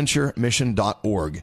adventuremission.org.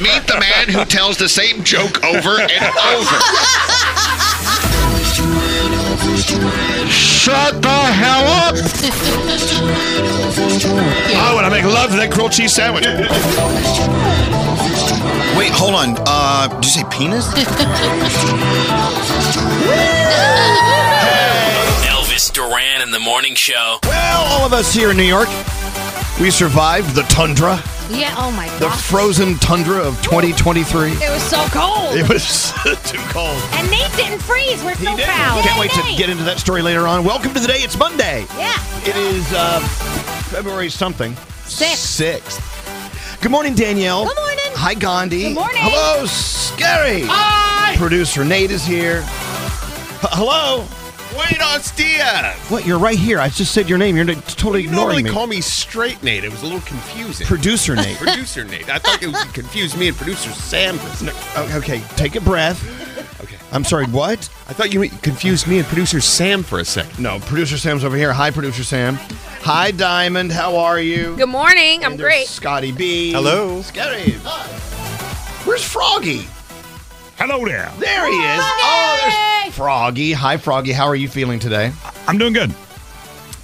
Meet the man who tells the same joke over and over. Shut the hell up! oh, and I make love to that grilled cheese sandwich. Wait, hold on. Uh, did you say penis? Elvis Duran in the morning show. Well, all of us here in New York, we survived the tundra, Yeah, oh my the frozen tundra of 2023. It was so cold. It was too cold. And Nate didn't freeze. We're so proud. Can't wait to get into that story later on. Welcome to the day. It's Monday. Yeah. It is uh, February something. Sixth. Sixth. Good morning, Danielle. Good morning. Hi, Gandhi. Good morning. Hello, Scary. Hi. Producer Nate is here. H- hello. Buenos dias. What? You're right here. I just said your name. You're n- totally You ignoring normally me. call me straight Nate. It was a little confusing. Producer Nate. Producer Nate. I thought it would confuse me and producer Sam. for a second. O- Oh, okay, take a breath. Okay. I'm sorry. What? I thought you confused me and producer Sam for a second. No, producer Sam's over here. Hi, producer Sam. Hi, Diamond. How are you? Good morning. I'm And there's great. Scotty B. Hello. Scary. Hi. Where's Froggy? Hello there. There he is. Oh, there's Froggy. Hi, Froggy. How are you feeling today? I'm doing good.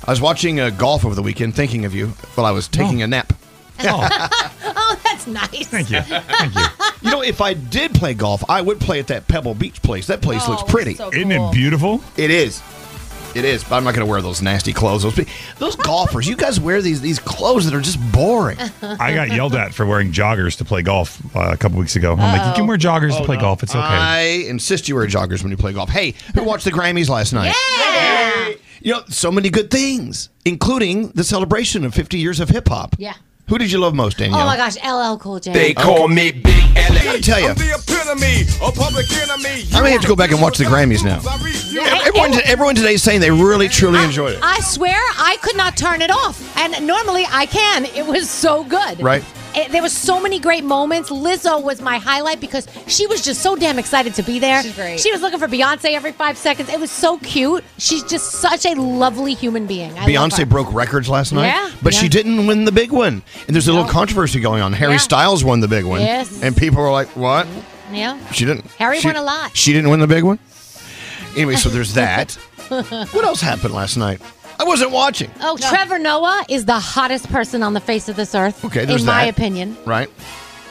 I was watching uh, golf over the weekend, thinking of you while I was taking a nap. Oh. Oh, that's nice. Thank you. Thank you. You know, if I did play golf, I would play at that Pebble Beach place. That place Oh, looks pretty. Isn't it beautiful? It is. It is, but I'm not going to wear those nasty clothes. Those, pe- those golfers, you guys wear these these clothes that are just boring. I got yelled at for wearing joggers to play golf uh, a couple weeks ago. I'm like, you Oh. can wear joggers to play golf. It's okay. Oh, I insist you wear joggers when you play golf. Hey, who watched the Grammys last night? Yeah. You know, so many good things, including the celebration of 50 years of hip hop. Yeah. Who did you love most, Danielle? Oh my gosh, LL Cool J. call me Big I gotta tell you, the epitome of public enemy. I may have to go back and watch the Grammys now. Everyone, everyone today is saying they really, truly enjoyed it. I swear I could not turn it off. And normally I can. It was so good. Right. It, Eh, there was so many great moments. Lizzo was my highlight because she was just so damn excited to be there. She's great. She was looking for Beyonce every five seconds. It was so cute. She's just such a lovely human being. I love her. Beyonce broke records last night, Yeah. but she Yeah. didn't win the big one. And there's a little controversy going on. Harry Yeah. Styles won the big one, Yes. and people were like, "What? Yeah. She didn't." Harry she- won a lot. She didn't win the big one. Anyway, so there's that. what else happened last night? I wasn't watching. Oh, Trevor Noah is the hottest person on the face of this earth. Okay, there's in my that. opinion. Right.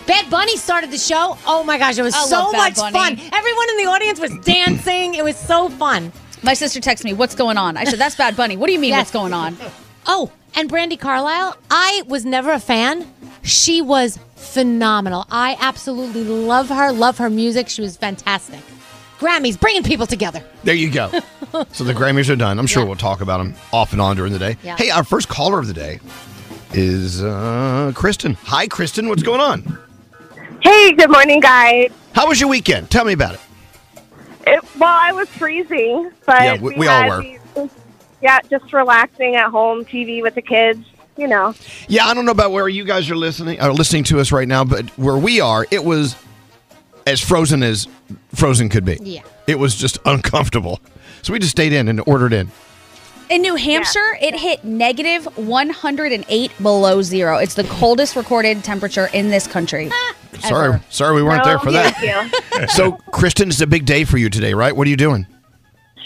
Bad Bunny started the show. Oh my gosh, it was I so love Bad much Bunny. fun. Everyone in the audience was dancing. it was so fun. My sister texted me, "What's going on?" I said, "That's Bad Bunny." What do you mean, Yes. what's going on? Oh, and Brandy Carlisle, I was never a fan. She was phenomenal. I absolutely love her, love her music. She was fantastic. Grammys, bringing people together. There you go. so the Grammys are done. I'm sure we'll talk about them off and on during the day. Yeah. Hey, our first caller of the day is uh, Kristen. Hi, Kristen. What's going on? Hey, good morning, guys. How was your weekend? Tell me about it. It, well, I was freezing, but Yeah, we- we all had were. these- yeah, just relaxing at home, TV with the kids. You know, Yeah, I don't know about where you guys are listening are listening to us right now, but where we are, it was as frozen as frozen could be. Yeah. It was just uncomfortable. So we just stayed in and ordered in. In New Hampshire, it hit negative 108 below zero. It's the coldest recorded temperature in this country. Ah, Sorry, Ever. sorry we weren't No, there for that. Thank you. So Kristen, it's a big day for you today, right? What are you doing?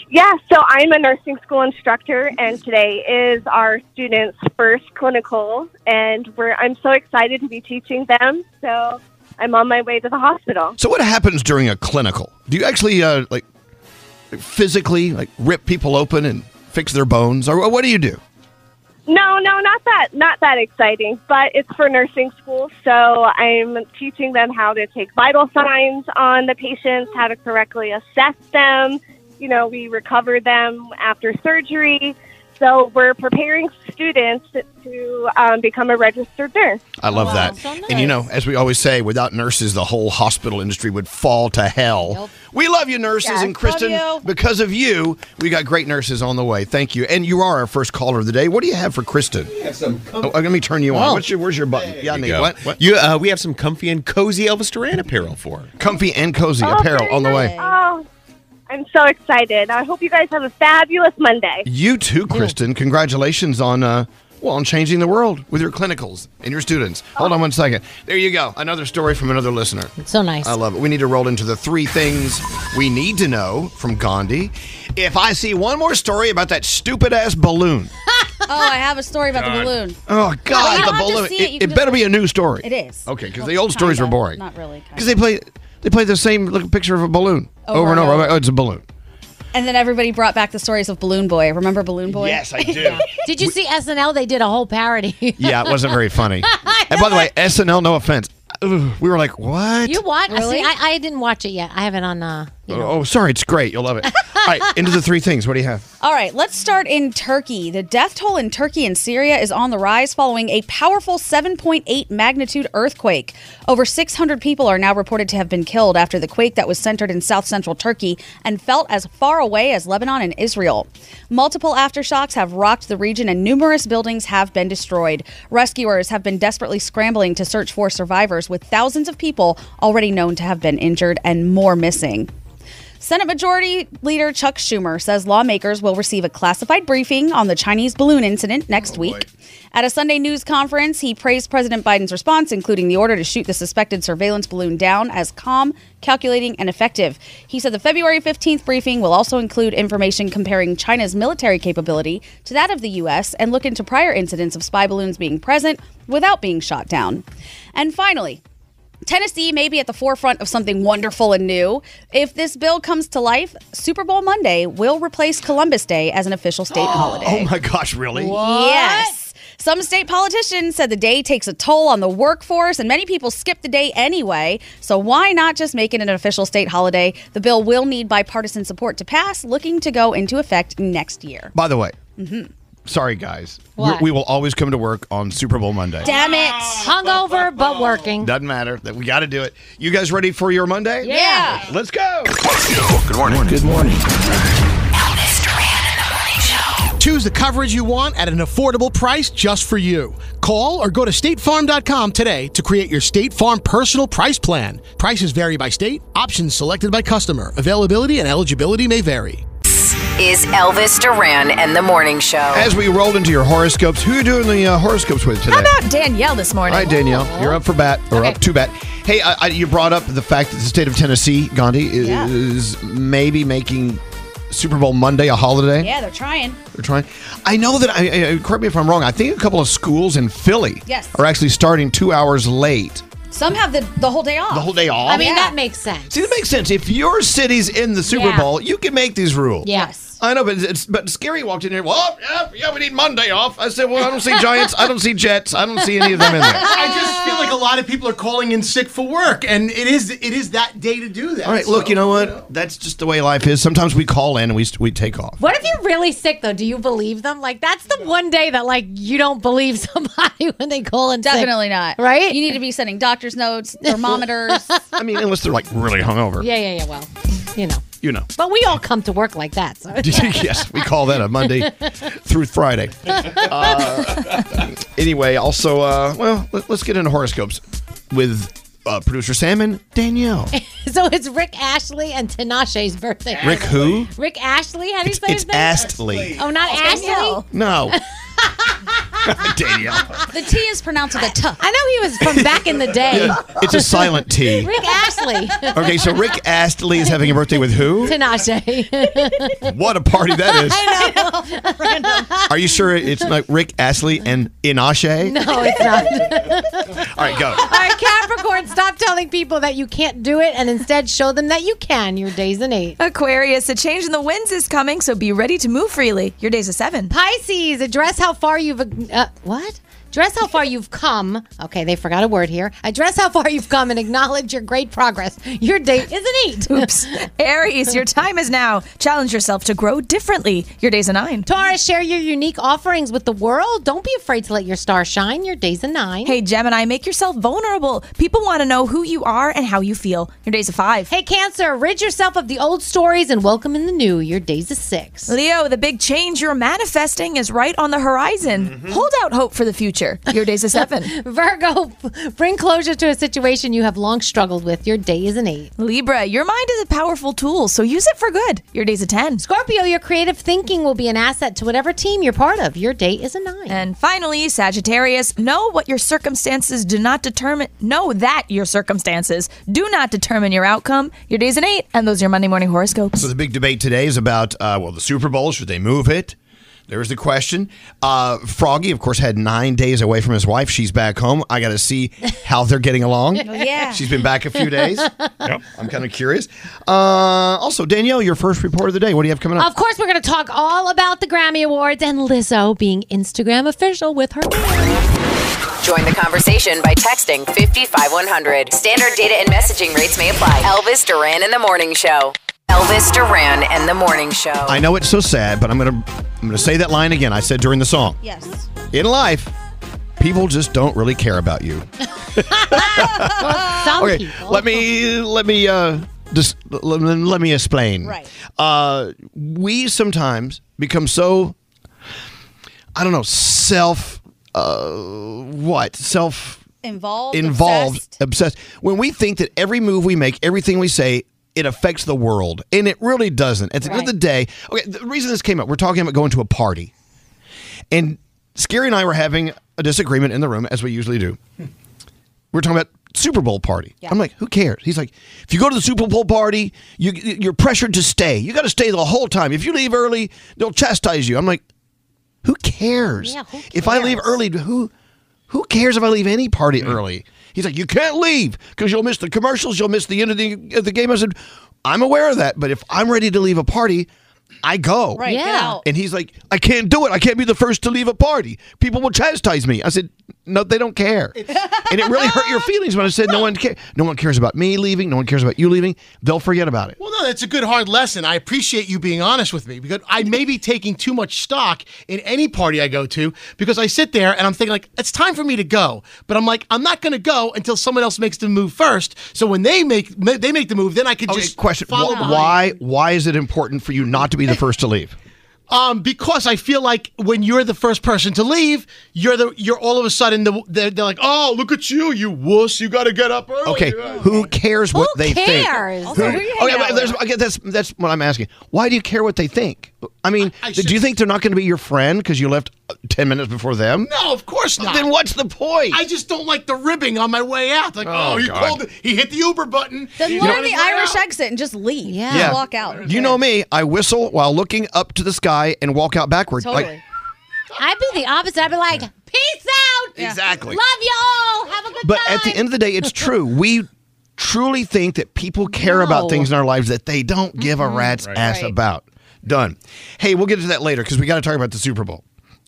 yeah, so I'm a nursing school instructor, and today is our students' first clinical, and we're I'm so excited to be teaching them. So I'm on my way to the hospital. So what happens during a clinical? Do you actually uh, like physically like rip people open and fix their bones, or what do you do? No, no, not that, not that exciting. But it's for nursing school, so I'm teaching them how to take vital signs on the patients, how to correctly assess them. You know, we recover them after surgery. So we're preparing students to um, become a registered nurse. I love that. so And you know, as we always say, without nurses, the whole hospital industry would fall to hell. We love you, nurses. and Kristen, because of you, we got great nurses on the way. Thank you. And you are our first caller of the day. What do you have for Kristen? Oh, let me turn you on. What's your, where's your button? yeah, I need what? what? You, uh, we have some comfy and cozy Elvis Duran apparel for her. Comfy and cozy Oh, apparel very on the way. nice. Oh, I'm so excited. I hope you guys have a fabulous Monday. You too, Kristen. Congratulations on uh, well on changing the world with your clinicals and your students. Oh. Hold on one second. There you go. Another story from another listener. So nice. I love it. We need to roll into the three things we need to know from Gandhi. If I see one more story about that stupid ass balloon, Oh, I have a story about the balloon. oh Well, you god, the don't have to balloon! see it. You It, can it just better be a new story. It is. Okay, because Well, the old stories were kinda. boring. Not really. Because they play they play the same little picture of a balloon over, and over. Oh, it's a balloon. And then everybody brought back the stories of Balloon Boy. Remember Balloon Boy? I do. Did you see SNL? They did a whole parody. Yeah, it wasn't very funny. and by the way, SNL, no offense. Ugh, We were like, what? you what? Really? See, I, I didn't watch it yet. I have it on. Uh, you know. Oh, sorry. It's great. You'll love it. All right, into the three things. What do you have? All right, let's start in Turkey. The death toll in Turkey and Syria is on the rise following a powerful 7.8 magnitude earthquake. Over 600 people are now reported to have been killed after the quake that was centered in south central Turkey and felt as far away as Lebanon and Israel. Multiple aftershocks have rocked the region and numerous buildings have been destroyed. Rescuers have been desperately scrambling to search for survivors, with thousands of people already known to have been injured and more missing. Senate Majority Leader Chuck Schumer says lawmakers will receive a classified briefing on the Chinese balloon incident next week. At a Sunday news conference, he praised President Biden's response, including the order to shoot the suspected surveillance balloon down, as calm, calculating, and effective. He said the February 15th briefing will also include information comparing China's military capability to that of the U.S. and look into prior incidents of spy balloons being present without being shot down. And finally, Tennessee may be at the forefront of something wonderful and new. If this bill comes to life, Super Bowl Monday will replace Columbus Day as an official state holiday. Oh, my gosh, really? Yes. Some state politicians said the day takes a toll on the workforce, and many people skip the day anyway. So why not just make it an official state holiday? The bill will need bipartisan support to pass, looking to go into effect next year. Mm-hmm. By the way, sorry, guys. We- What? We will always come to work on Super Bowl Monday. Damn it. Hungover but working. Doesn't matter. That We got to do it. You guys ready for your Monday? Yeah. Let's go. Good morning. Good morning. Choose the coverage you want at an affordable price just for you. Call or go to statefarm.com today to create your State Farm personal price plan. Prices vary by state, options selected by customer, availability and eligibility may vary. Is Elvis Duran and the Morning Show. As we roll into your horoscopes, who are you doing the uh, horoscopes with today? How about Danielle this morning? All right, Danielle, you're up for bat or up to bat. Hey, I, I, you brought up the fact that the state of Tennessee, Gandhi, is, Yeah. maybe making Super Bowl Monday a holiday. Yeah, they're trying. They're trying. I know that. I, I correct me if I'm wrong. I think a couple of schools in Philly Yes. are actually starting two hours late Some have the, the whole day off. The whole day off? I mean, Yeah. that makes sense. See, that makes sense. If your city's in the Super Yeah. Bowl, you can make these rules. Yes. I know, but it's, but Scary walked in here. Well, yeah, yeah, we need Monday off. I said, well, I don't see Giants. I don't see Jets. I don't see any of them in there. I just feel like a lot of people are calling in sick for work, and it is it is that day to do that. All right, look, you know what? That's just the way life is. Sometimes we call in and we we take off. What if you're really sick though? Do you believe them? Like that's the one day that like you don't believe somebody when they call and Definitely not. Right? You need to be sending doctor's notes, thermometers. I mean, unless they're like really hungover. Yeah, yeah, yeah. Well, you know. You know. But we all come to work like that. So. yes, we call that a Monday Uh, through Friday. Anyway, also, uh, well, let, us get into horoscopes with uh, producer Sam and Danielle. so it's Rick Ashley and Tinashe's birthday. Rick who? Rick Ashley? How do you It's, say it's his name? Astley. Oh, not Ashley? No. Danielle. The T is pronounced with a T. I know he was from back in the day. Yeah, it's a silent T. Rick Ashley. Okay, so Rick Astley is having a birthday with who? Tinashe. What a party that is. I Are you sure it's not Rick Astley and Inashe? know. No, it's not. All right, go. All right, Capricorn, stop telling people that you can't do it and instead show them that you can. Your day's an eight. Aquarius, a change in the winds is coming, so be ready to move freely. Your day's a seven. Pisces, address how far you've uh, what? Address how far you've come. Okay, they forgot a word here. Address how far you've come and acknowledge your great progress. Your date is an eight. Oops. Aries, your time is now. Challenge yourself to grow differently. Your day's a nine. Taurus, share your unique offerings with the world. Don't be afraid to let your star shine. Your day's a nine. Hey, Gemini, make yourself vulnerable. People want to know who you are and how you feel. Your day's a five. Hey, Cancer, rid yourself of the old stories and welcome in the new. Your day's a six. Leo, the big change you're manifesting is right on the horizon. Hold out hope for the future. Your day's a seven. Virgo, bring closure to a situation you have long struggled with. Your day is an eight. Libra, your mind is a powerful tool, so use it for good. Your day's a 10. Scorpio, your creative thinking will be an asset to whatever team you're part of. Your day is a nine. And finally, Sagittarius, know what your circumstances do not determine. Know that your circumstances do not determine your outcome. Your day's an 8, and those are your Monday morning horoscopes. So the big debate today is about uh, well, the Super Bowl should they move it? There's the question. Uh, Froggy, of course, had nine days away from his wife. She's back home. I got to see how they're getting along. Oh, yeah. she's been back a few days. I'm kind of curious. Uh, also, Danielle, your first report of the day. What do you have coming up? Of course, we're going to talk all about the Grammy Awards and Lizzo being Instagram official with her. Join the conversation by texting 55100. Standard data and messaging rates may apply. Elvis Duran and the Morning Show. Elvis Duran and the Morning Show. I know it's so sad, but I'm gonna I'm gonna say that line again. I said during the song. Yes. In life, people just don't really care about you. Some okay, people. let me let me uh just let, let me explain. Right. Uh, we sometimes become so I don't know self uh what self Involved. involved obsessed. when we think that every move we make everything we say it affects the world and it really doesn't at the end of the day okay the reason this came up we're talking about going to a party and scary and i were having a disagreement in the room as we usually do we're talking about Super Bowl party. I'm like, who cares? He's like, if you go to the Super Bowl party, you you're pressured to stay. You got to stay the whole time. If you leave early, they'll chastise you. I'm like, who cares? Yeah, who If I leave early, who who cares if I leave any party early? He's like, you can't leave because you'll miss the commercials, you'll miss the end of the, of the game. I said, I'm aware of that, but if I'm ready to leave a party, I go. Right, get Yeah. out. And he's like, I can't do it. I can't be the first to leave a party. People will chastise me. I said, No, they don't care. and it really hurt your feelings when I said, No one cares. No one cares about me leaving. No one cares about you leaving. They'll forget about it. Well, no, that's a good hard lesson. I appreciate you being honest with me because I may be taking too much stock in any party I go to because I sit there and I'm thinking like it's time for me to go, but I'm like I'm not going to go until someone else makes the move first. So when they make ma- they make the move, then I could Okay, just question: follow wh- behind. Why? Why is it important for you not to be the first to leave? Um, because I feel like when you're the first person to leave, you're the you're all of a sudden the they're, they're like, oh look at you, you wuss, you got to get up early. Okay, who cares what they cares? think? Also, who you hang okay, out but there's, okay, that's that's what I'm asking. Why do you care what they think? I mean, do you think they're not going to be your friend because you left uh, ten minutes before them? No, of course not. Then what's the point? I just don't like the ribbing on my way out. Like, Oh, oh, he God. called, he hit the Uber button. Then He learn got the his way Irish out. exit and just leave. Walk out. You know me. I whistle while looking up to the sky and walk out backward. Totally. Like, I'd be the opposite. I'd be like, peace out. Exactly. Love you all. Have a good But at the end of the day, it's true. We truly think that people care No. Mm-hmm. about things in our lives that they don't give a rat's ass Right. about. Done. Hey, we'll get into that later because we got to talk about the Super Bowl.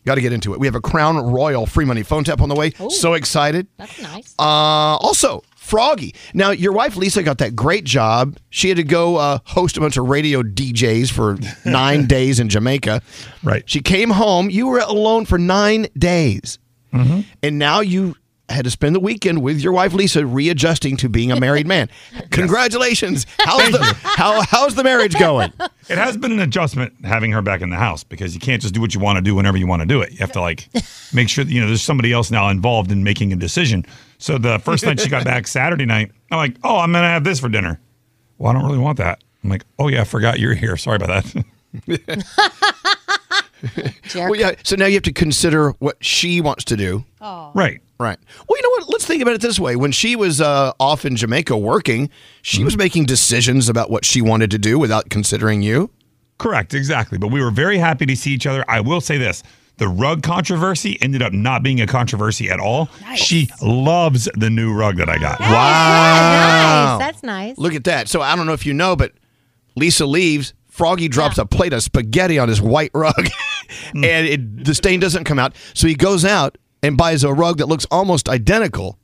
Got to get into it. We have a Crown Royal free money phone tap on the way. So excited. That's nice. Uh, also, Froggy. Now, your wife Lisa got that great job. She had to go uh, host a bunch of radio DJs for nine days in Jamaica. Right. She came home. You were alone for nine days. Mm-hmm. And now you had to spend the weekend with your wife Lisa readjusting to being a married man. Congratulations. How's the, how, how's the marriage going? It has been an adjustment having her back in the house because you can't just do what you want to do whenever you want to do it. You have to like make sure that, you know there's somebody else now involved in making a decision. So the first night she got back Saturday night, I'm like, oh, I'm gonna have this for dinner. Well, I don't really want that. I'm like, oh yeah, I forgot you're here. Sorry about that. Well, yeah. So now you have to consider what she wants to do. Oh. Right. Right. Well, you know what? Let's think about it this way. When she was uh, off in Jamaica working, she was making decisions about what she wanted to do without considering you. Correct, exactly. But we were very happy to see each other. I will say this. The rug controversy ended up not being a controversy at all. She loves the new rug that I got. Wow. Nice. That's nice. Look at that. So I don't know if you know, but Lisa leaves. Froggy drops a plate of spaghetti on his white rug, and it, the stain doesn't come out. So he goes out and buys a rug that looks almost identical,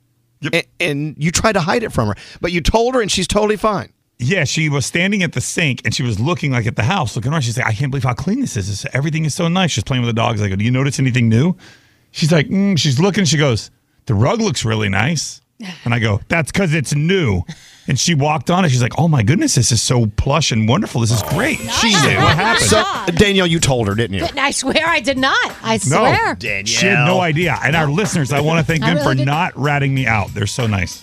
and, and you try to hide it from her, but you told her, and she's totally fine. Yeah, she was standing at the sink and she was looking like at the house, looking around. She's like, I can't believe how clean this is. This- everything is so nice. She's playing with the dogs. I go, Do you notice anything new? She's like, mm, She's looking. She goes, The rug looks really nice. And I go, That's because it's new. And she walked on it. She's like, Oh my goodness, this is so plush and wonderful. This is great. She knew what happened. So, Danielle, you told her, didn't you? I swear I did not. I swear. She had no idea. And our listeners, I want to thank I them really for didn't. not ratting me out. They're so nice.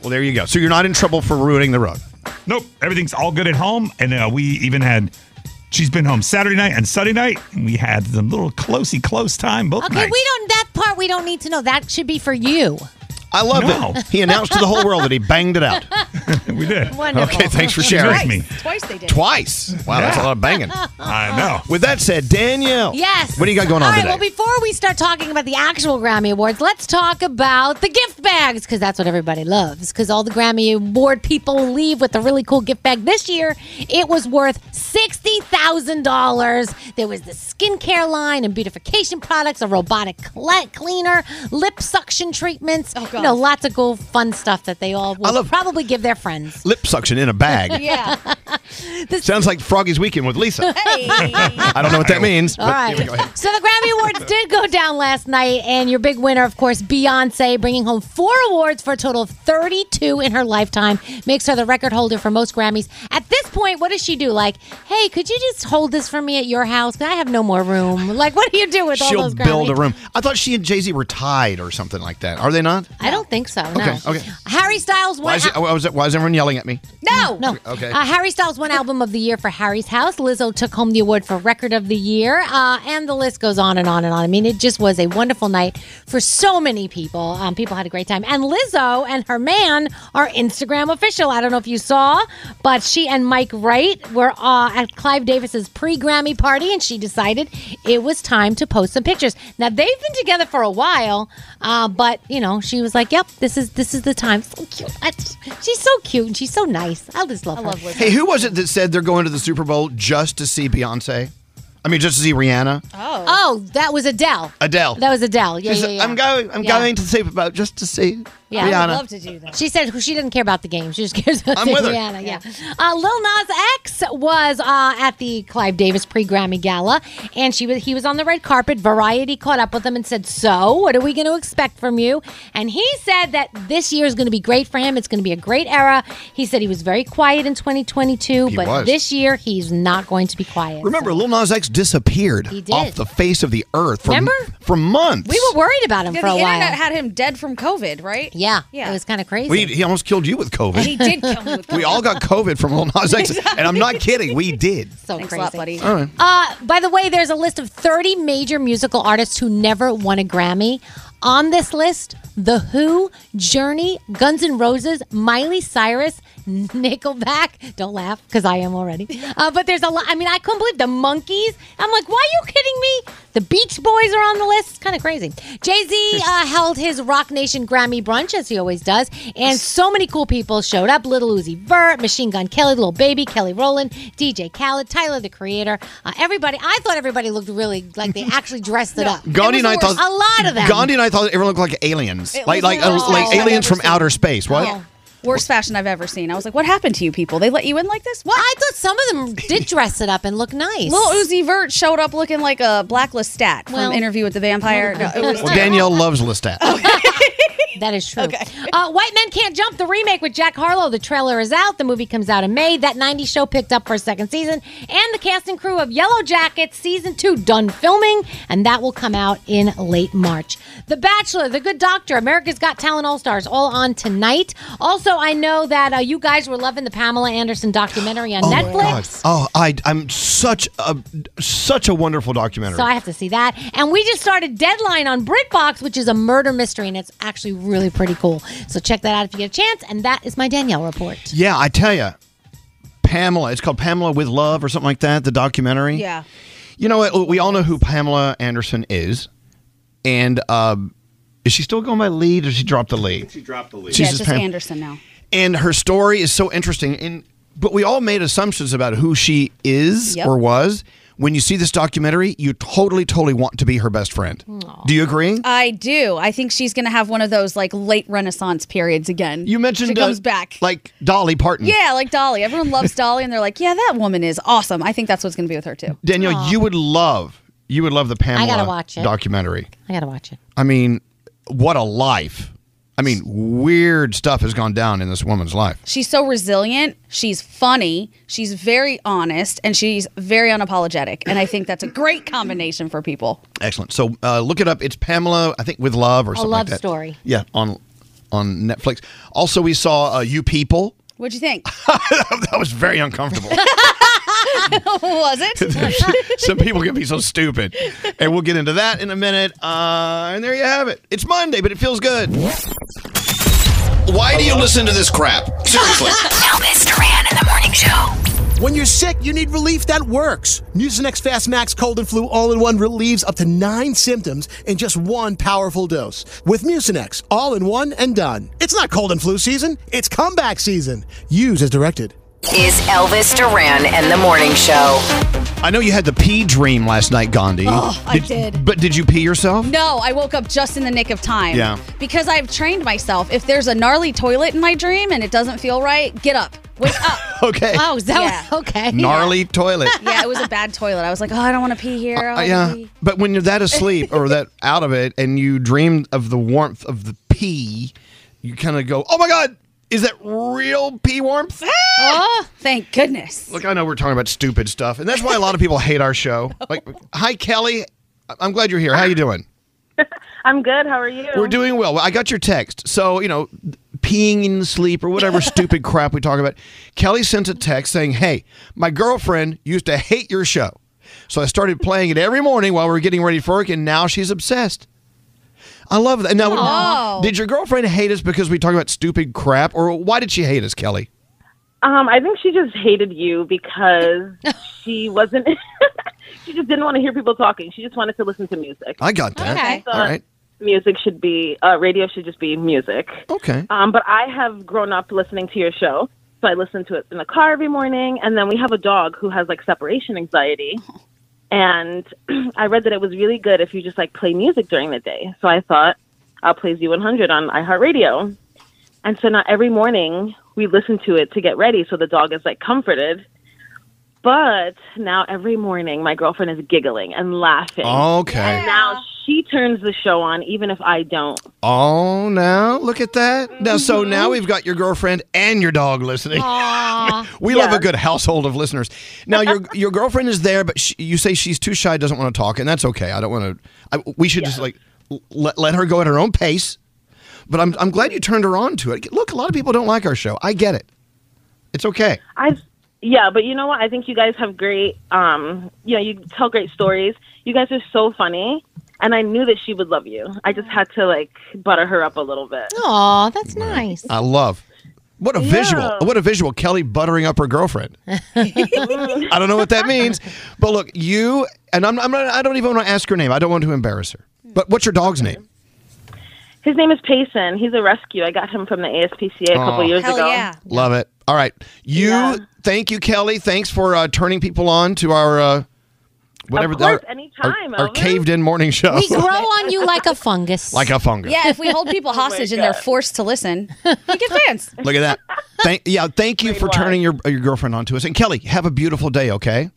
Well, there you go. So you're not in trouble for ruining the rug. Nope. Everything's all good at home. And uh, we even had, she's been home Saturday night and Sunday night. And we had the little closey close time both Okay, nights. we don't. That part we don't need to know. That should be for you. I love it. He announced to the whole world that he banged it out. we did. Wonderful. Okay, thanks for sharing. Twice. Twice they did. Twice. Wow, that's a lot of banging. I know. With that said, Danielle. Yes. What do you got going on All right, today? well, before we start talking about the actual Grammy Awards, let's talk about the gift bags because that's what everybody loves. Because all the Grammy Award people leave with a really cool gift bag. This year, it was worth $60,000. There was the skincare line and beautification products, a robotic cle- cleaner, lip suction treatments. Oh, God. You know, lots of cool, fun stuff that they all will probably give their friends. Lip suction in a bag. yeah. Sounds like Froggy's Weekend with Lisa. I don't know what that means. All but right. here we go. Hey, So the Grammy Awards did go down last night, and your big winner, of course, Beyonce, bringing home four awards for a total of 32 in her lifetime, makes her the record holder for most Grammys. At this point, what does she do? Like, hey, could you just hold this for me at your house? 'Cause I have no more room. Like, what do you do with all She'll those Grammys? build a room. I thought she and Jay Z were tied or something like that. Are they not? I don't think so. No. Okay. Okay. Harry Styles Why won. is, it- why is it- why is everyone yelling at me? No, no. Okay. Uh, Harry Styles won Album of the Year for Harry's House. Lizzo took home the award for Record of the Year, uh, and the list goes on and on and on. I mean, it just was a wonderful night for so many people. Um, people had a great time, and Lizzo and her man are Instagram official. I don't know if you saw, but she and Mike Wright were uh, at Clive Davis's pre-Grammy party, and she decided it was time to post some pictures. Now they've been together for a while, uh, but you know, she was like, "Yep, this is this is the time." So cute. I just- she's so cute and she's so nice. I just love her. Hey, who was it that said they're going to the Super Bowl just to see Beyonce? I mean, just to see Rihanna? Oh. that was Adele. Adele. That was Adele. Yeah, She yeah, said, yeah. I'm going. I'm Yeah. going to the Super Bowl just to see Rihanna. to do that. She said she didn't care about the game. She just cares about I'm with her. Rihanna. Yeah. Uh, Lil Nas X was uh, at the Clive Davis pre-Grammy Gala, and she was he was on the red carpet. Variety caught up with him and said, "So, what are we going to expect from you?" And he said that this year is going to be great for him. It's going to be a great era. He said he was very quiet in 2022, He but was. this year he's not going to be quiet. Remember, Lil Nas X disappeared He did. off the face of the earth for, Remember? for months. We were worried about him Yeah, for the a while. internet had him dead from COVID, right? Yeah, it was kind of crazy. We, he almost killed you with COVID. And he did kill me with we all got COVID from Lil Nas X, and I'm not kidding. We did. so Thanks a crazy. lot, buddy. All right. Uh, by the way, there's a list of 30 major musical artists who never won a Grammy. On this list, The Who, Journey, Guns N' Roses, Miley Cyrus, Nickelback. Don't laugh because I am already. Uh, but there's a lot. I mean, I couldn't believe the monkeys. I'm like, why are you kidding me? The Beach Boys are on the list. It's kind of crazy. Jay Z uh, held his Rock Nation Grammy brunch as he always does, and so many cool people showed up. Little Uzi Vert, Machine Gun Kelly, Little Baby, Kelly Rowland, DJ Khaled, Tyler the Creator. Uh, everybody. I thought everybody looked really like they actually dressed it up. Gandhi It and I was the thought worst. a lot of them. Gandhi and I thought everyone looked like aliens, It like was like the uh, worst like fashion I've aliens ever from outer space. Oh. What? Yeah. Oh, Worst fashion I've ever seen. I was like, what happened to you people? They let you in like this? What? I thought some of them did dress it up and look nice. Lil Uzi Vert showed up looking like a blacklist stat Well- from Interview with the Vampire. No, it was Well, Danielle loves Lestat. That is true. Uh, White Men Can't Jump, the remake with Jack Harlow. The trailer is out. The movie comes out in May. That 90s show picked up for a second season. And the cast and crew of Yellow Jackets season two done filming, and that will come out in late March. The Bachelor, The Good Doctor, America's Got Talent All Stars, all on tonight. Also, I know that uh, you guys were loving the Pamela Anderson documentary on my Netflix. God. Oh, I I'm such a such a wonderful documentary. So I have to see that. And we just started Deadline on BritBox, which is a murder mystery, and it's actually really pretty cool. So check that out if you get a chance. And that is my Danielle report. yeah, I tell you, Pamela. It's called Pamela with Love or something like that. The documentary. You know what? We all know who Pamela Anderson is, and um, is she still going by lead, or she dropped the lead? She dropped the yeah, just Anderson now. and her story is so interesting and but we all made assumptions about who she is Yep. or was when you see this documentary you totally totally want to be her best friend do you agree I do. I think she's going to have one of those like late Renaissance periods again. You mentioned she uh, comes back. like dolly parton Yeah, like Dolly. Everyone loves Dolly, and they're like, yeah, that woman is awesome. I think that's what's going to be with her too. danielle you would love you would love the pamela gotta watch it. documentary I got to watch it. i mean what a life i mean weird stuff has gone down in this woman's life She's so resilient. She's funny. She's very honest, and she's very unapologetic. And I think that's a great combination for people. excellent so uh, look it up it's pamela i think with love or A something love like that story. yeah on on netflix also we saw uh, you people Oh, What'd you think? that was very uncomfortable was it? Some people can be so stupid. And we'll get into that in a minute. Uh, and there you have it. It's Monday, but it feels good. Why do you listen to this crap? Seriously. Elvis Duran in the morning show. When you're sick, you need relief that works. Mucinex Fast Max Cold and Flu All in One relieves up to nine symptoms in just one powerful dose. With Mucinex, all in one and done. It's not cold and flu season, it's comeback season. Use as directed. Is Elvis Duran and the Morning Show. I know you had the pee dream last night, Gandhi. Oh, I did. But did you pee yourself? No, I woke up just in the nick of time. Yeah. Because I've trained myself. If there's a gnarly toilet in my dream and it doesn't feel right, get up. Wake up. Okay. Oh, is that okay? Gnarly toilet. yeah, it was a bad toilet. I was like, oh, I don't want to pee here. I Uh, wanna yeah. pee. But when you're that asleep or that out of it and you dreamed of the warmth of the pee, you kind of go, oh my God, is that real pee warmth? Ah! Oh, thank goodness. Look, I know we're talking about stupid stuff, and that's why a lot of people hate our show. Like, hi Kelly, I- I'm glad you're here. How you doing? I'm good. How are you? We're doing well. Well, I got your text. So, you know, peeing in sleep or whatever stupid crap we talk about. Kelly sent a text saying, Hey, my girlfriend used to hate your show. So I started playing it every morning while we were getting ready for work, and now she's obsessed. I love that. Now, Aw. did your girlfriend hate us because we talk about stupid crap, or why did she hate us, Kelly? Um, I think she just hated you because she wasn't. she just didn't want to hear people talking. She just wanted to listen to music. I got that. I thought All right. Music should be uh, radio should just be music. Okay. Uh, Um, but I have grown up listening to your show, so I listen to it in the car every morning. And then we have a dog who has like separation anxiety, and I read that it was really good if you just like play music during the day. So I thought I'll play Z100 on iHeartRadio, and so now every morning we listen to it to get ready, so the dog is like comforted. But now every morning my girlfriend is giggling and laughing. Okay. And now she turns the show on even if I don't. Oh, now look at that. Now, so now we've got your girlfriend and your dog listening. we love a good household of listeners. Now, your your girlfriend is there, but she, you say she's too shy, doesn't want to talk, and that's okay. I don't want to. I, we should just like l- let, let her go at her own pace. But I'm I'm glad you turned her on to it. Look, a lot of people don't like our show. I get it. It's okay. I yeah, but you know what? I think you guys have great um you know, you tell great stories. You guys are so funny. And I knew that she would love you. I just had to like butter her up a little bit. Aw, that's nice. I love What a visual. What a visual. Kelly buttering up her girlfriend. I don't know what that means. But look, you and I'm, I'm not, I don't even want to ask her name. I don't want to embarrass her. But what's your dog's name? His name is Payson. He's a rescue. I got him from the ASPCA a couple Aw. years ago. Love it. All right. You thank you Kelly. Thanks for uh, turning people on to our uh whatever Of course, our, anytime, our, our Elvis. caved in morning show. We grow on you like a fungus. like a fungus. Yeah, if we hold people Oh my hostage and they're God. forced to listen, we get fans. Look at that. Thank yeah, thank you for turning your your girlfriend on to us. And Kelly, have a beautiful day, okay?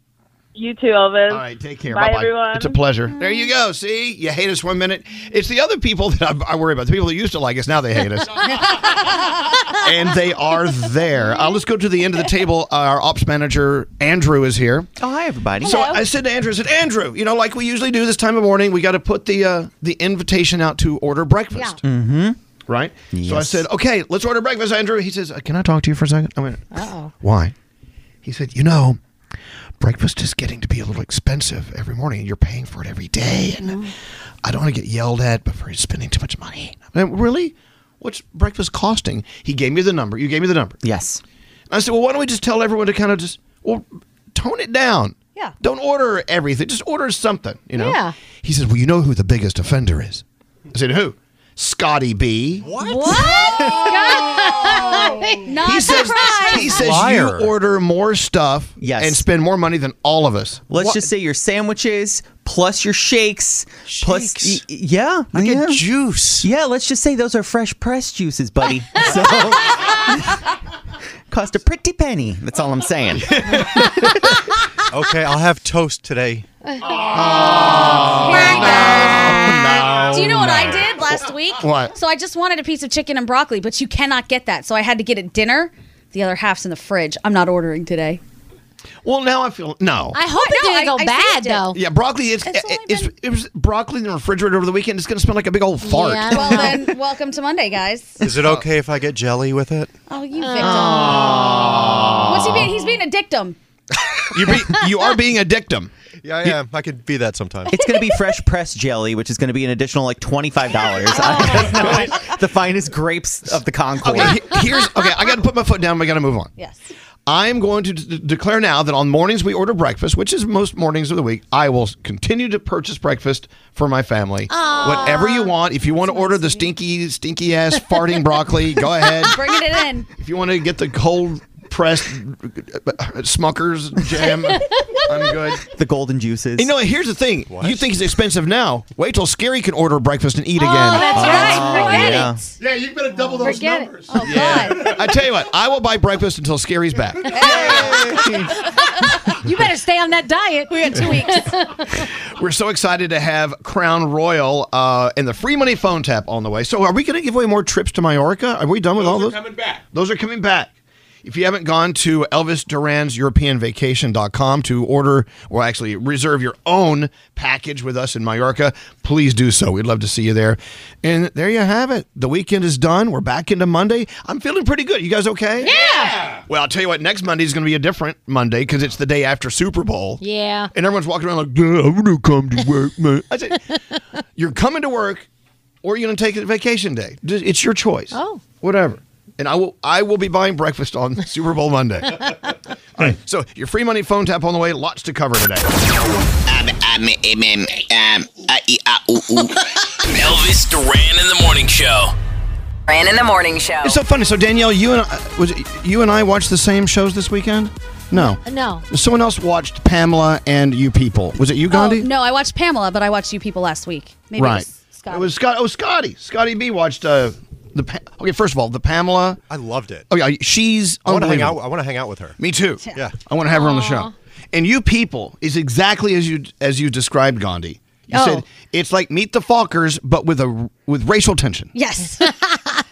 You too, Elvis. All right, take care. Bye, Bye-bye. everyone. It's a pleasure. Mm-hmm. There you go. See, you hate us one minute. It's the other people that I, I worry about. The people that used to like us, now they hate us. and they are there. Uh, let's go to the end of the table. Uh, our ops manager, Andrew, is here. Oh, hi, everybody. So I said to Andrew, I said, Andrew, you know, like we usually do this time of morning, we got to put the uh, the invitation out to order breakfast. Mm-hmm. Right? So I Yes. said, okay, let's order breakfast, Andrew. He says, uh, can I talk to you for a second? I went, Uh-oh. why? He said, you know, breakfast is getting to be a little expensive every morning, and you're paying for it every day. And Mm-hmm. I don't want to get yelled at, but for spending too much money. I went, really? What's breakfast costing? He gave me the number. You gave me the number. Yes. And I said, well, why don't we just tell everyone to kind of just, well, tone it down. Yeah. Don't order everything. Just order something, you know? Yeah. He says, well, you know who the biggest offender is? I said, who? Scotty B. What? God. Not He says, surprised. he says Liar. you order more stuff Yes. and spend more money than all of us. Let's just say your sandwiches plus your shakes, plus y- y- yeah, like a juice. Yeah, let's just say those are fresh pressed juices, buddy. so cost a pretty penny. That's all I'm saying. okay, I'll have toast today. Do you know what I did last week? What? So I just wanted a piece of chicken and broccoli, but you cannot get that. So I had to get it dinner. The other half's in the fridge. I'm not ordering today. Well, now I feel no. I hope it No, didn't I- go I bad saved it. though. Yeah, broccoli. It's, it's, it was broccoli in the refrigerator over the weekend. It's going to smell like a big old fart. Yeah, well then, welcome to Monday, guys. Is it okay if I get jelly with it? Oh, you victim. What's he being? He's being a dictum. you you are being a dictum. Yeah, I am. I could be that sometimes. It's going to be fresh pressed jelly, which is going to be an additional like twenty five dollars. Oh. the finest grapes of the Concord. Okay, he- here's okay. I got to put my foot down. We got to move on. Yes. I'm going to d- declare now that on mornings we order breakfast, which is most mornings of the week. I will continue to purchase breakfast for my family. Whatever you want. If you want to order the stinky, stinky ass farting broccoli, go ahead. Bringing it in. If you want to get the cold pressed Smuckers jam, I'm good. The golden juices. You know, here's the thing. You think it's expensive now. Wait till Scary can order breakfast and eat again. Oh, Oh, Uh, that's right. Forget Oh, yeah. Yeah, you better double Forget it. Oh, I tell you what, I will buy breakfast until Scary's back. you better stay on that diet. We got two weeks. We're so excited to have Crown Royal uh, and the free money phone tap on the way. So, are we going to give away more trips to Mallorca? Are we done with all those? coming back. Those are coming back. If you haven't gone to Elvis Duran's EuropeanVacation.com to order or actually reserve your own package with us in Mallorca, please do so. We'd love to see you there. And there you have it. The weekend is done. We're back into Monday. I'm feeling pretty good. You guys okay? Yeah. Well, I'll tell you what, next Monday is going to be a different Monday because it's the day after Super Bowl. yeah. And everyone's walking around like, "Duh, I'm gonna come to work, man. I said, you're coming to work, or you're gonna take a vacation day. Just- It's your choice. Oh, whatever. And I will, I will be buying breakfast on Super Bowl Monday. All right. So your free money phone tap on the way. Lots to cover today. Elvis Duran in the morning show. Ran in the morning show. It's so funny. So Danielle, you and I, was it, you and I watched the same shows this weekend? No. No. Someone else watched Pamela and You People. Was it you, Gandhi? Oh, no, I watched Pamela, but I watched you people last week. Maybe it right. was Scott. It was Scott. Oh, Scotty. Scotty B watched uh, the. Pa- okay, first of all, the Pamela. I loved it. Oh yeah, she's. I want to hang out. unbelievable. I want to hang out with her. Me too. Yeah. I want to have her on the show. And you people is exactly as you as you described Gandhi. You Oh. said it's like Meet the Fockers, but with a with racial tension. Yes.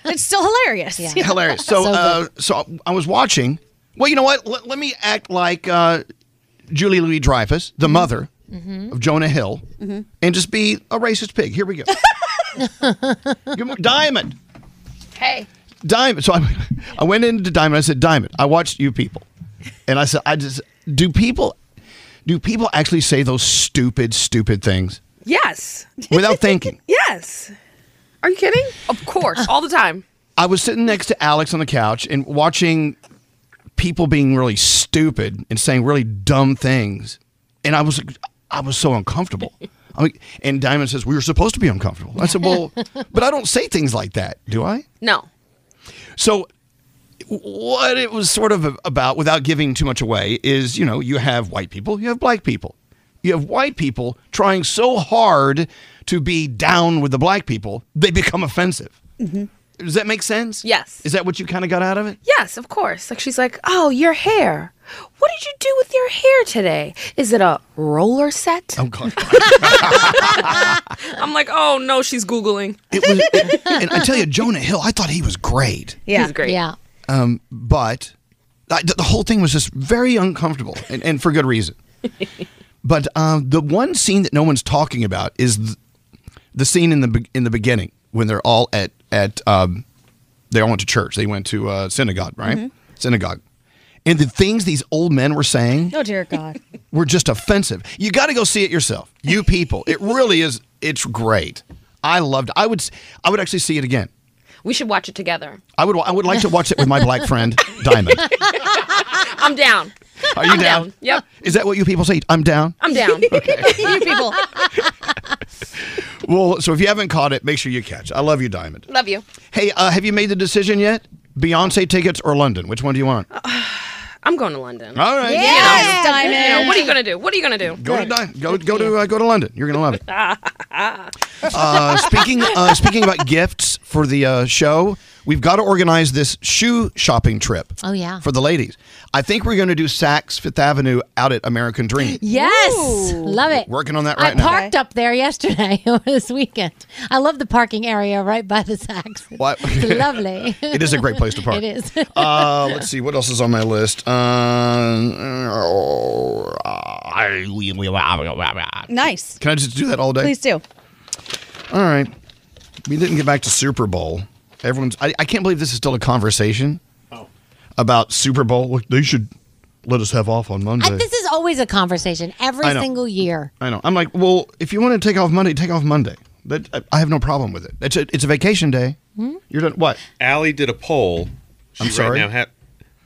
it's still hilarious. Hilarious. So, uh, so I was watching. Well, you know what? Let, let me act like uh, Julie Louis Dreyfus, the mother of Jonah Hill, Mm-hmm. Mhm. and just be a racist pig. Here we go. Good mo- Diamond. Hey. Diamond. So I, I went into Diamond. I said, Diamond, I watched you people, and I said, I just do people, do people actually say those stupid, stupid things Yes. without thinking? Uh. Yes. Are you kidding? Of course, all the time. I was sitting next to Alex on the couch and watching people being really stupid and saying really dumb things, and I was I was so uncomfortable. I mean, and Diamond says we were supposed to be uncomfortable. I said, well, but I don't say things like that, do I? No. So, what it was sort of about, without giving too much away, is you know, you have white people, you have black people. You have white people trying so hard to be down with the black people, they become offensive. Mm-hmm. Does that make sense? Yes. Is that what you kind of got out of it? Yes, of course. Like she's like, "Oh, your hair. What did you do with your hair today? Is it a roller set?" Oh god. I'm like, "Oh no, she's googling." It was, and I tell you, Jonah Hill, I thought he was great. yeah, he's great. Yeah. Um, but I, the whole thing was just very uncomfortable, and, and for good reason. but um, the one scene that no one's talking about is the, the scene in the be- in the beginning when they're all at at um, they all went to church. They went to uh, synagogue, right? Mhm. Synagogue, and the things these old men were saying Oh dear God. were just offensive. You got to go see it yourself. You people, it really is. It's great. I loved. I would. s- I would actually see it again. We should watch it together. I would. I would like to watch it with my black friend Diamond. I'm down. Are you I'm down? Yep. Is that what you people say? I'm down. I'm down. you people. Well, so if you haven't caught it, make sure you catch. I love you, Diamond. Love you. Hey, uh, have you made the decision yet? Beyonce tickets or London? Which one do you want? Uh, I'm going to London. All right. You know, Yes, you know, Diamond. what are you going to do? What are you going to do? Go to Di- go go to uh, go to London. You're gonna love it. Uh, uh, speaking uh, speaking about gifts for the uh, show, we've got to organize this shoe shopping trip. Oh, yeah. for the ladies. I think we're going to do Saks Fifth Avenue out at American Dream. Yes. Love it. Working on that right I now. parked up there yesterday over this weekend. I love the parking area right by the Saks. Why- It's lovely. It is a great place to It park. is. Uh, let's see what else is on my list. Uh, oh, I- we- we- Can Nice. I just do that all day? Please do. All right. We didn't get back to Super Bowl. Everyone's. I, I can't believe this is still a conversation about Super Bowl. Look, They should let us have off on Monday. This is always a conversation every I know. single year. I know. I'm like, well, if you want to take off Monday, take off Monday. That I- I have no problem with it. It's a, it's a vacation day. You're done. What? Allie did a poll. She I'm sorry? Right now ha-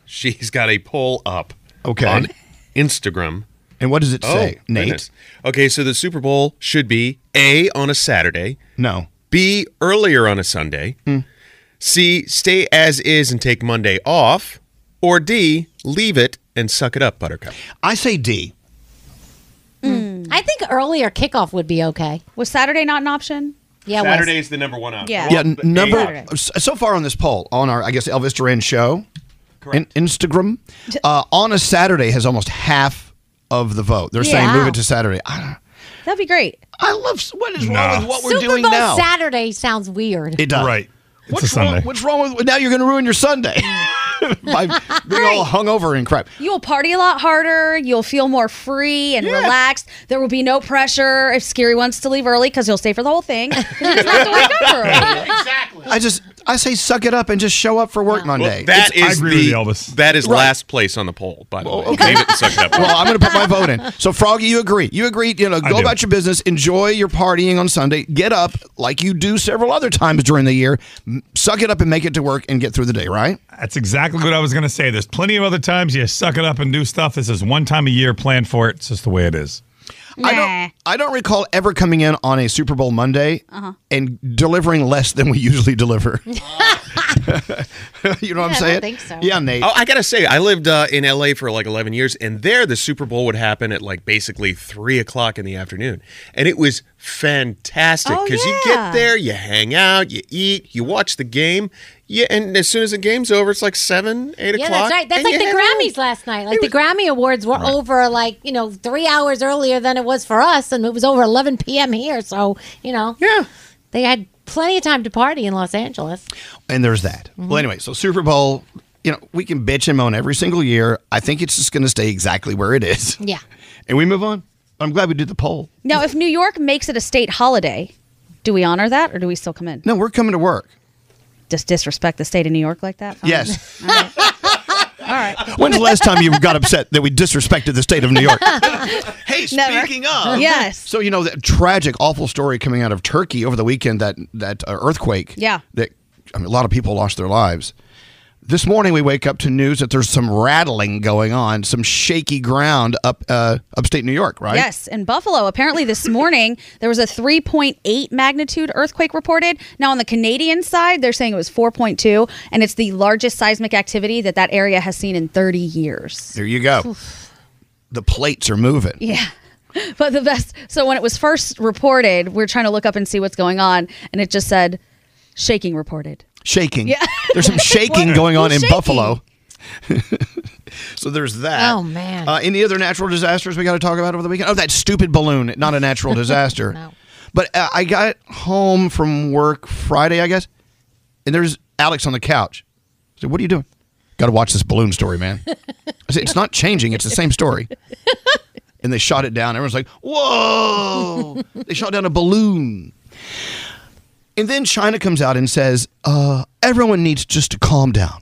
she's got a poll up. Okay. On Instagram. Oh, And what does it say, Nate? goodness. Okay, so the Super Bowl should be A on a Saturday. No. Hmm. B earlier on a Sunday. C stay as is and take Monday off. Or D leave it and suck it up, Buttercup. I say D. I think earlier kickoff would be okay. Hmm. Was Saturday not an option? Yeah, Saturday is the number one option. Yeah. Yeah, n- number Saturday. s- so far on this poll on our I guess Elvis Duran show, Correct. Instagram, uh, on a Saturday has almost half of the vote. They're saying Yeah. move it to Saturday. I don't, That'd be great. I love what is wrong with what we're Super doing Bowl now. Saturday sounds weird. it does. Right. What's wrong, what's wrong with now? You're going to ruin your Sunday by being all hungover and crap. You'll party a lot harder. You'll feel more free and relaxed. There will be no pressure if Scary wants to leave early because he'll stay for the whole thing. I just I say suck it up and just show up for work Monday. That It's- is the, That is last place on the poll, by the way. Leave it and suck it up. well, I'm going to put my vote in. So, Froggy, you agree? You agree? You know, I go do. about your business, enjoy your partying on Sunday, get up like you do several other times during the year, m- suck it up and make it to work and get through the day, right? That's exactly what I was going to say. There's plenty of other times you suck it up and do stuff. This is one time a year planned for it. It's just the way it is. I don't. I don't recall ever coming in on a Super Bowl Monday Uh-huh. and delivering less than we usually deliver. you know what I'm Yeah, I don't saying? think so. Yeah, Nate. Oh, I gotta say, I lived uh, in LA for like 11 years, and there the Super Bowl would happen at like basically three o'clock in the afternoon, and it was fantastic Oh, because you yeah. get there, you hang out, you eat, you watch the game, yeah, and as soon as the game's over, it's like seven, eight Yeah, o'clock. that's right. That's and like you the hang Grammys last night. Like the Grammy Awards were over like, you know, three hours earlier than it was for us, and it was over 11 p.m. here. So, you know, yeah, they had plenty of time to party in Los Angeles. And there's that. Mm-hmm. Well, anyway, so Super Bowl, you know, we can bitch and moan every single year. I think it's just going to stay exactly where it is. Yeah. And we move on. I'm glad we did the poll. now, if New York makes it a state holiday, do we honor that or do we still come in? No, we're coming to work. Just disrespect the state of New York like that? Fine. Yes. All Oh. right. When's the last time you got upset that we disrespected the state of New York? hey, speaking of. Yes. So you know that tragic, awful story coming out of Turkey over the weekend that that uh, earthquake Yeah. that I mean, a lot of people lost their lives. This morning we wake up to news that there's some rattling going on, some shaky ground up uh, upstate New York, right? Yes, in Buffalo. Apparently, this morning there was a 3.8 magnitude earthquake reported. Now, on the Canadian side, they're saying it was 4.2, and it's the largest seismic activity that that area has seen in 30 years. There you go. The plates are moving. Yeah. But the best. So when it was first reported, we we're trying to look up and see what's going on, and it just said shaking reported. Shaking. Yeah. There's some shaking going on in Shaking. Buffalo. so there's that. Oh, man. Uh, any other natural disasters we got to talk about over the weekend? Oh, that stupid balloon. Not a natural disaster. But uh, I got home from work Friday, I guess, and there's Alex on the couch. I said, What are you doing? Got to watch this balloon story, man. I said, It's not changing. It's the same story. And they shot it down. Everyone's like, Whoa. they shot down a balloon. And then China comes out and says, uh, Everyone needs just to calm down.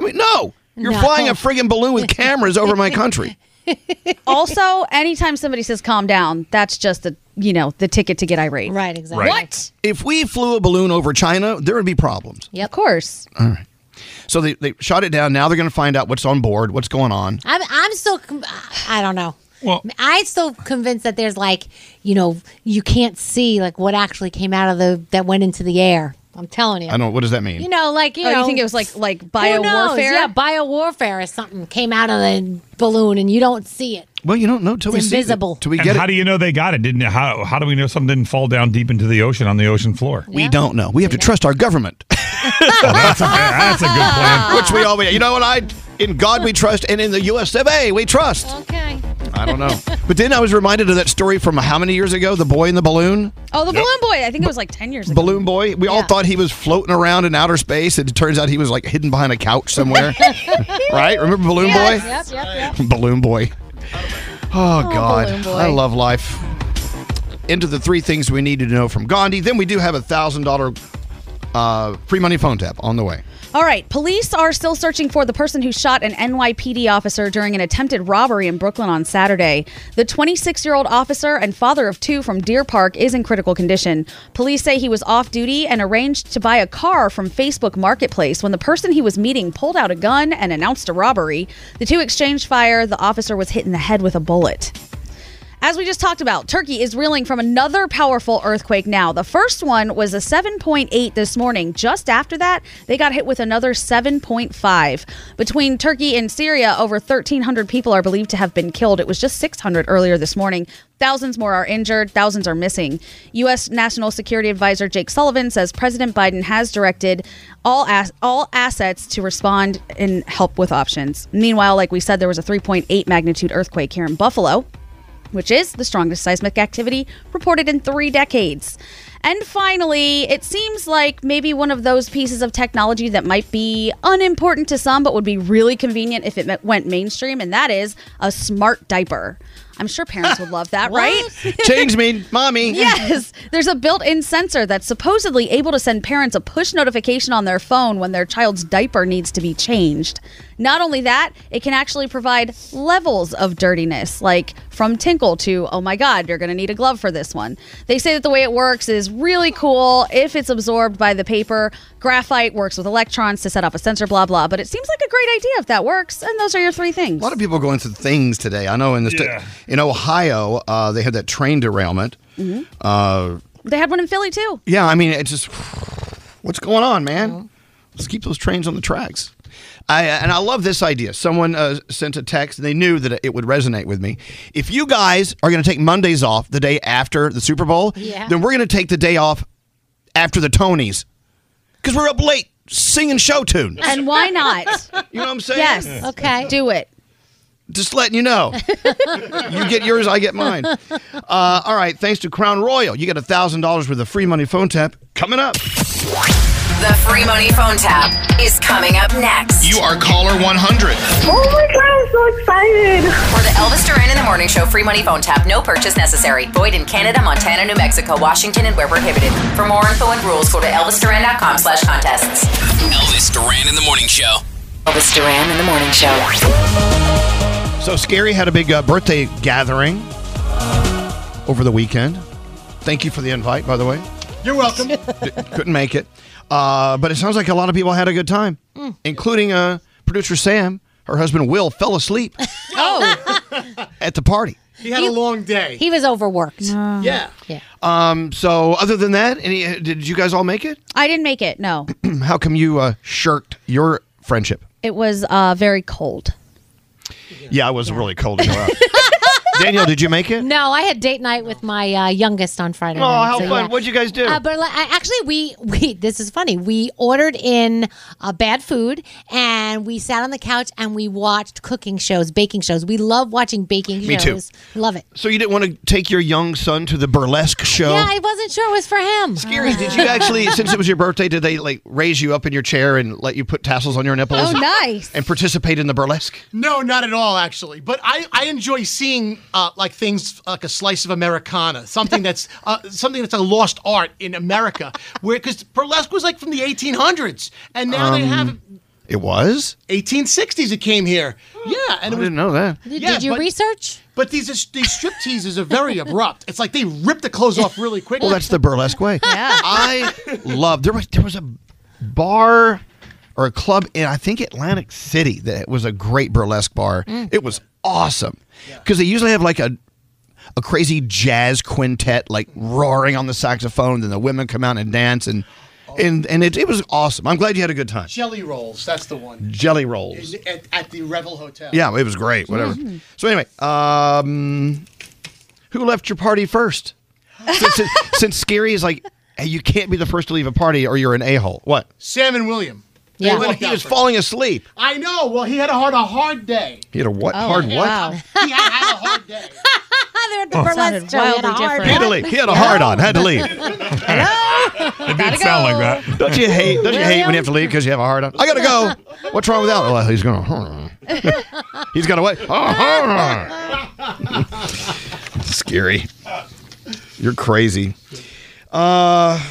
I mean, no. You're No. flying a friggin' balloon with cameras over my country. also, anytime somebody says calm down, that's just the you know the ticket to get irate. Right. Exactly. What? If we flew a balloon over China, there would be problems. Yeah. Of course. All right. So they, they shot it down. Now they're going to find out what's on board, what's going on. I'm I'm still com- I don't know. Well, I'm still convinced that there's like you know you can't see like what actually came out of the that went into the air. I'm telling you. I don't. What does that mean? You know, like you Oh, you know, think it was like- like who biowarfare? knows? Yeah, bio warfare or something came out of the balloon and you don't see it. Well, you don't know till It's we see it, invisible. till we And get how do you know they got it? Didn't it? How, how do we know something didn't fall down deep into the ocean on the ocean floor? We don't know. We have to trust our government. that's, a, that's a good plan. Which we always, you know what I, in God we trust and in the US of A we trust. Okay. I don't know. But then I was reminded of that story from how many years ago? The boy in the balloon? Oh, the balloon boy. I think it was like ten years ago. Balloon boy. We all thought he was floating around in outer space. and It turns out he was like hidden behind a couch somewhere. right? Remember Balloon Boy? Yep. Yep. Yep. Balloon Boy. Oh, Balloon God. Boy. I love life. Into the three things we need to know from Gandhi. Then we do have a $1,000 uh, free money phone tap on the way. All right, police are still searching for the person who shot an NYPD officer during an attempted robbery in Brooklyn on Saturday. The 26 year old officer and father of two from Deer Park is in critical condition. Police say he was off duty and arranged to buy a car from Facebook Marketplace when the person he was meeting pulled out a gun and announced a robbery. The two exchanged fire. The officer was hit in the head with a bullet. As we just talked about, Turkey is reeling from another powerful earthquake now. The first one was a 7.8 this morning. Just after that, they got hit with another 7.5. Between Turkey and Syria, over 1,300 people are believed to have been killed. It was just 600 earlier this morning. Thousands more are injured, thousands are missing. U.S. National Security Advisor Jake Sullivan says President Biden has directed all as- all assets to respond and help with options. Meanwhile, like we said, there was a 3.8 magnitude earthquake here in Buffalo which is the strongest seismic activity reported in three decades. And finally, it seems like maybe one of those pieces of technology that might be unimportant to some, but would be really convenient if it me- went mainstream, and that is a smart diaper. I'm sure parents would love that, right? Change me, mommy. Yes, there's a built-in sensor that's supposedly able to send parents a push notification on their phone when their child's diaper needs to be changed. Not only that, it can actually provide levels of dirtiness, like from tinkle to oh my god, you're going to need a glove for this one. They say that the way it works is really cool if it's absorbed by the paper. Graphite works with electrons to set off a sensor blah blah, but it seems like a great idea if that works. And those are your three things. A lot of people going through things today. I know in the sta- in Ohio, uh, they had that train derailment. Mhm. Uh, They had one in Philly too. yeah, I mean, it's just what's going on, man. Let's keep those trains on the tracks. I, and I love this idea. Someone uh, sent a text, and they knew that it would resonate with me. If you guys are going to take Mondays off the day after the Super Bowl, Yeah. then we're going to take the day off after the Tonys because we're up late singing show tunes. And why not? You know what I'm saying? Yes. Okay. Do it. Just letting you know. you get yours, I get mine. Uh, all right, thanks to Crown Royal, you get a thousand dollars worth of free money phone tap coming up. The free money phone tap is coming up next. You are caller 100. Oh my god, I'm so excited! For the Elvis Duran in the Morning Show free money phone tap, no purchase necessary. Void in Canada, Montana, New Mexico, Washington, and where prohibited. For more info and rules, go to elvisduran.com slash contests. Elvis Duran in the Morning Show. Elvis Duran in the Morning Show. So Scary had a big uh, birthday gathering over the weekend. Thank you for the invite, by the way. You're welcome. Couldn't make it. Uh, but it sounds like a lot of people had a good time, Mm. including uh, producer Sam. Her husband Will fell asleep Oh, at the party. He had a long day. he was overworked. Yeah. Yeah. Um, so, other than that, any, uh, did you guys all make it? I didn't make it. No, How come you uh, shirked your friendship? it was uh, very cold. Yeah, I was really cold. in Iraq. Daniel, did you make it? No, I had date night with my uh, youngest on Friday. Oh, night, how so fun. yeah. What'd you guys do? Uh, but like, I- actually, we we this is funny. We ordered in uh, bad food and we sat on the couch and we watched cooking shows, baking shows. We love watching baking Me too. shows. Love it. So you didn't want to take your young son to the burlesque show? Yeah, I wasn't sure it was for him. Scary. Did you actually, since it was your birthday, did they like raise you up in your chair and let you put tassels on your nipples? Oh, nice. And participate in the burlesque? No, not at all, actually. But I, I enjoy seeing uh, like things like a slice of Americana, something that's uh, something that's a lost art in America, where because burlesque was like from the 1800s, and now they have Um, It was? 1860s. It came here, yeah. And Hmm. I it was, didn't know that. Did- did you research? But these is- these strip teases are very abrupt. It's like they rip the clothes off really quickly. Well, Oh, that's the burlesque way. Yeah. I love. There was there was a bar or a club in I think Atlantic City that was a great burlesque bar. Mm. It was awesome because they usually have like a a crazy jazz quintet like roaring on the saxophone. Then the women come out and dance and and and it, it was awesome. I'm glad you had a good time. jelly rolls. That's the one. Jelly rolls. In- at, at the Revel Hotel. Yeah, it was great. Whatever. Mhm. So anyway, um, who left your party first? since, since, since Scary is like, hey, you can't be the first to leave a party or you're an a hole. What? Sam and William. They Yeah. walked He out was first. falling asleep. I know. Well, he had a hard, a hard day. He had a Oh, Oh, what? Hard what? he had, had a hard day. They're at the Oh. Sounded burlesque show, he had a wildly hard He had to leave. He had a hard on. Had to leave. It did sound like that. Don't you hate? Don't you hate when you have to leave because you have a hard on? I gotta go. What's wrong with that? Well, he's gonna. he's gonna wait. Uh-huh. Scary. You're crazy. Uh,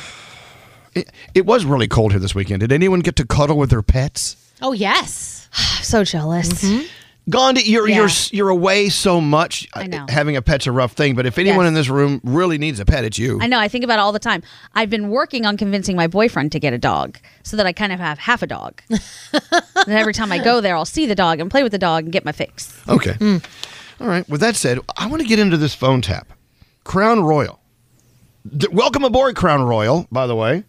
it, it was really cold here this weekend. Did anyone get to cuddle with their pets? Oh yes. so jealous. Gandhi, you're Yeah. you're s- you're away so much. I know. Having a pet's a rough thing, but if anyone in this room really needs a pet, it's you. I know. I think about it all the time. I've been working on convincing my boyfriend to get a dog so that I kind of have half a dog. and every time I go there, I'll see the dog and play with the dog and get my fix. Okay. All right. With that said, I want to get into this phone tap. Crown Royal. D- welcome aboard, Crown Royal, by the way.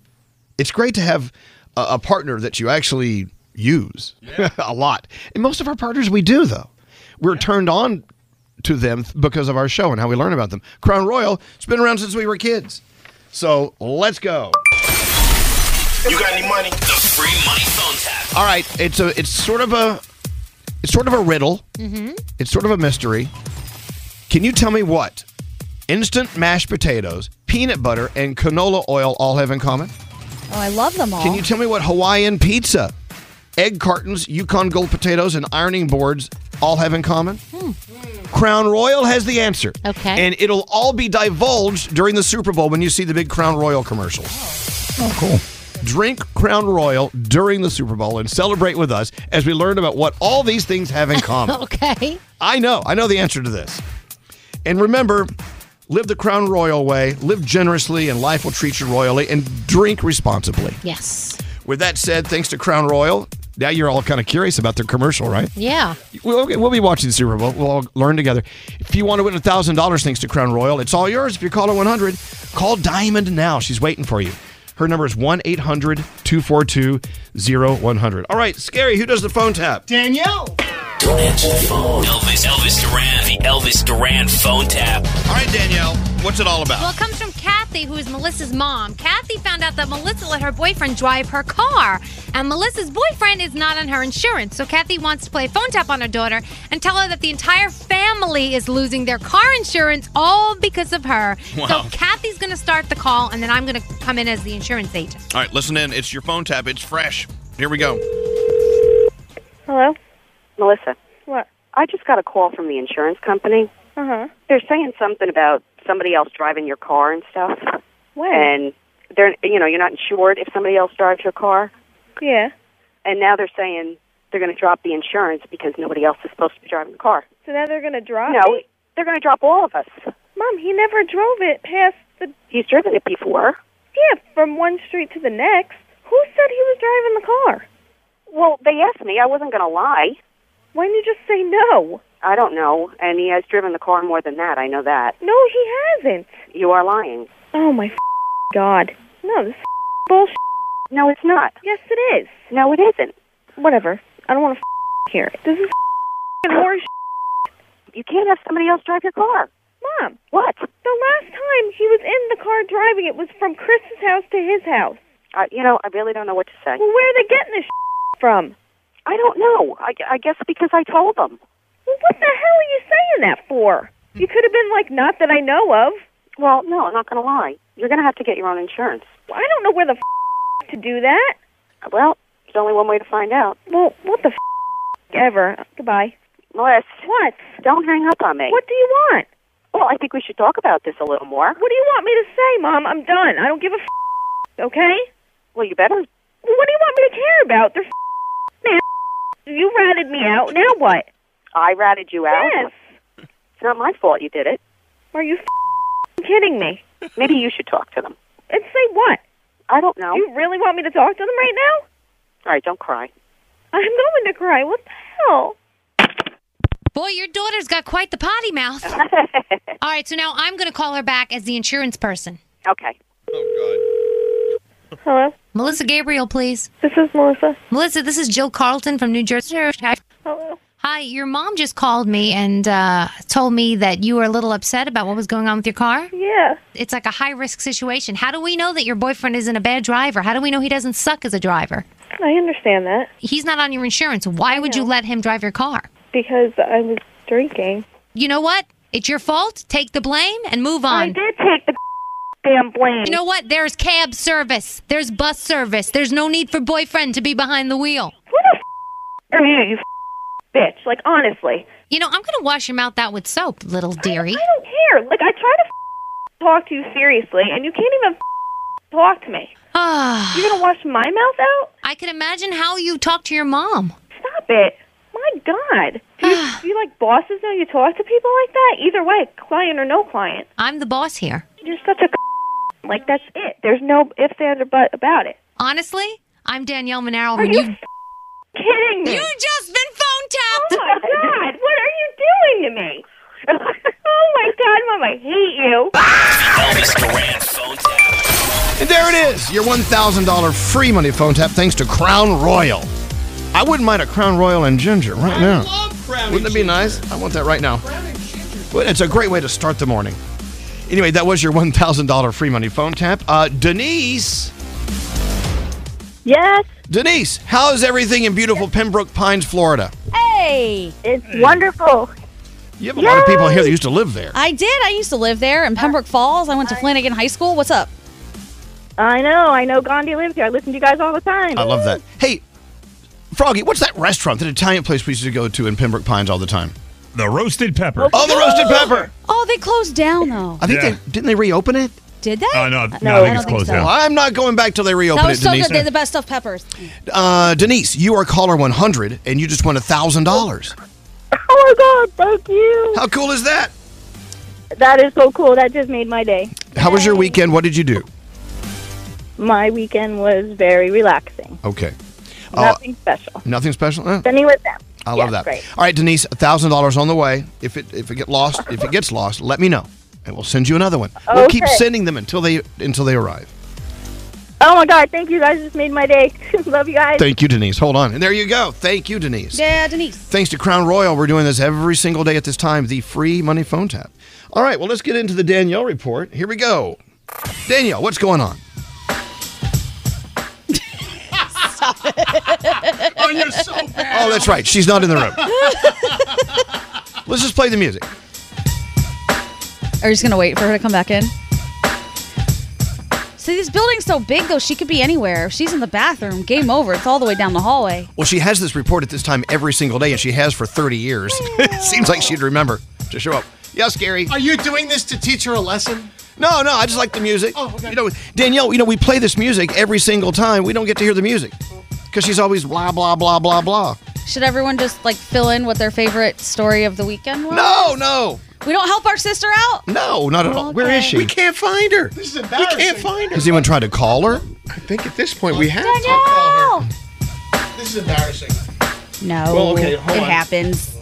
It's great to have a, a partner that you actually use a lot. And most of our partners we do, though. We're turned on to them th- because of our show and how we learn about them. Crown Royal, it's been around since we were kids. So let's go. You got any money? The free money phone tap. All right, it's a it's sort of a it's sort of a riddle. Mm-hmm. It's sort of a mystery. Can you tell me what instant mashed potatoes, peanut butter, and canola oil all have in common? Oh, I love them all. Can you tell me what Hawaiian pizza, egg cartons, Yukon gold potatoes, and ironing boards all have in common? Crown Royal has the answer. Okay. Eh? And it'll all be divulged during the Super Bowl when you see the big Crown Royal commercials. Oh, cool. Drink Crown Royal during the Super Bowl and celebrate with us as we learn about what all these things have in common. Okay. I know. I know the answer to this. And remember, live the Crown Royal way, live generously, and life will treat you royally, and drink responsibly. Yes. With that said, thanks to Crown Royal, now you're all kind of curious about their commercial, right? Yeah. We'll, okay, we'll be watching the Super Bowl. We'll all learn together. If you want to win $1,000 thanks to Crown Royal, it's all yours. If you call her 100, call Diamond now. She's waiting for you. Her number is 1 800 242 0100. All right, Scary, who does the phone tap? Danielle. Don't answer the phone. Elvis, Elvis Duran, the Elvis Duran phone tap. All right, Danielle, what's it all about? Well, it comes from Kathy, who is Melissa's mom. Kathy found out that Melissa let her boyfriend drive her car, and Melissa's boyfriend is not on her insurance. So Kathy wants to play phone tap on her daughter and tell her that the entire family is losing their car insurance all because of her. Wow. So Kathy's going to start the call, and then I'm going to come in as the insurance agent. All right, listen in. It's your phone tap. It's fresh. Here we go. Hello? Melissa, What? I just got a call from the insurance company. Uh Uh-huh. huh. They're saying something about somebody else driving your car and stuff. When? And they're, you know, you're not insured if somebody else drives your car. yeah. And now they're saying they're going to drop the insurance because nobody else is supposed to be driving the car. So now they're going to drop No, it? they're going to drop all of us. Mom, he never drove it past the. He's driven it before. Yeah, from one street to the next. Who said he was driving the car? Well, they asked me. I wasn't going to lie. Why didn't you just say no? I don't know. And he has driven the car more than that. I know that. No, he hasn't. You are lying. Oh my f- god. No, this is bullshit. No, it's not. Yes, it is. No, it isn't. Whatever. I don't want to f- hear it. This is f- horse. You can't have somebody else drive your car. Mom, What? the last time he was in the car driving it was from Chris's house to his house. Uh, you know, I really don't know what to say. Well, where are they getting this from? I don't know. I, I guess because I told them. Well, what the hell are you saying that for? You could have been like, not that I know of. Well, no, I'm not going to lie. You're going to have to get your own insurance. Well, I don't know where the f- to do that. Well, there's only one way to find out. Well, what the f- ever? Goodbye. Melissa. What? Don't hang up on me. What do you want? Well, I think we should talk about this a little more. What do you want me to say, Mom? I'm done. I don't give a f- okay? Well, you better. Well, what do you want me to care about? They're f- now. You ratted me out. Now what? I ratted you out. Yes. It's not my fault you did it. Are you f- kidding me? Maybe you should talk to them. And say what? I don't know. You really want me to talk to them right now? All right, don't cry. I'm going to cry. What the hell? Oh. Boy, your daughter's got quite the potty mouth. All right, so now I'm going to call her back as the insurance person. Okay. Hello? Melissa Gabriel, please. This is Melissa. Melissa, this is Jill Carlton from New Jersey. Hello. Hi, your mom just called me and uh, told me that you were a little upset about what was going on with your car. Yeah. It's like a high risk situation. How do we know that your boyfriend isn't a bad driver? How do we know he doesn't suck as a driver? I understand that He's not on your insurance. Why would you let him drive your car? because I was drinking. You know what? It's your fault. Take the blame and move on. I did take the damn blame. You know what? There's cab service. There's bus service. There's no need for boyfriend to be behind the wheel. Are you, you bitch? Like, honestly. You know, I'm going to wash your mouth out with soap, little dearie. I don't care. Like, I try to talk to you seriously, and you can't even talk to me. Ah, You're gonna wash my mouth out? I can imagine how you talk to your mom. Stop it. My God. Do you, do you like bosses know you talk to people like that? Either way, client or no client. I'm the boss here. You're such a like that's it. There's no if, ands, or but about it. Honestly, I'm Danielle Monaro. Are Oh, and you Kidding me? you just been phone Oh tapped. my God! What are you doing to me? oh my God, Mom! I hate you. And there it is, your $1,000 free money phone tap thanks to Crown Royal. I wouldn't mind a Crown Royal and ginger right now. Wouldn't it be nice? I want that right now. But it's a great way to start the morning. Anyway, that was your $1,000 free money phone tap. Uh, Denise. Yes. Denise, how's everything in beautiful Pembroke Pines, Florida? Hey, it's wonderful. You have a lot of people here that used to live there. I did. I used to live there in Pembroke Falls. I went to Flanagan High School. What's up? I know. I know Gandhi lives here. I listen to you guys all the time. I love that. Hey, Froggy, what's that restaurant, that Italian place we used to go to in Pembroke Pines all the time? The Roasted Pepper. Oh, the roasted pepper. Oh, they closed down though. I think Yeah. they didn't they reopen it. Did they? Oh, No, no, no, I I think don't it's think closed so. down. I'm not going back till they reopen that was it, so Denise. good. They're the best stuffed peppers. Uh, Denise, you are caller 100, and you just won thousand dollars. Oh my God! Thank you. How cool is that? That is so cool. That just made my day. How was your weekend? What did you do? My weekend was very relaxing. Okay, Uh, Nothing special. nothing special. Eh, Spending with them. I love Yes, that. Great. All right, Denise, thousand dollars on the way. If it if it get lost, if it gets lost, let me know, and we'll send you another one. We'll keep Okay. sending them until they until they arrive. Oh my God! Thank you guys. Just made my day. love you guys. Thank you, Denise. Hold on, and there you go. Thank you, Denise. Yeah, Denise. Thanks to Crown Royal, we're doing this every single day at this time. The free money phone tap. All right, well, let's get into the Danielle report. Here we go. Danielle, what's going on? oh, you're so bad. Oh, Oh, that's right. She's not in the room. Let's just play the music. Are you just gonna wait for her to come back in? See, this building's so big though; she could be anywhere. If she's in the bathroom, game over. It's all the way down the hallway. Well, she has this report at this time every single day, and she has for 30 years. it seems like she'd remember to show up. Yes, Gary. Are you doing this to teach her a lesson? No, no, I just like the music. Oh, okay. You know, Danielle, you know, we play this music every single time. We don't get to hear the music because she's always blah, blah, blah, blah, blah. Should everyone just like fill in what their favorite story of the weekend was? No, no. We don't help our sister out? No, not at all. Where is she? Oh, We can't find her. This is embarrassing. We can't find her. Has anyone tried to call her? I think at this point we have. Danielle! This is embarrassing. No. Well, okay, hold it on. happens.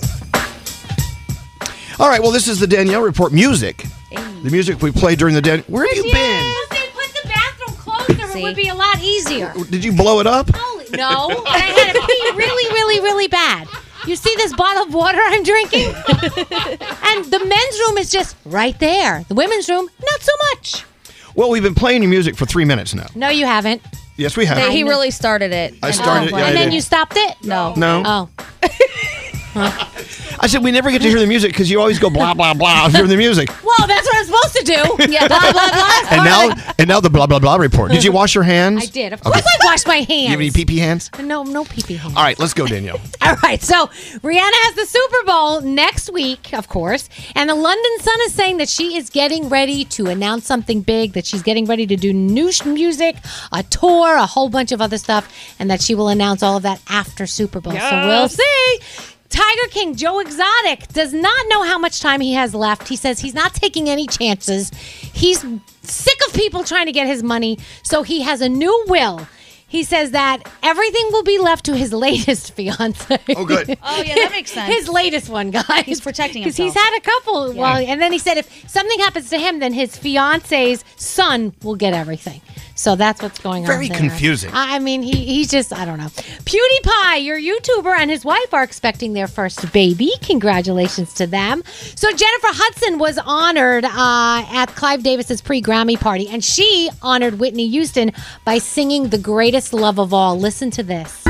All right. Well, this is the Danielle Report music. The music we played during the Dan. Where have you been? If they put the bathroom closed, there it would be a lot easier. Did you blow it up? No, and I had to pee really, really, really bad. You see this bottle of water I'm drinking? and the men's room is just right there. The women's room, not so much. Well, we've been playing your music for three minutes now. No, you haven't. Yes, we have. They- he really started it. I started it, yeah, I and then did. you stopped it? No. No. Oh. I said we never get to hear the music because you always go blah blah blah during the music. Well, that's what I'm supposed to do. Yeah. Blah, blah, blah. And now, and now the blah blah blah report. Did you wash your hands? I did. Of course I washed my hands. You have any pee pee hands? No, no pee pee hands. All right, let's go, Danielle. All right, so Rihanna has the Super Bowl next week, of course, and the London Sun is saying that she is getting ready to announce something big, that she's getting ready to do new sh- music, a tour, a whole bunch of other stuff, and that she will announce all of that after Super Bowl. So we'll Yes. see. Tiger King, Joe Exotic, does not know how much time he has left. He says he's not taking any chances. He's sick of people trying to get his money, so he has a new will. He says that everything will be left to his latest fiance. Oh, good. Oh, yeah, that makes sense. his latest one, guys. He's protecting Because he's had a couple. Yeah. Well, and then he said if something happens to him, then his fiance's son will get everything. So that's what's going on. Very there. confusing. I I mean, he, he's just, I don't know. PewDiePie, your YouTuber, and his wife are expecting their first baby. Congratulations to them. So, Jennifer Hudson was honored uh, at Clive Davis's pre Grammy party, and she honored Whitney Houston by singing The Greatest Love of All. Listen to this.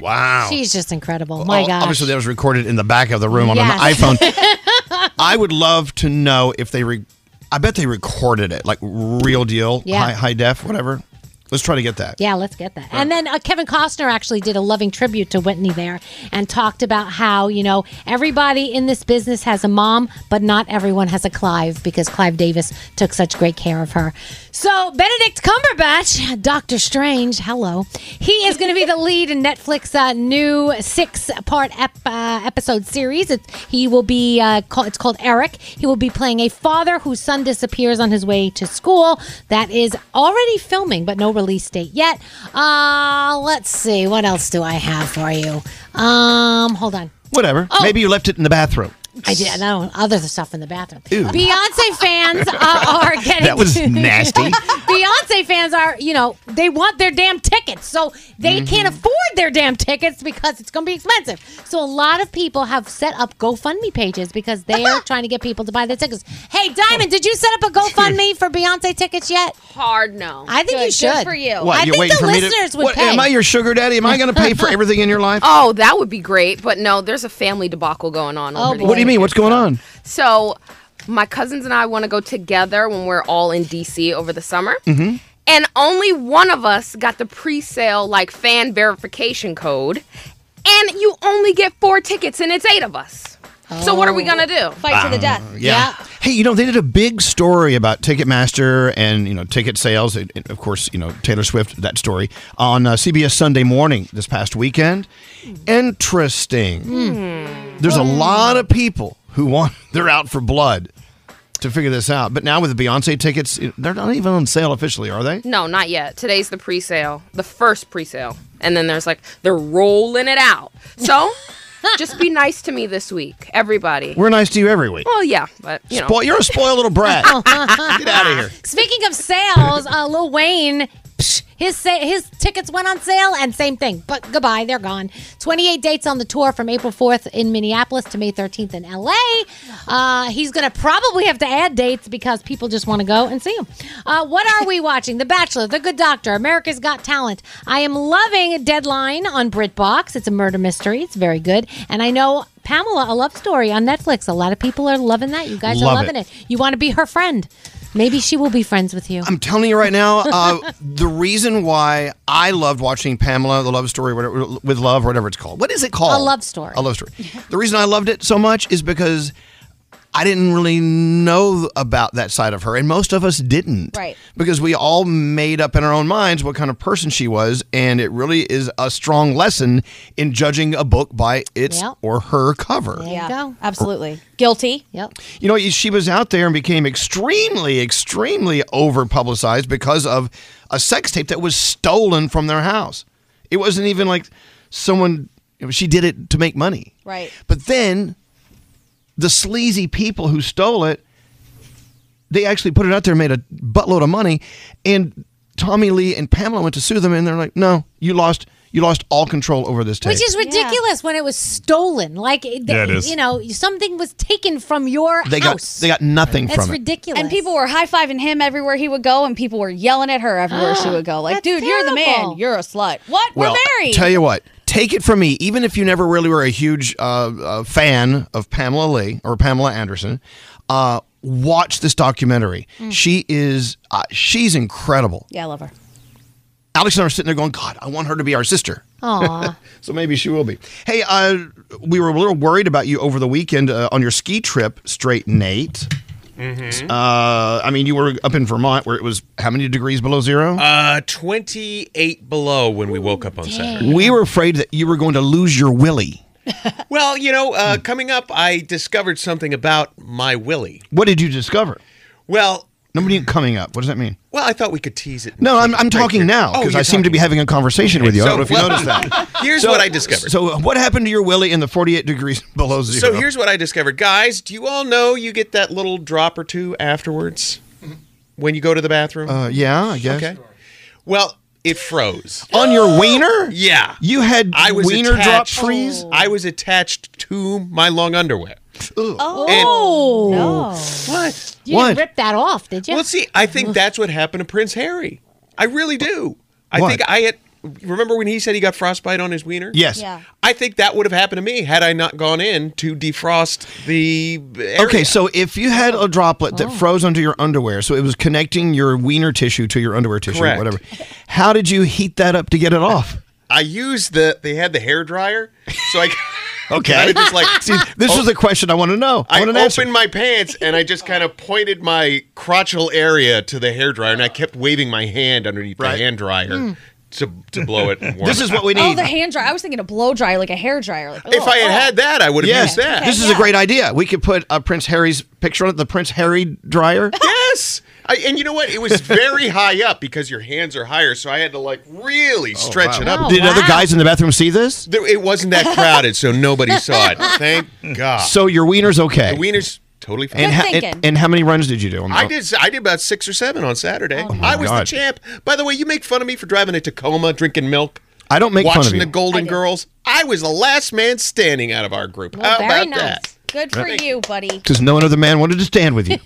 Wow. She's just incredible. My Well, gosh. Obviously, that was recorded in the back of the room on Yes. an iPhone. I would love to know if they. Re- I bet they recorded it, like real deal, Yeah. high, high def, whatever. Let's try to get that. Yeah, let's get that. And then uh, Kevin Costner actually did a loving tribute to Whitney there and talked about how, you know, everybody in this business has a mom, but not everyone has a Clive because Clive Davis took such great care of her. So, Benedict Cumberbatch, Doctor Strange, hello. He is going to be the lead in Netflix uh, new six-part ep- uh, episode series. It's, he will be uh, call- it's called Eric. He will be playing a father whose son disappears on his way to school. That is already filming, but no release date yet. Uh, let's see. What else do I have for you? Um, hold on. Whatever. Oh. Maybe you left it in the bathroom. I did no other stuff in the bathroom. Ew. Beyonce fans uh, are getting That was nasty. Beyonce fans are, you know, they want their damn tickets. So they Mhm. can't afford their damn tickets because it's going to be expensive. So a lot of people have set up GoFundMe pages because they are trying to get people to buy their tickets. Hey, Diamond, did you set up a GoFundMe for Beyonce tickets yet? Hard no. I think you Good. should. Good for you. What, I you're think waiting the for me to- listeners would what, pay. Am I your sugar daddy? Am I going to pay for everything in your life? Oh, that would be great, but no, there's a family debacle going on. Oh, over what do you there. mean? What's going on? So, my cousins and I want to go together when we're all in DC over the summer. Mm-hmm. And only one of us got the pre-sale like fan verification code, and you only get four tickets and it's 8 of us. So what are we going Oh. to do? Fight to the Uh, death. Hey, you know they did a big story about Ticketmaster and you know ticket sales, and, and of course you know Taylor Swift that story on uh, CBS Sunday Morning this past weekend. Interesting. Hmm. Hmm. There's a lot of people who want they're out for blood to figure this out, but now with the Beyonce tickets, they're not even on sale officially, are they? No, not yet. Today's the pre-sale, the first pre-sale, and then there's like they're rolling it out. So, just be nice to me this week, everybody. We're nice to you every week. Well, yeah, but you know, Spoil- you're a spoiled little brat. Get out of here. Speaking of sales, uh, Lil Wayne, psh, his sa- his tickets went on sale, and same thing. But goodbye, they're gone. Twenty eight dates on the tour from April fourth in Minneapolis to May thirteenth in L A. Uh, he's gonna probably have to add dates because people just want to go and see him. Uh, what are we watching? The Bachelor, The Good Doctor, America's Got Talent. I am loving Deadline on BritBox. It's a murder mystery. It's very good, and I know. Pamela, a love story on Netflix. A lot of people are loving that. You guys Love are loving it. it. You want to be her friend. Maybe she will be friends with you. I'm telling you right now, uh, the reason why I loved watching Pamela, the love story, whatever, with love, whatever it's called. What is it called? A love story. A love story. The reason I loved it so much is because I didn't really know about that side of her, and most of us didn't. Right. Because we all made up in our own minds what kind of person she was, and it really is a strong lesson in judging a book by its Yep. or her cover. yeah, absolutely. Guilty. Yep. You know, she was out there and became extremely, extremely over publicized because of a sex tape that was stolen from their house. It wasn't even like someone, she did it to make money. Right. But then the sleazy people who stole it, they actually put it out there and made a buttload of money. And Tommy Lee and Pamela went to sue them and they're like, no, you lost. You lost all control over this tape. Which is ridiculous when it was stolen. Like, it- Yeah, it is. you know, something was taken from your They got house. they got nothing from it. ridiculous. And people were high fiving him everywhere he would go, and people were yelling at her everywhere she would go. Like, dude, you're the man. You're a slut. What? well, we're married. Tell you what, take it from me. Even if you never really were a huge uh, uh, fan of Pamela Lee or Pamela Anderson, uh, watch this documentary. Mm. She is uh, she's incredible. Yeah, I love her. Alex and I are sitting there going, God, I want her to be our sister. Aw. so maybe she will be. Hey, uh, we were a little worried about you over the weekend uh, on your ski trip, straight Nate. Uh, I mean, you were up in Vermont where it was how many degrees below zero? Uh, 28 below when we woke up on Saturday. we were afraid that you were going to lose your willy. Well, you know, uh, coming up, I discovered something about my Willie. What did you discover? Well, nobody coming up. What does that mean? Well, I thought we could tease it. No, I'm, I'm talking now Oh, because you're I seem to be having a conversation with you. I don't know if you well, noticed that. Here's So- what I discovered. So, what happened to your willy in the 48 degrees below zero? So here's what I discovered, guys. Do you all know you get that little drop or two afterwards when you go to the bathroom? Uh, yeah, I guess. Okay. Well, it froze On your wiener? Yeah, You had I was wiener drop attached, freeze? I was attached to my long underwear. Oh, no. What? You What? didn't rip that off, did you? Well, see, I think that's what happened to Prince Harry. I really do. I What? think I had. Remember when he said he got frostbite on his wiener? Yes. Yeah. I think that would have happened to me had I not gone in to defrost the. Area. Oh. Okay, so if you had a droplet that froze onto your underwear, so it was connecting your wiener tissue to your underwear tissue, Correct. whatever, how did you heat that up to get it off? I used the. They had the hair dryer, so I. Okay. I just like Oh. See, this was the question I want to know. I, I want opened an answer. my pants and I just kind of pointed my crotchal area to the hair dryer, and I kept waving my hand underneath the hand dryer Mm. to, to blow it. and warm This it is up. what we Oh, the hand dryer. I was thinking a blow dryer, like a hair dryer. Like, If oh, I had oh. had that, I would have Yeah. used that. This is a great idea. We could put uh, Prince Harry's picture on it, the Prince Harry dryer. Yes. I, and you know what? It was very high up because your hands are higher, so I had to like really stretch it up. Oh, Oh, Oh, Did other guys in the bathroom see this? There- It wasn't that crowded, so nobody saw it. Thank God. So your wiener's okay. the wieners totally fine. and, Oh, ho- and, and how many runs did you do? on I the- did. I did about six or seven on Saturday. I was the Oh, God. champ. By the way, you make fun of me for driving a Tacoma, drinking milk. I don't make fun watching of the you. Golden Girls. I was the last man standing out of our group. Well, How very about nice. that? Good for you, buddy. Because no another man wanted to stand with you.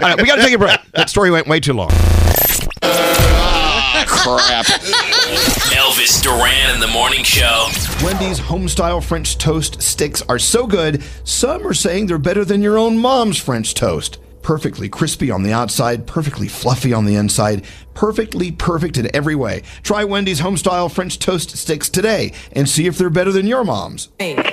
All right, we got to take a break. That story went way too long. Ah, Crap. Elvis Duran in the morning show. Wendy's homestyle French toast sticks are so good, some are saying they're better than your own mom's French toast. Perfectly crispy on the outside, perfectly fluffy on the inside, perfectly perfect in every way. Try Wendy's homestyle French toast sticks today and see if they're better than your mom's.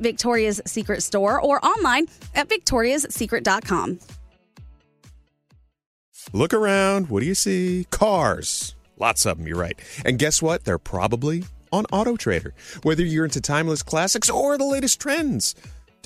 Victoria's Secret store or online at victoriassecret.com. Look around. What do you see? Cars. Lots of them, you're right. And guess what? They're probably on Auto Trader. Whether you're into timeless classics or the latest trends,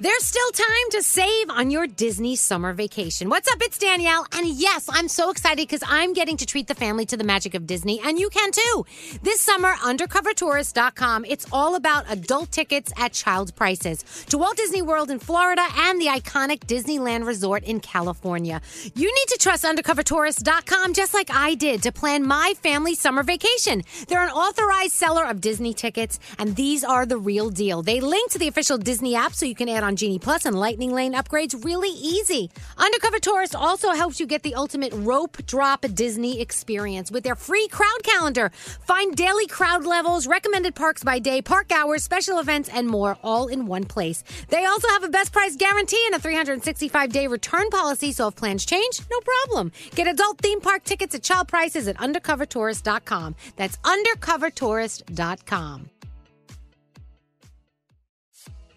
There's still time to save on your Disney summer vacation. What's up? It's Danielle. And yes, I'm so excited because I'm getting to treat the family to the magic of Disney, and you can too. This summer, undercovertourist.com, it's all about adult tickets at child prices to Walt Disney World in Florida and the iconic Disneyland Resort in California. You need to trust undercovertourist.com just like I did to plan my family summer vacation. They're an authorized seller of Disney tickets, and these are the real deal. They link to the official Disney app so you can add on Genie Plus and Lightning Lane upgrades really easy. Undercover Tourist also helps you get the ultimate rope drop Disney experience with their free crowd calendar. Find daily crowd levels, recommended parks by day, park hours, special events, and more all in one place. They also have a best price guarantee and a 365 day return policy, so if plans change, no problem. Get adult theme park tickets at child prices at undercovertourist.com. That's undercovertourist.com.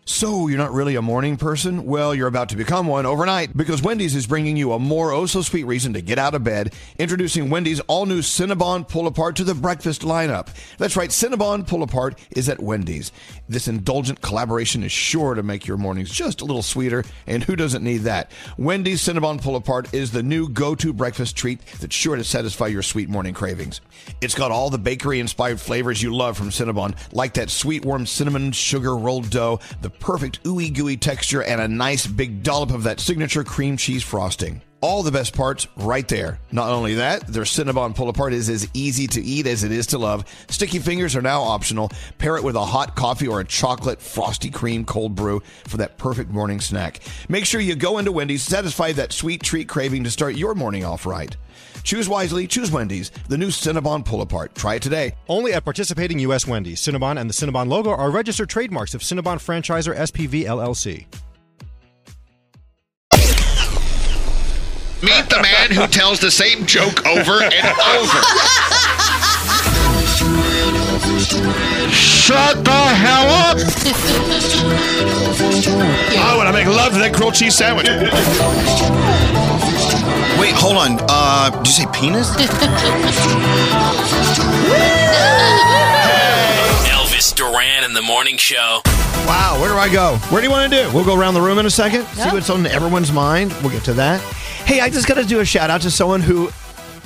So, you're not really a morning person? Well, you're about to become one overnight because Wendy's is bringing you a more oh so sweet reason to get out of bed, introducing Wendy's all new Cinnabon Pull Apart to the breakfast lineup. That's right, Cinnabon Pull Apart is at Wendy's. This indulgent collaboration is sure to make your mornings just a little sweeter, and who doesn't need that? Wendy's Cinnabon Pull Apart is the new go to breakfast treat that's sure to satisfy your sweet morning cravings. It's got all the bakery inspired flavors you love from Cinnabon, like that sweet warm cinnamon sugar rolled dough, the perfect ooey gooey texture, and a nice big dollop of that signature cream cheese frosting. All the best parts right there. Not only that, their Cinnabon pull apart is as easy to eat as it is to love. Sticky fingers are now optional. Pair it with a hot coffee or a chocolate frosty cream cold brew for that perfect morning snack. Make sure you go into Wendy's, satisfy that sweet treat craving to start your morning off right. Choose wisely, choose Wendy's, the new Cinnabon pull apart. Try it today. Only at participating U.S. Wendy's. Cinnabon and the Cinnabon logo are registered trademarks of Cinnabon Franchisor SPV LLC. Meet the man who tells the same joke over and over. Shut the hell up! I want to make love to that grilled cheese sandwich. Wait, hold on. Uh, did you say penis? Elvis Duran in the morning show. Wow, where do I go? Where do you want to do? We'll go around the room in a second, see what's on everyone's mind. We'll get to that. Hey, I just got to do a shout out to someone who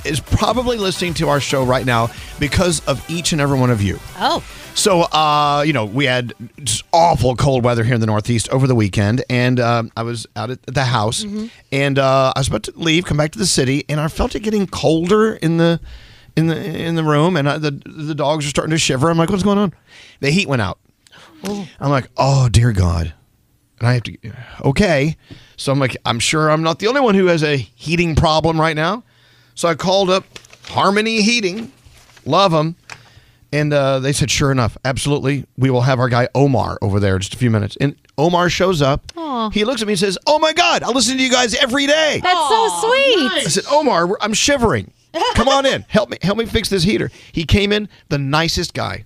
is probably listening to our show right now because of each and every one of you. Oh. So, uh, you know, we had just awful cold weather here in the Northeast over the weekend, and um, I was out at the house, and uh, I was about to leave, come back to the city, and I felt it getting colder in the in the in the room, and I, the the dogs are starting to shiver. I'm like, what's going on? The heat went out. I'm like, oh dear God. And I have to okay. So I'm like, I'm sure I'm not the only one who has a heating problem right now. So I called up Harmony Heating. Love them. And uh, they said, sure enough, absolutely. We will have our guy Omar over there in just a few minutes. And Omar shows up. He looks at me and says, Oh my God, I listen to you guys every day. That's so sweet. I said, Omar, we're- I'm shivering. Come on in. Help me. Help me fix this heater. He came in, the nicest guy.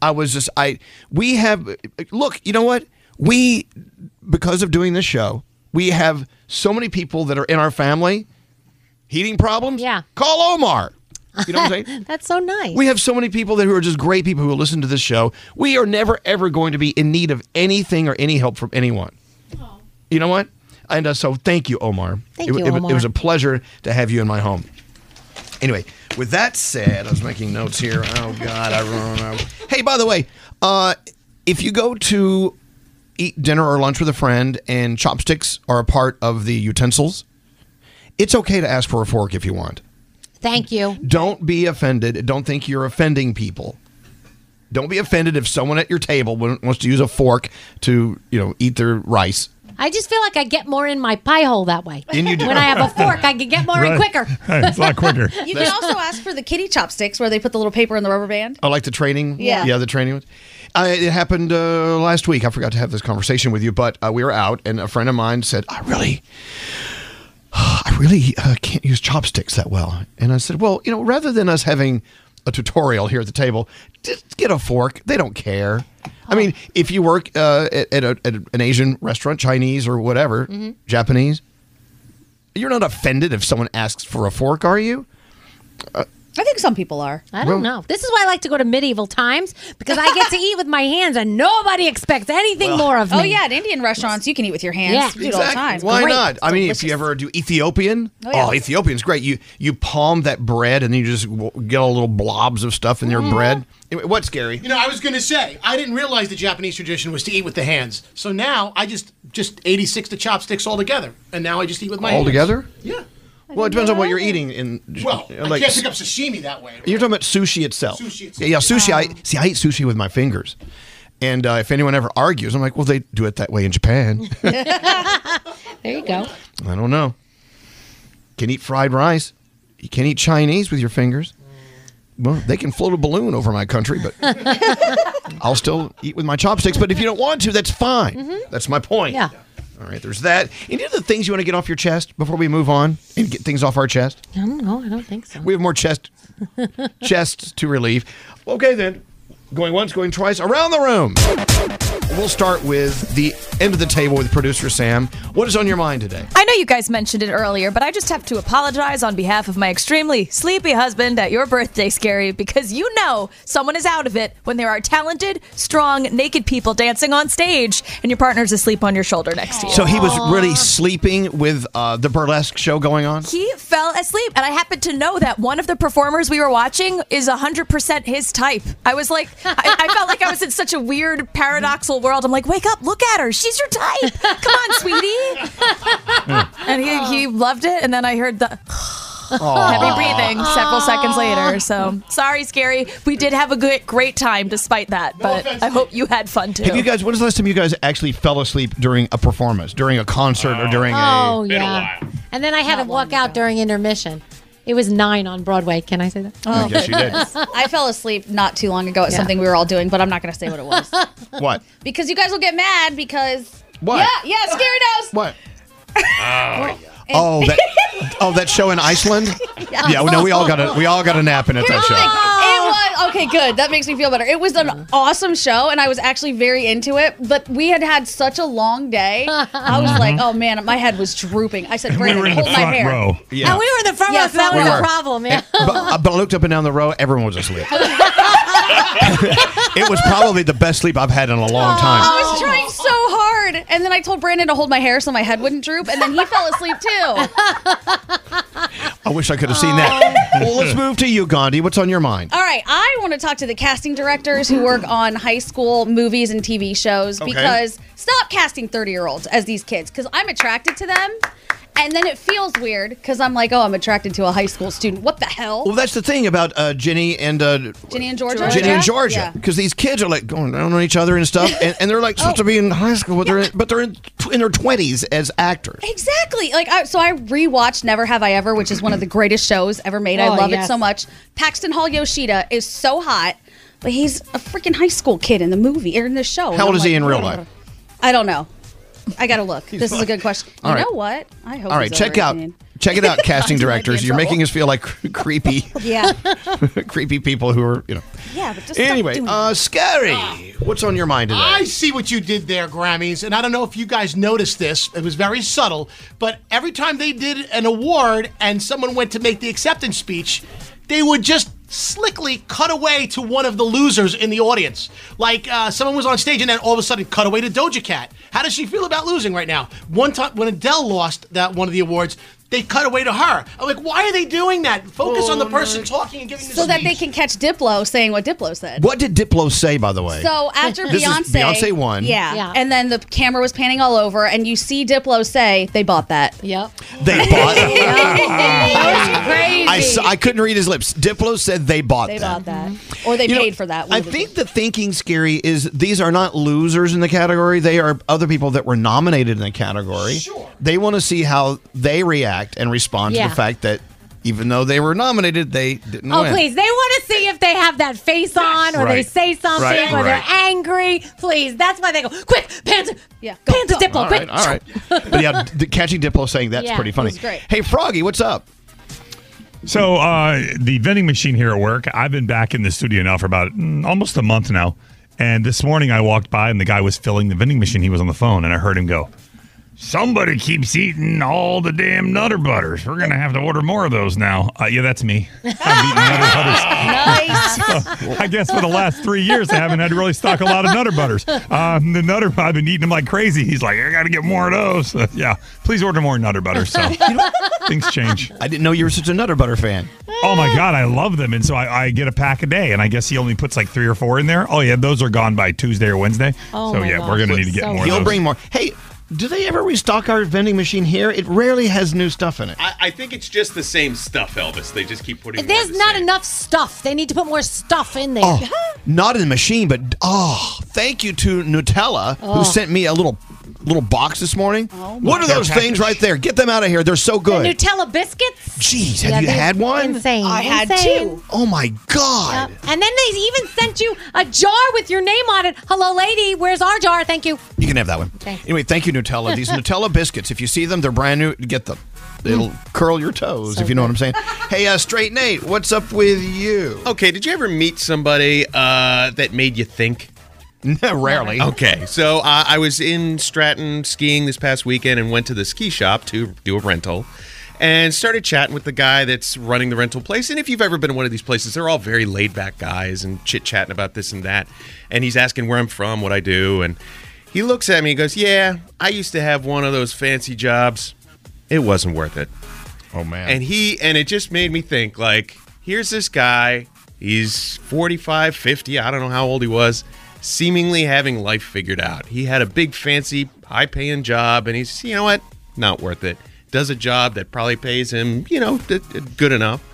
I was just, I, we have, look, you know what? We, because of doing this show, we have so many people that are in our family heating problems. Yeah. Call Omar. You know what I'm saying? That's so nice. We have so many people that who are just great people who listen to this show. We are never ever going to be in need of anything or any help from anyone. You know what? And uh, so, thank you, Omar. Thank it, you, it- it Omar. was a pleasure to have you in my home. Anyway, with that said, I was making notes here. Oh God, I run out. Hey, by the way, uh, if you go to eat dinner or lunch with a friend and chopsticks are a part of the utensils, it's okay to ask for a fork if you want. Thank you. Don't be offended. Don't think you're offending people. Don't be offended if someone at your table wants to use a fork to, you know, eat their rice. I just feel like I get more in my pie hole that way. And you do. When I have a fork, I can get more in Right. quicker. It's a lot quicker. You That's- can also ask for the kitty chopsticks where they put the little paper in the rubber band. I Oh, like the training. Yeah. Yeah, the training ones. I, it happened uh, last week. I forgot to have this conversation with you, but uh, we were out, and a friend of mine said, I really, I really uh, can't use chopsticks that well. And I said, well, you know, rather than us having a tutorial here at the table. Just get a fork. They don't care. Oh. I mean, if you work uh, at, at, a, at an Asian restaurant, Chinese or whatever, Mhm. Japanese, you're not offended if someone asks for a fork, are you? I think some people are. I don't know. This is why I like to go to medieval times because I get to eat with my hands and nobody expects anything more of me. Oh yeah, at Indian restaurants you can eat with your hands. Yeah. You do it all the time. Why Great. not? I mean, if you ever do Ethiopian, Oh, oh, yeah. Ethiopian's great. You you palm that bread and then you just w- get all little blobs of stuff in your Mm-hmm. bread. Anyway, What's scary? You know, I was going to say I didn't realize the Japanese tradition was to eat with the hands. So now I just just 86 the chopsticks all together, and now I just eat with my all hands. together? Yeah. Well, it depends on what you're eating. In Well, I like can't pick up sashimi that way. You're talking about sushi itself. Sushi itself. Yeah, yeah, sushi. I see. I eat sushi with my fingers, and uh, if anyone ever argues, I'm like, well, they do it that way in Japan. there you go. I don't know. Can eat fried rice. You can eat Chinese with your fingers. Well, they can float a balloon over my country, but I'll still eat with my chopsticks. But if you don't want to, that's fine. That's my point. Yeah. All right. There's that. Any other things you want to get off your chest before we move on and get things off our chest? I don't know. I don't think so. We have more chest chests to relieve. Okay, then. Going once, going twice, around the room. We'll start with the end of the table with producer Sam. What is on your mind today? I know you guys mentioned it earlier, but I just have to apologize on behalf of my extremely sleepy husband at your birthday, Scary, because you know someone is out of it when there are talented, strong, naked people dancing on stage and your partner's asleep on your shoulder next to you. So he was really sleeping with uh, the burlesque show going on? He fell asleep, and I happened to know that one of the performers we were watching is 100% his type. I was like, I, I felt like I was in such a weird, paradoxal world. I'm like, wake up, look at her. She's your type. Come on, sweetie. and he, Oh. he loved it, and then I heard the. Heavy breathing several seconds later. So sorry, Scary. We did have a good, great time despite that, but I hope you had fun too. Have you guys, when is the last time you guys actually fell asleep during a performance, during a concert, or during a. Oh yeah. And then I had to walk out during intermission. It was nine on Broadway. Can I say that? Oh. Yes, you did. I fell asleep not too long ago at something we were all doing, but I'm not going to say what it was What? because you guys will get mad because What? Yeah, yeah, scary knows. What? Oh, that, oh, that show in Iceland? Yeah. Yeah, no, we all got a we all got a nap in at that Like, show. It was okay. Good. That makes me feel better. It was an awesome show, and I was actually very into it. But we had had such a long day. I was like, Uh-huh. oh man, my head was drooping. I said, Brandon, hold my hair. Yeah. we were in the front row, so that front was row. a problem. Yeah. But, but I looked up and down the row, everyone was asleep. it was probably the best sleep I've had in a long time. I was trying so hard, and then I told Brandon to hold my hair so my head wouldn't droop, and then he fell asleep too. I wish I could have seen that. Well, let's move to you, Gandhi. What's on your mind? All right, I want to talk to the casting directors who work on high school movies and TV shows Okay. because stop casting 30 year olds as these kids because I'm attracted to them. And then it feels weird because I'm like, oh, I'm attracted to a high school student. What the hell? Well, that's the thing about uh, Jenny and uh, Ginny and Georgia? Ginny and Georgia, because these kids are like going down on each other and stuff, and, and they're like Oh. supposed to be in high school, but they're in, but they're in, in their twenties as actors. Exactly. Like I, so, I rewatched Never Have I Ever, which is one of the greatest shows ever made. I Oh, love it yes. so much. Paxton Hall Yoshida is so hot, but he's a freaking high school kid in the movie or in the show. And How old Oh, I'm is he like, in real "Ugh." life? I don't know. I gotta look. this is a fine. good question. All you right. know what? I hope. All right, he's check out overrated. check it out, casting I might be in directors. You're trouble. making us feel like creepy, Yeah. creepy people who are you know. Yeah, but just stop Anyway, doing Ah. uh, scary. What's on your mind today? I see what you did there, Grammys, and I don't know if you guys noticed this. It was very subtle, but every time they did an award and someone went to make the acceptance speech, they would just slickly cut away to one of the losers in the audience. Like uh, someone was on stage and then all of a sudden cut away to Doja Cat. How does she feel about losing right now? One time when Adele lost that one of the awards, they cut away to her. I'm like, why are they doing that? Focus on the person talking and giving the so that they can catch Diplo saying what Diplo said. What did Diplo say, by the way? So after This is Beyonce, Beyonce won. Yeah. and then the camera was panning all over, and you see Diplo say they bought that. Yep. They bought. That was crazy. I, saw, I couldn't read his lips. Diplo said they bought they that. Mm-hmm. bought that, or they You know, paid for that. I think the thinking scary is these are not losers in the category. They are other people that were nominated in the category. Sure. They want to see how they react and respond to Yeah. the fact that even though they were nominated, they didn't Oh, win. please. They want to see if they have that face on or they Right. say something Right, or right. they're angry. Please. That's why they go, quick, pants, yeah, pants Diplo, All quick. right, all right. but yeah, d- catching Diplo saying that's Yeah, pretty funny. it was great. Hey, Froggy, what's up? So uh, the vending machine here at work. I've been back in the studio now for about mm, almost a month now. And this morning I walked by and the guy was filling the vending machine. He was on the phone, and I heard him go, "Somebody keeps eating all the damn Nutter Butters. We're gonna have to order more of those now." Uh, yeah, that's me. I guess for the last three years, I haven't had to really stock a lot of Nutter Butters. Um, the Nutter, I've been eating them like crazy. He's like, I got to get more of those. yeah, please order more Nutter Butters. So things change. I didn't know you were such a Nutter Butter fan. Oh my God, I love them. And so I, I get a pack a day, and I guess he only puts like three or four in there. Oh yeah, those are gone by Tuesday or Wednesday. Oh so my yeah, gosh, we're gonna need to that's get so more. He'll of those. bring more. Hey, do they ever restock our vending machine here? It rarely has new stuff in it. I, I think it's just the same stuff, Elvis. They just keep putting. If there's not enough stuff, they need to put more stuff in Oh, there. Not in the machine, but oh, thank you to Nutella Oh. who sent me a little little box this morning. my what are God. those things right there? Get them out of here. They're so The good. Nutella biscuits. Jeez, have you had one? Insane. I had Insane. two. Oh my god. Yep. And then they even sent you a jar with your name on it. Hello, lady. Where's our jar? Thank you. You can have that one. Thanks. Anyway, thank you, Nutella. These Nutella biscuits, if you see them, they're brand new. Get them. It'll curl your toes, if you know what I'm saying. hey, uh, Straight Nate, what's up with you? Okay, did you ever meet somebody uh, that made you think? Rarely. Okay, so uh, I was in Stratton skiing this past weekend and went to the ski shop to do a rental and started chatting with the guy that's running the rental place. And if you've ever been to one of these places, they're all very laid back guys and chit chatting about this and that. And he's asking where I'm from, what I do. And he looks at me and goes, Yeah, I used to have one of those fancy jobs. It wasn't worth it. Oh, man. And he, and it just made me think like, here's this guy. He's 45, 50. I don't know how old he was, seemingly having life figured out. He had a big, fancy, high paying job, and he's, you know what? Not worth it. Does a job that probably pays him, you know, d- d- good enough.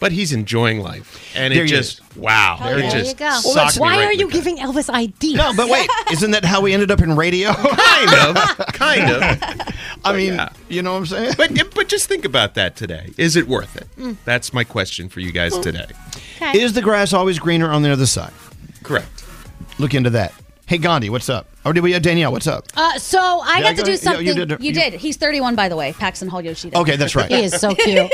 But he's enjoying life, and There it you- just wow, Oh, There it you just go. Well, socked that's- me why right are in the you giving Elvis ideas? No, but wait, isn't that how we ended up in radio? kind of, kind of. I mean, you know what I'm saying? But but just think about that today. Is it worth it? Mm. That's my question for you guys today. Is the grass always greener on the other side? Correct. Look into that. Hey, Gandhi, what's up? Or did we have Danielle? What's up? Uh, so I Yeah, I got to got do it. Yeah, something. you you, did it. did. You- He's 31, by the way. Paxton Hall Yoshida. Okay, that's right. He is so cute.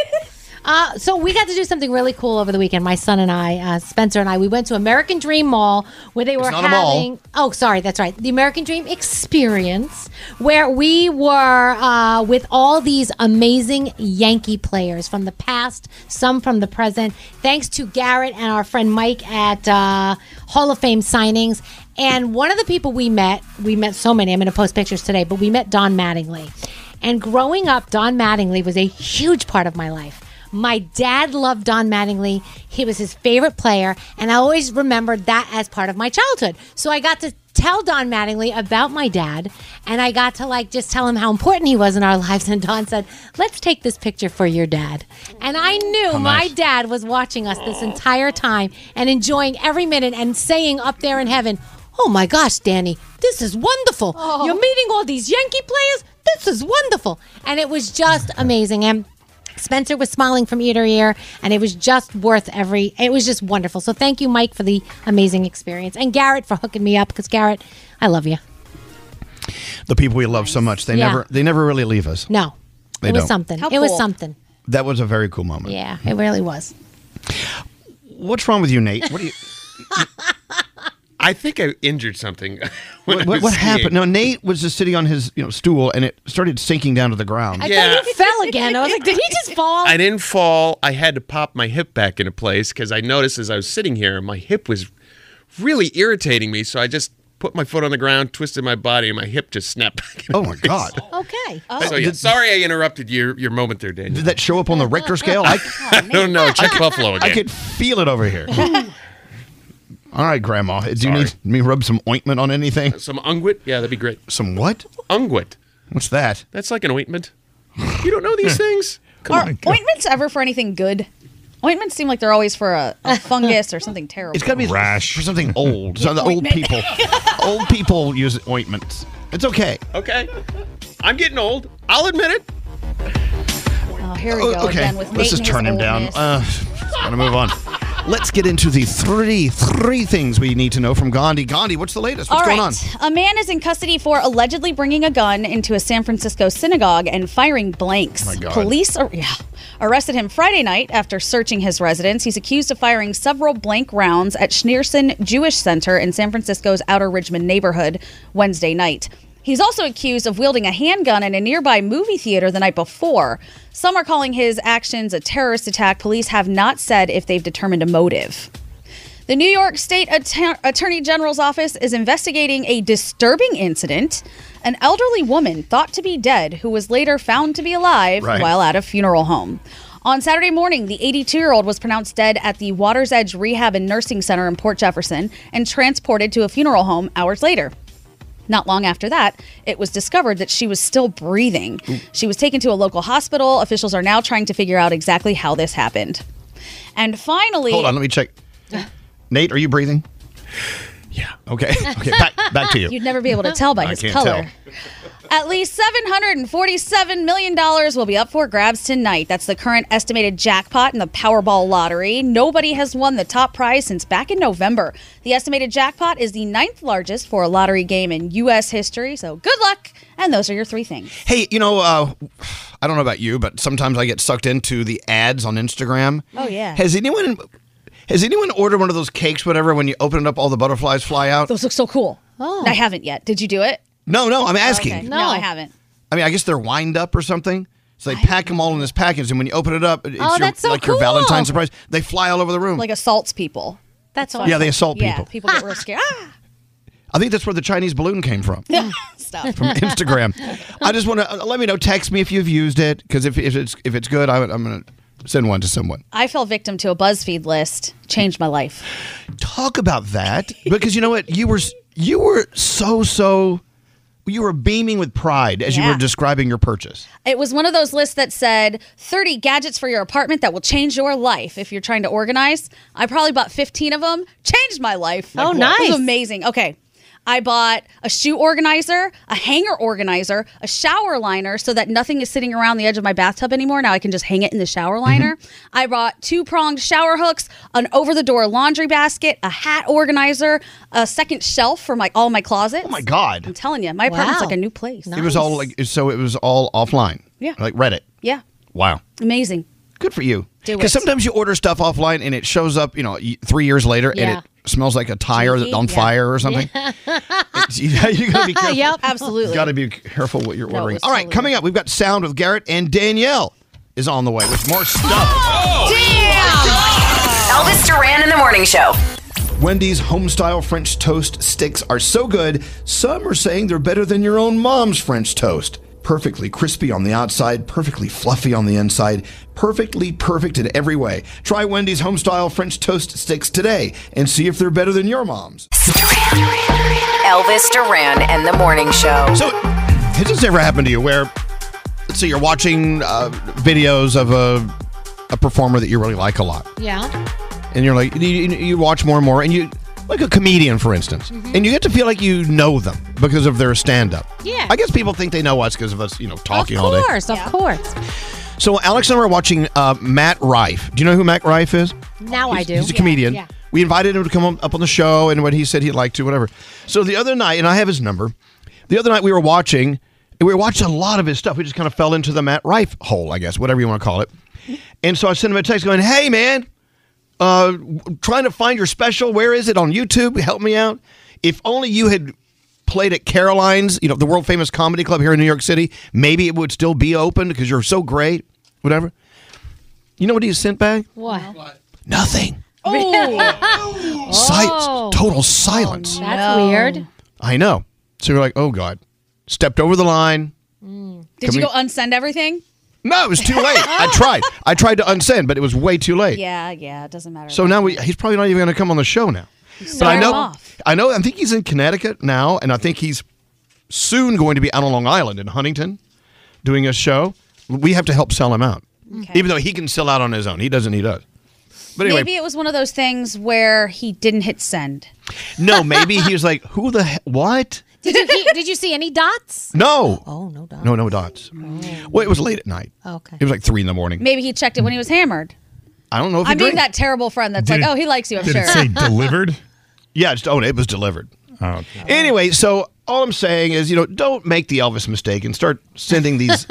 Uh, so we got to do something really cool over the weekend. My son and I, uh, Spencer and I, we went to American Dream Mall where they were not a mall. having. Oh, sorry, that's right, the American Dream Experience, where we were uh, with all these amazing Yankee players from the past, some from the present. Thanks to Garrett and our friend Mike at uh, Hall of Fame signings. And one of the people we met, we met so many. I'm going to post pictures today, but we met Don Mattingly. And growing up, Don Mattingly was a huge part of my life. My dad loved Don Mattingly. He was his favorite player, and I always remembered that as part of my childhood. So I got to tell Don Mattingly about my dad, and I got to like just tell him how important he was in our lives. And Don said, Let's take this picture for your dad. And I knew How my nice. dad was watching us this entire time and enjoying every minute and saying up there in heaven, Oh my gosh, Danny, this is wonderful. You're meeting all these Yankee players. This is wonderful. And it was just amazing. And Spencer was smiling from ear to ear, and it was just worth every. It was just wonderful. So thank you, Mike, for the amazing experience, and Garrett for hooking me up. Because Garrett, I love you. The people we love so much, they Yeah. never they never really leave us. No, They it was don't. something. How it was cool. something. That was a very cool moment. Yeah, it really was. What's wrong with you, Nate? What do you I think I injured something. when What, I what, was what skiing. happened? No, Nate was just sitting on his you know stool and it started sinking down to the ground. I thought you fell again. I was like, did he just fall? I didn't fall. I had to pop my hip back into place because I noticed as I was sitting here, my hip was really irritating me. So I just put my foot on the ground, twisted my body, and my hip just snapped back. Oh my god! okay. So yeah, sorry I interrupted your your moment there, Daniel. Did that show up on the Richter scale? I, Oh, I don't know. Check Buffalo again. I could feel it over here. All right, Grandma. Do you need me to rub some ointment on anything? Some unguit? Yeah, that'd be great. Some what? Unguit. What's that? That's like an ointment. You don't know these things? Come Are ointments ever for anything good? Ointments seem like they're always for a, a fungus or something terrible. It's got to be rash for something old. So the old Ointment. people, old people use ointments. It's okay. Okay. I'm getting old. I'll admit it. Oh, here we O- go okay, Oh, again with Nate let's just and his turn him down. oldness. Uh, I'm gonna move on. Let's get into the three three things we need to know from Gandhi. Gandhi, what's the latest? What's All going right. on? A man is in custody for allegedly bringing a gun into a San Francisco synagogue and firing blanks. Oh My God. Police ar- yeah, arrested him Friday night after searching his residence. He's accused of firing several blank rounds at Schneerson Jewish Center in San Francisco's Outer Richmond neighborhood Wednesday night. He's also accused of wielding a handgun in a nearby movie theater the night before. Some are calling his actions a terrorist attack. Police have not said if they've determined a motive. The New York State Atta- Attorney General's office is investigating a disturbing incident. An elderly woman thought to be dead who was later found to be alive Right. while at a funeral home. On Saturday morning, the 82 year old was pronounced dead at the Water's Edge Rehab and Nursing Center in Port Jefferson and transported to a funeral home hours later. Not long after that, it was discovered that she was still breathing. She was taken to a local hospital. Officials are now trying to figure out exactly how this happened. And finally, Hold on, let me check. Nate, are you breathing? Yeah. Okay. Okay. Back, back to you. You'd never be able to tell by I his can't color. tell. At least $747 million will be up for grabs tonight. That's the current estimated jackpot in the Powerball lottery. Nobody has won the top prize since back in November. The estimated jackpot is the ninth largest for a lottery game in U.S. history, so good luck. And those are your three things. Hey, you know, uh, I don't know about you, but sometimes I get sucked into the ads on Instagram. Oh, yeah. Has anyone has anyone ordered one of those cakes, whatever, when you open it up, all the butterflies fly out? Those look so cool. Oh. I haven't yet. Did you do it? No, no, Oh, I'm asking. Okay. No. I haven't. I mean, I guess they're wind up or something. So they pack them all in this package, and when you open it up, it's Oh, your, that's so like cool. your Valentine surprise. They fly all over the room. Like assaults people. That's awesome. Yeah, they assault Yeah, people. people get real scared. I think that's where the Chinese balloon came from. Ah! Stop. From Instagram. I just want to let me know. Text me if you've used it, because if, if it's if it's good, I, I'm going to send one to someone. I fell victim to a BuzzFeed list. Changed my life. talk about that because you know what you were you were so so you were beaming with pride as you Yeah. were describing your purchase It was one of those lists that said 30 gadgets for your apartment that will change your life if you're trying to organize. I probably bought 15 of them, changed my life. Like Oh, what? It nice. was amazing. Okay. I bought a shoe organizer, a hanger organizer, a shower liner so that nothing is sitting around the edge of my bathtub anymore. Now I can just hang it in the shower liner. I bought two pronged shower hooks, an over the door laundry basket, a hat organizer, a second shelf for my all my closets. Oh my God. I'm telling you, my apartment's Wow. like a new place. it was all like so it was all offline Yeah. like reddit Yeah. wow Amazing. good for you Do it. because sometimes you order stuff offline and it shows up you know y- three years later Yeah. and it smells like a tire that's on Yeah. fire or something It's- yeah, you gotta be careful Yep, absolutely. you gotta be careful what you're No, it ordering was all right coming up we've got sound with garrett and danielle is on the way with more stuff Elvis Duran in the Morning Show. Wendy's homestyle French toast sticks are so good, some are saying they're better than your own mom's French toast. Perfectly crispy on the outside, perfectly fluffy on the inside, perfectly perfect in every way. Try Wendy's homestyle French toast sticks today and see if they're better than your mom's. Elvis Duran and the Morning Show. So, has this ever happened to you where, let's say you're watching uh, videos of a, a performer that you really like a lot? Yeah. and you're like you, you you watch more and more and you like a comedian for instance Mm-hmm. and you get to feel like you know them because of their stand-up Yeah. i guess people think they know us because of us you know talking all Of day course, of course. so alex and i were watching uh, matt rife do you know who matt rife is Now I he's, do. he's a Yeah, comedian yeah. we invited him to come up on the show and when he said he'd like to whatever so the other night and i have his number the other night we were watching and we were watching a lot of his stuff we just kind of fell into the matt rife hole i guess whatever you want to call it and so i sent him a text going hey man uh, w- trying to find your special. Where is it on YouTube? Help me out. If only you had played at Caroline's, you know, the world famous comedy club here in New York City, maybe it would still be open because you're so great. Whatever. You know what he sent back? What? Nothing. Oh. Sil- total silence. That's weird. I know. So you're like, oh God, stepped over the line. Mm. Did Can you go we- unsend everything? No, it was too late. I tried. I tried to unsend, but it was way too late. Yeah, yeah, it doesn't matter. So now we, he's probably not even going to come on the show now. But I Scare know, him off. I know. I think he's in Connecticut now, and I think he's soon going to be out on Long Island in Huntington, doing a show. We have to help sell him out, even though he can sell out on his own. He doesn't need us. But anyway, Maybe it was one of those things where he didn't hit send. no, maybe he was like, "Who the he- what? Did you, he- did you see any dots? No, oh no dots, no no dots." Well, it was late at night. Oh. Okay. It was like three in the morning. Maybe he checked it when he was hammered. I don't know if I he mean drank. that terrible friend that's Did like, it- oh, he likes you. I'm did sure. it say delivered? Yeah, it's, oh, it was delivered. Anyway, so all I'm saying is, you know, don't make the Elvis mistake and start sending these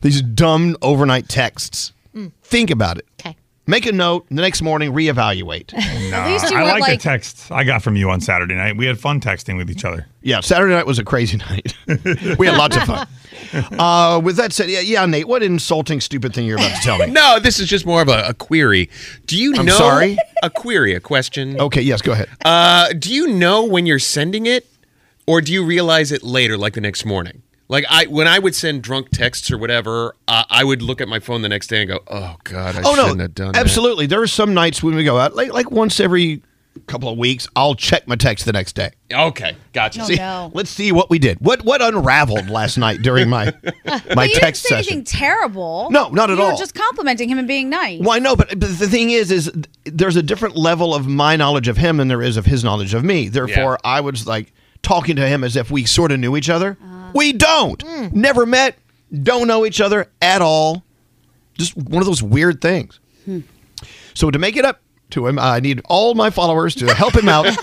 these dumb overnight texts. Mm. Think about it. Okay. Make a note. The next morning, reevaluate. Nah, I like, the texts I got from you on Saturday night. We had fun texting with each other. Yeah, Saturday night was a crazy night. we had lots of fun. Uh, with that said, yeah, yeah, Nate, what insulting, stupid thing you're about to tell me? No, this is just more of a, a query. Do you I'm know? sorry? A query, a question. Okay, yes, go ahead. Uh, do you know when you're sending it, or do you realize it later, like the next morning? Like I, when I would send drunk texts or whatever, uh, I would look at my phone the next day and go, "Oh God, I oh shouldn't no, have done that." absolutely. There are some nights when we go out, like like once every couple of weeks, I'll check my text the next day. Okay, gotcha. Oh, see, no. Let's see what we did. What what unraveled last night during my But my you text didn't say session. anything terrible. No, not at you all. Were just complimenting him and being nice. Well, I know, but, but the thing is, is there's a different level of my knowledge of him than there is of his knowledge of me. Therefore, I was like talking to him as if we sort of knew each other. Uh. we don't. Hmm. Never met. Don't know each other at all. Just one of those weird things. Hmm. So to make it up to him, I need all my followers to help him out. you didn't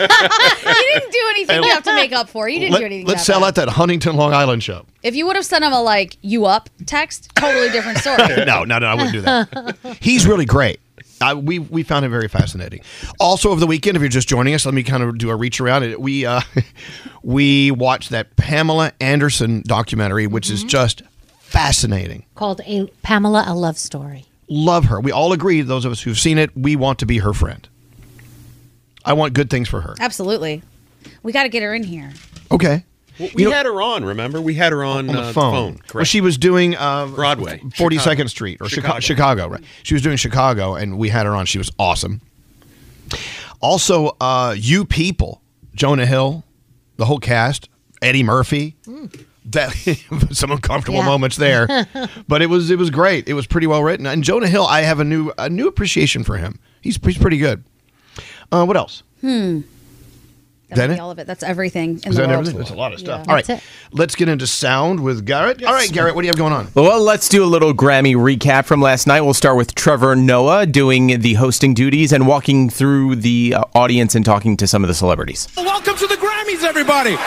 do anything And- you have to make up for. You didn't do anything. Let, us that sell bad. out that Huntington Long Island show. If you would have sent him a like you up text, totally different story. no, no, no, I wouldn't do that. He's really great. I, we we found him very fascinating. Also, over the weekend, if you're just joining us, let me kind of do a reach around. We uh, we watched that Pamela Anderson documentary, which is just fascinating. Called a Pamela a love story. Love her. We all agree. Those of us who've seen it, we want to be her friend. I want good things for her. Absolutely. We got to get her in here. Okay. Well, we You know- had her on. Remember, we had her on, on the uh, phone. correct? Well, she was doing uh, Broadway, Forty Chicago. Second Street, or Chicago. Chicago. Chicago, right? She was doing Chicago, and we had her on. She was awesome. Also, uh, you people, Jonah Hill, the whole cast, Eddie Murphy. That some uncomfortable Yeah. moments there, but it was it was great. It was pretty well written. And Jonah Hill, I have a new a new appreciation for him. He's he's pretty good. Uh, what else? Hmm. That That might be it? all of it. That's everything in Is the that world. everything? That's a lot of stuff. Yeah. All right, let's get into sound with Garrett. All right, Garrett, what do you have going on? Well, let's do a little Grammy recap from last night. We'll start with Trevor Noah doing the hosting duties and walking through the uh, audience and talking to some of the celebrities. Welcome to the Grammys, everybody.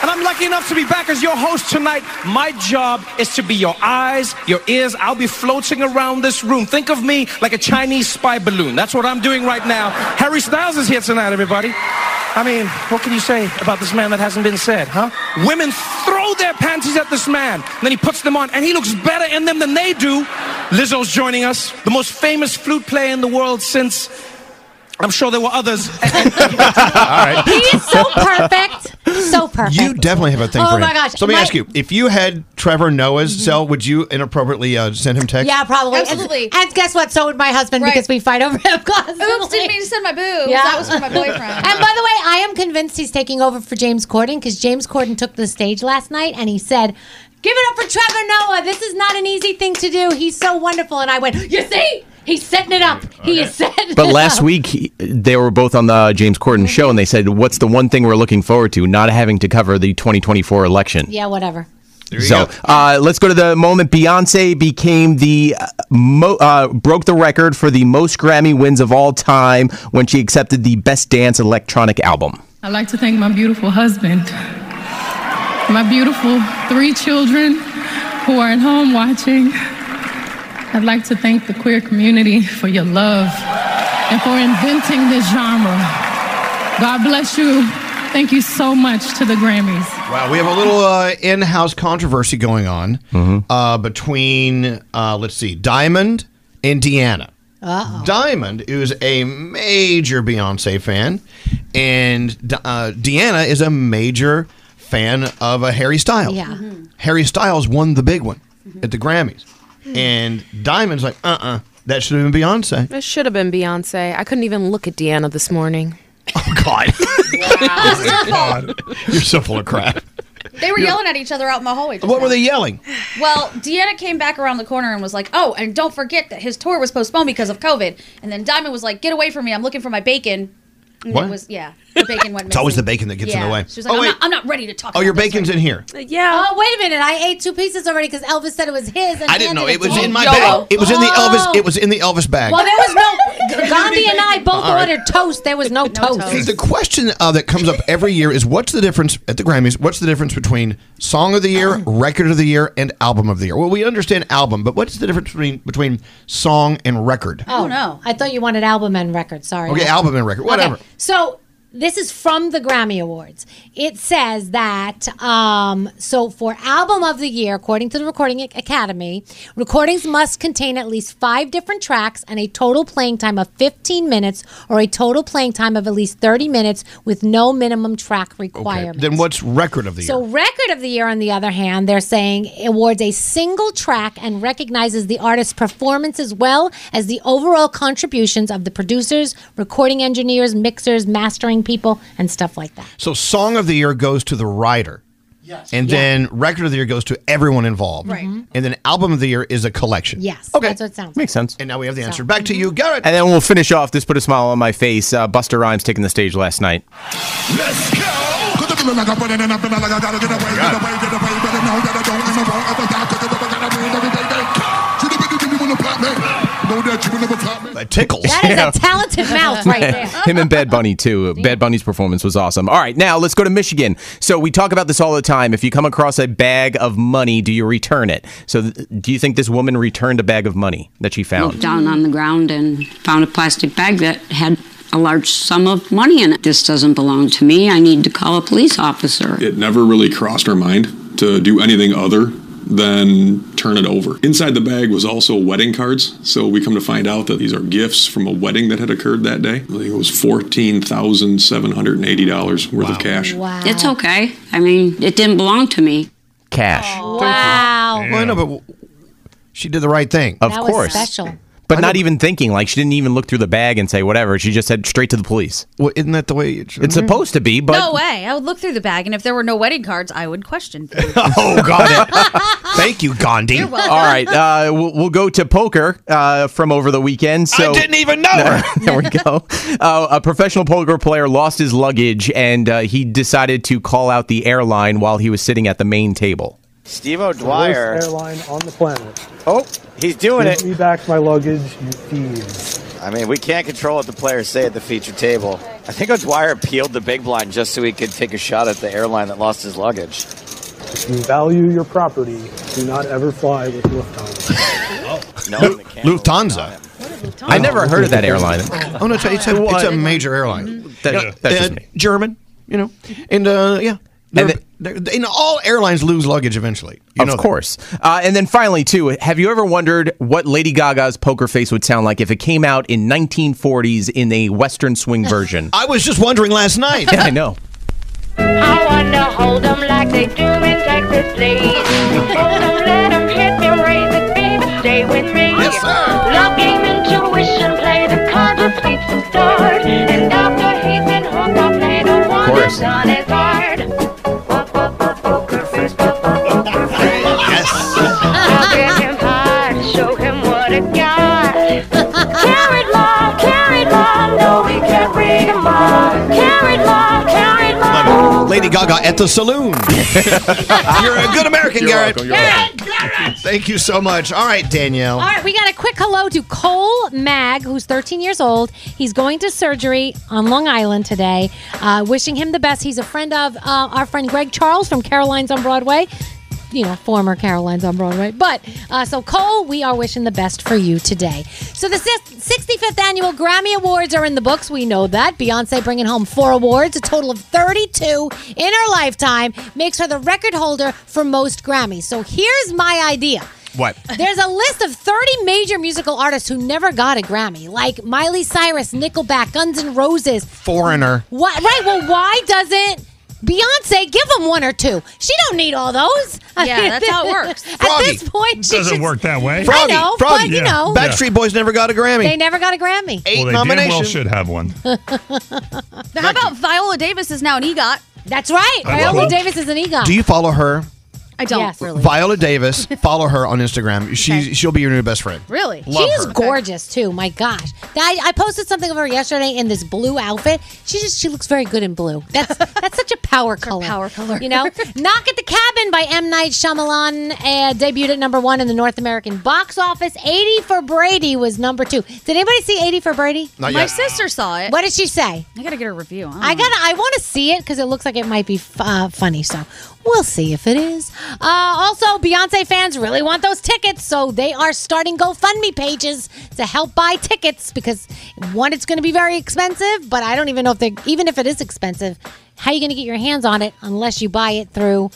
And I'm lucky enough to be back as your host tonight. My job is to be your eyes, your ears. I'll be floating around this room. Think of me like a Chinese spy balloon. That's what I'm doing right now. Harry Styles is here tonight, everybody. I mean, what can you say about this man that hasn't been said, huh? Women throw their panties at this man, and then he puts them on, and he looks better in them than they do. Lizzo's joining us, the most famous flute player in the world since. I'm sure there were others. All right. He's so perfect. So perfect. You definitely have a thing Oh for him. my gosh, So let me my- Mm-hmm. ask you: If you had Trevor Noah's cell, would you inappropriately uh, send him text? Yeah, probably. Absolutely. And, and guess what? So would my husband because we fight over him constantly. Oops, didn't mean to send my boobs. That was for my boyfriend. and by the way, I am convinced he's taking over for James Corden because James Corden took the stage last night and he said, Give it up for Trevor Noah. This is not an easy thing to do. He's so wonderful. And I went, You see? He's setting it up. He is setting But it last up." week, he- they were both on the James Corden show and they said, What's the one thing we're looking forward to? Not having to cover the 2024 election. Yeah, whatever. so uh, let's go to the moment Beyonce became the uh, mo- uh, broke the record for the most Grammy wins of all time when she accepted the Best Dance Electronic Album. I'd like to thank my beautiful husband, my beautiful three children who are at home watching. I'd like to thank the queer community for your love and for inventing this genre. God bless you. Thank you so much to the Grammys. Wow, we have a little uh, in-house controversy going on uh, between, uh, let's see, Diamond and Deanna. Uh-oh. Diamond is a major Beyonce fan, and uh, Deanna is a major fan of a Harry Styles. Yeah. Mm-hmm. Mhm. Harry Styles won the big one at the Grammys, Hmm. Mhm. and Diamond's like, uh-uh, that should have been Beyonce. It should have been Beyonce. I couldn't even look at Deanna this morning. Oh God. You're so full of crap. They were You're- yelling at each other out in the hallway. just What now. were they yelling? Well, Deanna came back around the corner and was like, "Oh, and don't forget that his tour was postponed because of COVID." And then Diamond was like, "Get away from me! I'm looking for my bacon." And What? It was yeah. The bacon went. It's always missing. the bacon that gets in the Yeah. way. She was like, Oh, I'm, wait. not, I'm not ready to talk. Oh, your about this bacon's in here. Yeah. Oh, wait a minute. I ate two pieces already because Elvis said it was his. And I didn't handed know it was to in me. my bag. It was in the Elvis. It was in the Elvis bag. Oh. Well, there was no. Gandhi and I both All right. ordered toast. There was no, toast. See, the question uh, that comes up every year is what's the difference at the Grammys? What's the difference between song of the Oh. year, record of the year, and album of the year? Well, we understand album, but what's the difference between between song and record? Oh, no. I thought you wanted album and record. Sorry. Okay, album and record, whatever. So this is from the Grammy Awards. It says that um, so for album of the year, according to the Recording Ac- Academy, recordings must contain at least five different tracks and a total playing time of 15 minutes or a total playing time of at least 30 minutes with no minimum track requirement. Then what's record of the year? So, record of the year, on the other hand, they're saying awards a single track and recognizes the artist's performance as well as the overall contributions of the producers, recording engineers, mixers, mastering people, and stuff like that. So song of the year goes to the writer. Yes. And Yeah. then record of the year goes to everyone involved. Right. Mhm. And then album of the year is a collection. Yes. That's what it sounds Makes sense. And now we have the answer. Back to you, Garrett. And then we'll finish off. This put a smile on my face. Uh, Buster Rhymes taking the stage last night. That tickles. That is a talented mouth right there. Him and Bad Bunny too. Bad Bunny's performance was awesome. All right, now let's go to Michigan. So we talk about this all the time. If you come across a bag of money, do you return it? So th- do you think this woman returned a bag of money that she Looked found? down on the ground and found a plastic bag that had a large sum of money in it. This doesn't belong to me. I need to call a police officer. It never really crossed our mind to do anything other than turn it over. Inside the bag was also wedding cards, so we come to find out that these are gifts from a wedding that had occurred that day. I think it was $14,780 worth of cash. It's okay. I mean, it didn't belong to me. Cash. Wow. Well, I know, but w- she did the right thing. Of course. But not even thinking. Like she didn't even look through the bag and say whatever. She just said straight to the police. Well, isn't that the way it should it's supposed to be? But no way. I would look through the bag, and if there were no wedding cards, I would question. things. oh, got it. Thank you, Gandhi. You're welcome. All right, uh, we'll, we'll go to poker uh, from over the weekend. So I didn't even know her. there we go. Uh, a professional poker player lost his luggage, and uh, he decided to call out the airline while he was sitting at the main table. Steve O'Dwyer. Worst airline on the planet. Oh, he's doing Give it. me back my luggage, you thieves. I mean, we can't control what the players say at the feature table. I think O'Dwyer peeled the big blind just so he could take a shot at the airline that lost his luggage. If you value your property, do not ever fly with Lufthansa. No, Lu- Lufthansa. I never heard of that airline. Oh no, it's a, it's a, it's a major Mm-hmm. airline. That- You know, that's uh, just me. German, you know, and uh, yeah, And They're- they're- they- and all airlines lose luggage eventually. You of know that. course. Uh, and then finally, too, have you ever wondered what Lady Gaga's poker face would sound like if it came out in 1940s in a Western swing version? I was just wondering last night. yeah, I know. I want to hold them like they do in Texas, please. Hold them, let them hit me, raise it, baby, stay with me. Yes, sir. Love game, intuition, play the cards with sweet start. And after he's been hooked, I play the one Chorus. that's done his hard. I'll get him hard, show him what it got. Carrot law, carrot law, no, we can't read 'em all. Carrot law, carrot law. Lady Gaga at the saloon. You're a good American, You're Garrett. welcome, you're welcome. Thank you so much. All right, Danielle. All right, we got a quick hello to Cole Mag, who's 13 years old. He's going to surgery on Long Island today. Uh, wishing him the best. He's a friend of uh, our friend Greg Charles from Caroline's on Broadway. You know, former Caroline's on Broadway. But uh, so, Cole, we are wishing the best for you today. So, the sis- 65th annual Grammy Awards are in the books. We know that. Beyonce bringing home four awards, a total of 32 in her lifetime, makes her the record holder for most Grammys. So, here's my idea. What? There's a list of 30 major musical artists who never got a Grammy, like Miley Cyrus, Nickelback, Guns N' Roses. Foreigner. Why, right, well, why doesn't Beyonce give them one or two? She don't need all those. Yeah, that's how it works. At Froggy. this point, she Doesn't should- work that way. I know, Froggy. but you know, Backstreet Boys never got a Grammy. they never got a Grammy. well, they Eight damn well nominations. should have one. Now, how about Viola Davis is now an EGOT? That's right. I love Viola it. Davis is an EGOT. Do you follow her? I I don't Yes. really. Viola Davis, follow her on Instagram. She's she'll be your new best friend. Really? she Love is her. gorgeous too. My gosh. I, I posted something of her yesterday in this blue outfit. She just she looks very good in blue. That's that's such a power color. Power color. You know? Knock at the Cabin by M. Night Shyamalan uh, debuted at number one in the North American box office. 80 for Brady was number two. Did anybody see 80 for Brady? Not My yet. sister saw it. What did she say? I gotta get a review. I, don't Oh. I know. gotta. I want to see it because it looks like it might be f- uh, funny. So we'll see if it is. Uh, also, Beyonce fans really want those tickets, so they are starting GoFundMe pages to help buy tickets because one, it's going to be very expensive. But I don't even know if they, even if it is expensive, how are you going to get your hands on it unless you buy it through,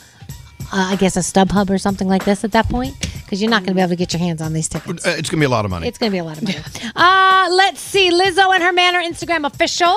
uh, I guess, a StubHub or something like this at that point because you're not going to be able to get your hands on these tickets. Uh, It's gonna be a lot of money. It's going to be a lot of money. Uh, let's see. Lizzo and her man are Instagram official.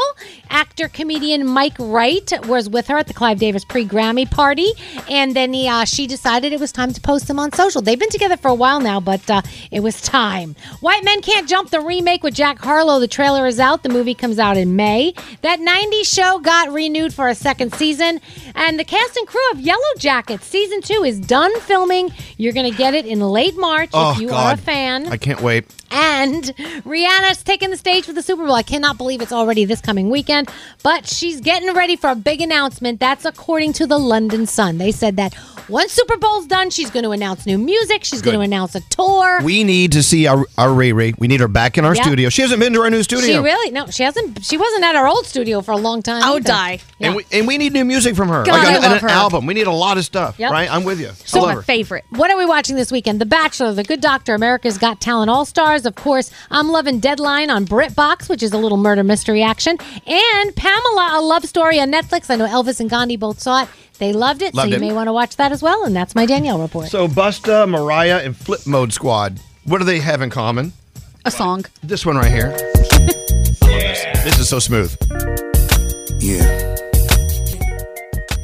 Actor comedian Mike Wright was with her at the Clive Davis pre Grammy party, and then he, uh, she decided it was time to post them on social. They've been together for a while now, but uh, it was time. White Men Can't Jump, the remake with Jack Harlow. The trailer is out. The movie comes out in May. That 90s show got renewed for a second season, and the cast and crew of Yellow Jackets season two is done filming. You're going to get it in late March oh if you God, are a fan. I can't wait. And Rihanna's taking the stage for the Super Bowl. I cannot believe it's already this coming weekend, but she's getting ready for a big announcement. That's according to the London Sun. They said that once Super Bowl's done, she's going to announce new music. She's Good. going to announce a tour. We need to see our, our Riri. We need her back in our Yeah. studio. She hasn't been to our new studio. She really no, she hasn't. She wasn't at our old studio for a long time. I would die. And, we, and we need new music from her. God, I an, love her. an album. We need a lot of stuff. Yep. Right? I'm with you. I So love my her. favorite. What are we watching this weekend? The Bachelor, The Good Doctor, America's Got Talent, All Stars. Of course, I'm loving Deadline on BritBox, which is a little murder mystery action, and Pamela, a love story on Netflix. I know Elvis and Gandhi both saw it. They loved it, Loved so you it. may want to watch that as well. And that's my Danielle report. So Busta, Mariah, and Flip Mode Squad. What do they have in common? A song. This one right here. I love this. This is so smooth. Yeah.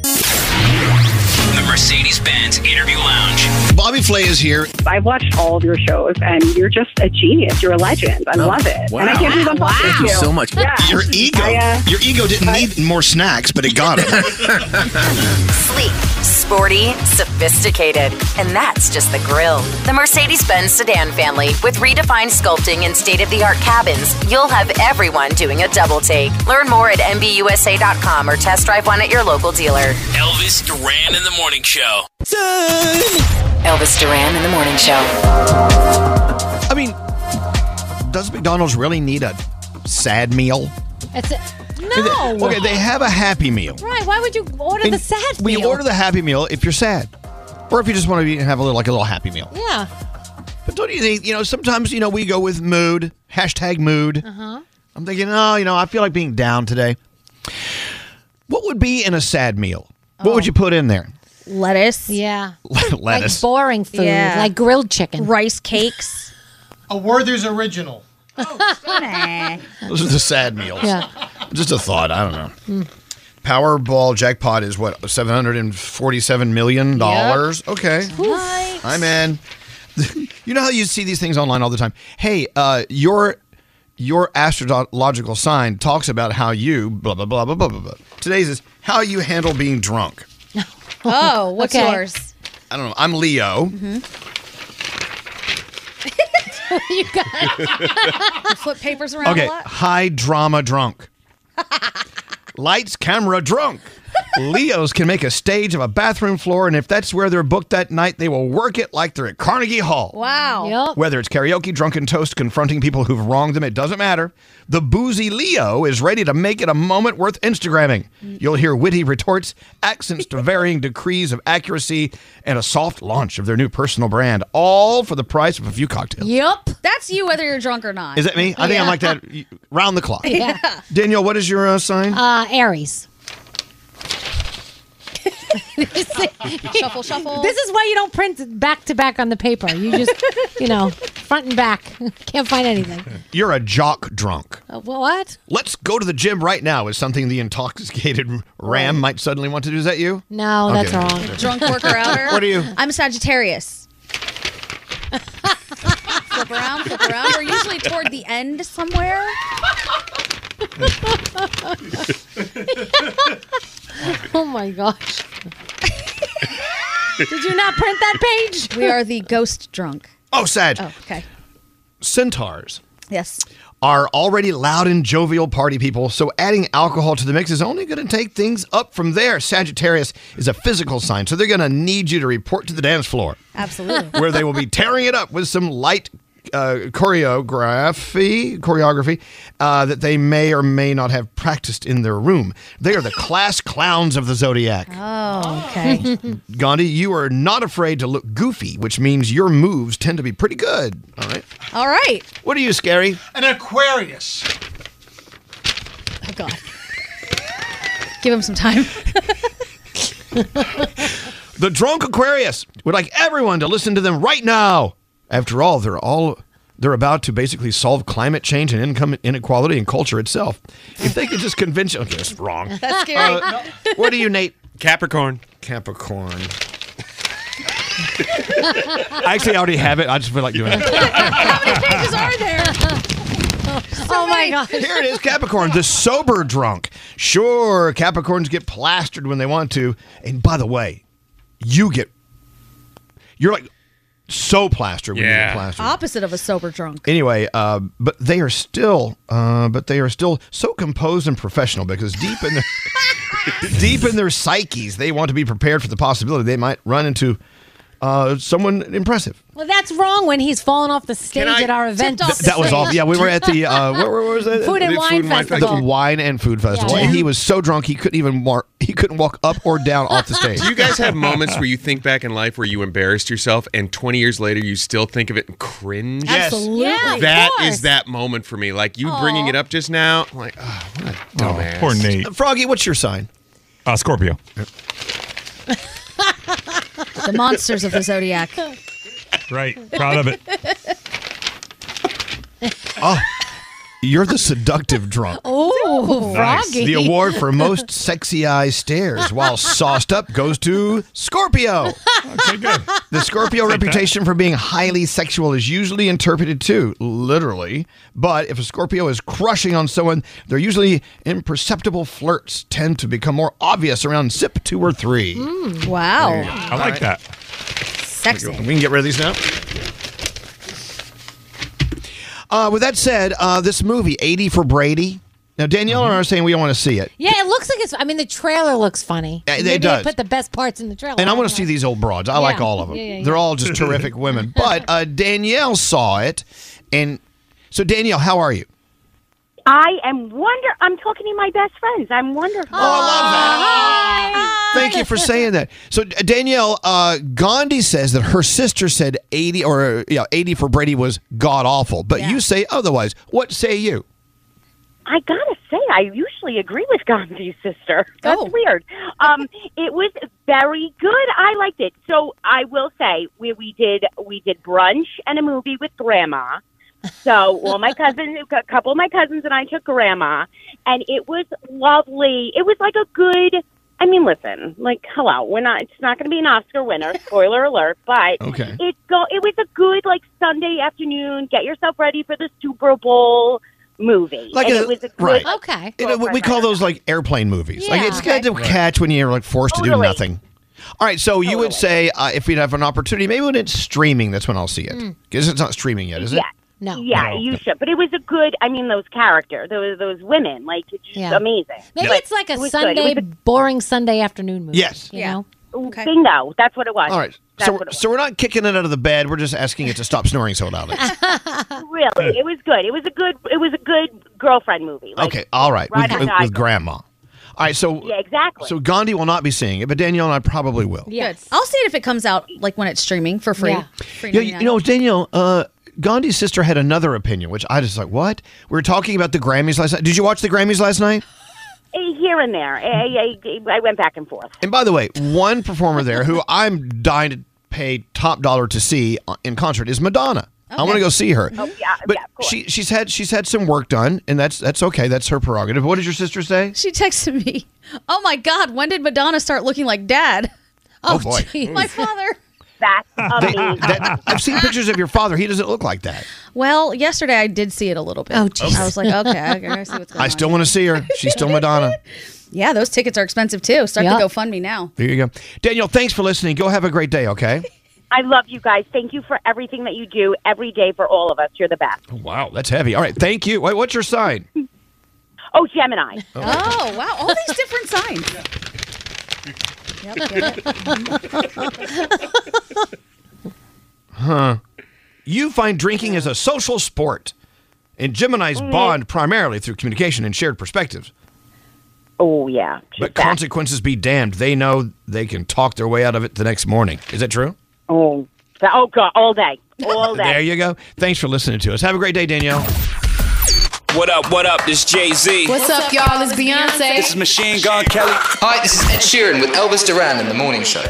The Mercedes Benz Interview Lounge. Bobby Flay is here. I've watched all of your shows, and you're just a genius. You're a legend. I Oh, love it. And I can't believe I'm talking to you. uh, Your ego, your ego didn't need more snacks, but it got it. Sleek, sporty, sophisticated. And that's just the grill. The Mercedes Benz sedan family, with redefined sculpting and state of the art cabins, you'll have everyone doing a double take. Learn more at MBUSA.com or test drive one at your local dealer. Elvis Duran in the Morning Show. Elvis Duran in the Morning Show. I mean, does McDonald's really need a sad meal? That's it. No. Okay, they have a happy meal. Right? Why would you order And the sad We meal? order the happy meal if you're sad, or if you just want to have a little like a little happy meal. Yeah. But don't you think? You know, sometimes you know we go with mood hashtag mood. Uh huh. I'm thinking, oh, you know, I feel like being down today. What would be in a sad meal? What Oh. would you put in there? Lettuce. Yeah. Lettuce. boring food, Yeah. like grilled chicken, rice cakes. A Werther's original. Those are the sad meals. Yeah. Just a thought. I don't know. Hmm. Powerball jackpot is what seven hundred and forty-seven million dollars. Okay, I'm in. you know how you see these things online all the time. Hey, uh, your your astrological sign talks about how you blah blah blah blah blah blah. blah. Today's is how you handle being drunk. Oh, what's Okay. Mm-hmm. yours? I don't know. I'm Leo. you got. you flip papers around Okay, a lot. high drama drunk. Lights, camera drunk. Leos can make a stage of a bathroom floor, and if that's where they're booked that night, they will work it like they're at Carnegie Hall. Wow. Whether it's karaoke, drunken toast, confronting people who've wronged them, it doesn't matter. The boozy Leo is ready to make it a moment worth Instagramming. You'll hear witty retorts, accents to varying degrees of accuracy, and a soft launch of their new personal brand, all for the price of a few cocktails. Yep. That's you whether you're drunk or not. Is that me? I think I'm Yeah. like that y- round the clock. Yeah. Danielle, what is your uh, sign? uh, Aries. shuffle, shuffle. This is why you don't print back to back on the paper. You just, you know, front and back. Can't find anything. You're a jock drunk. Uh, what? Let's go to the gym right now is something the intoxicated ram might suddenly want to do. Is that you? No, Okay. that's wrong. Drunk worker outer. What are you? I'm a Sagittarius. flip around, flip around. We're usually toward the end somewhere. oh my gosh. Did you not print that page? We are the ghost drunk. Oh, Sag. Oh, okay. Centaurs Yes. are already loud and jovial party people, so adding alcohol to the mix is only going to take things up from there. Sagittarius is a physical sign, so they're going to need you to report to the dance floor. Absolutely. where they will be tearing it up with some light uh, choreography, choreography uh, that they may or may not have practiced in their room. They are the class clowns of the zodiac. Oh, okay. Gandhi, you are not afraid to look goofy, which means your moves tend to be pretty good. All right. All right. What are you, Scary? An Aquarius. Oh God. Give him some time. The drunk Aquarius would like everyone to listen to them right now. After all, they're all they're about to basically solve climate change and income inequality and culture itself. If they could just convince you, okay, that's wrong. That's scary. Uh, what are you, Nate? Capricorn. Capricorn. I actually already have it. I just feel like doing it. How many pages are there? oh my gosh. Here it is, Capricorn, the sober drunk. Sure, Capricorns get plastered when they want to. And by the way, you get you're like so plastered when you get plastered. Opposite of a sober drunk. Anyway, uh, but they are still, uh, but they are still so composed and professional because deep in their deep in their psyches, they want to be prepared for the possibility they might run into uh, someone impressive. Well, that's wrong when he's fallen off the stage at our event. Th- that was all. Yeah, we were at the uh, where, where was it? Food and The Wine Food and Wine Festival. The wine and food festival, Yeah. and he was so drunk he couldn't even walk. He couldn't walk up or down off the stage. Do you guys have moments where you think back in life where you embarrassed yourself and 20 years later you still think of it and cringe? Yes. Absolutely. Yeah, of That course. is that moment for me. Like you bringing it up just now, I'm like, oh, what a dumbass. poor Nate. Froggy, Uh, what's your sign? Uh, Scorpio. The monsters of the zodiac. Right. Proud of it. Oh, you're the seductive drunk. Oh, Nice. The award for most sexy eye stares while sauced up goes to Scorpio. Okay, good. The Scorpio Take that. reputation for being highly sexual is usually interpreted too, literally. But if a Scorpio is crushing on someone, their usually imperceptible flirts tend to become more obvious around sip two or three. Mm. Oh. Wow. I like that. Sexy. We can get rid of these now. Uh, with that said, uh, this movie, 80 for Brady. Now, Danielle and I are saying we don't want to see it. Yeah, it looks like it's. I mean, the trailer looks funny. Yeah, it Maybe does. They put the best parts in the trailer. And I want to see these old broads. I Oh, Yeah. like all of them. Yeah, yeah, yeah. They're all just terrific women. But uh, Danielle saw it, and so Danielle, how are you? I am wonder. I'm talking to my best friends. I'm wonderful. Oh, I love that. Thank you for saying that. So D- Danielle, uh, Gandhi says that her sister said eighty or uh, yeah eighty for Brady was god awful, but you say otherwise. What say you? I gotta say, I usually agree with Gandhi's sister. That's weird. Um, it was very good. I liked it. So I will say, we, we did we did brunch and a movie with Grandma. So well, my cousin, a couple of my cousins, and I took Grandma, and it was lovely. It was like a good. I mean, listen, like hello, we're not. It's not going to be an Oscar winner. Spoiler alert, but Okay. it go. It was a good like Sunday afternoon. Get yourself ready for the Super Bowl movie. Like and a- it was a good, right. Okay. You know, we call those like airplane movies. like Yeah. it's kind of Okay. catch when you're like forced to do Totally. nothing. All right, so you would say uh, if we'd have an opportunity, maybe when it's streaming, that's when I'll see it Mm. because it's not streaming yet, is it? yeah. No. Yeah, No. you should. But it was a good. I mean, those character, those those women, like it's just Yeah. amazing. Maybe Like, it's like it a was good. It Sunday, was boring Sunday afternoon movie. Yes. You know? Bingo. That's what it was. All right. That's So, what it so we're not kicking it out of the bed. We're just asking it to stop snoring so loudly. was. really, it was good. It was a good. It was a good girlfriend movie. Like, Okay. All right. Right with, on the eye. with grandma. All right. So, Yeah, exactly. so Gandhi will not be seeing it, but Danielle and I probably will. Good. I'll see it if it comes out like when it's streaming for free. Yeah. Free Yeah, you, 99. you know, Danielle, uh, Gandhi's sister had another opinion, which I just like, what? We were talking about the Grammys last night. Did you watch the Grammys last night? Eh, Here and there, I, I, I went back and forth. And by the way, one performer there who I'm dying to pay top dollar to see uh, in concert is Madonna. I want to Okay. go see her. Oh yeah, But she she's had she's had some work done, and that's that's okay. That's her prerogative. What did your sister say? She texted me, "Oh my God, when did Madonna start looking like Dad?" Oh, boy. geez. my father. That's They- that- I've seen pictures of your father. He doesn't look like that. well, yesterday I did see it a little bit. Oh, I was like, okay, okay, I see what's going I still want to see her. She's still Madonna. Yeah, those tickets are expensive too. Start Yeah. the GoFundMe now. There you go. Daniel, thanks for listening. Go have a great day, okay? I love you guys. Thank you for everything that you do every day for all of us. You're the best. Wow, that's heavy. All right, thank you. Wait, what's your sign? Oh, Gemini. Oh, wow. All these different signs. Huh. You find drinking as a social sport, and Gemini's bond primarily through communication and shared perspectives. Oh, yeah. But consequences be damned. They know they can talk their way out of it the next morning. Is that true? Oh, th- oh God, all day. All day. There you go. Thanks for listening to us. Have a great day, Danielle. What up, what up? This Jay Z. What's up, y'all? It's This Beyonce. is Machine Gun Kelly. Hi, this is Ed Sheeran with Elvis Duran in the morning show.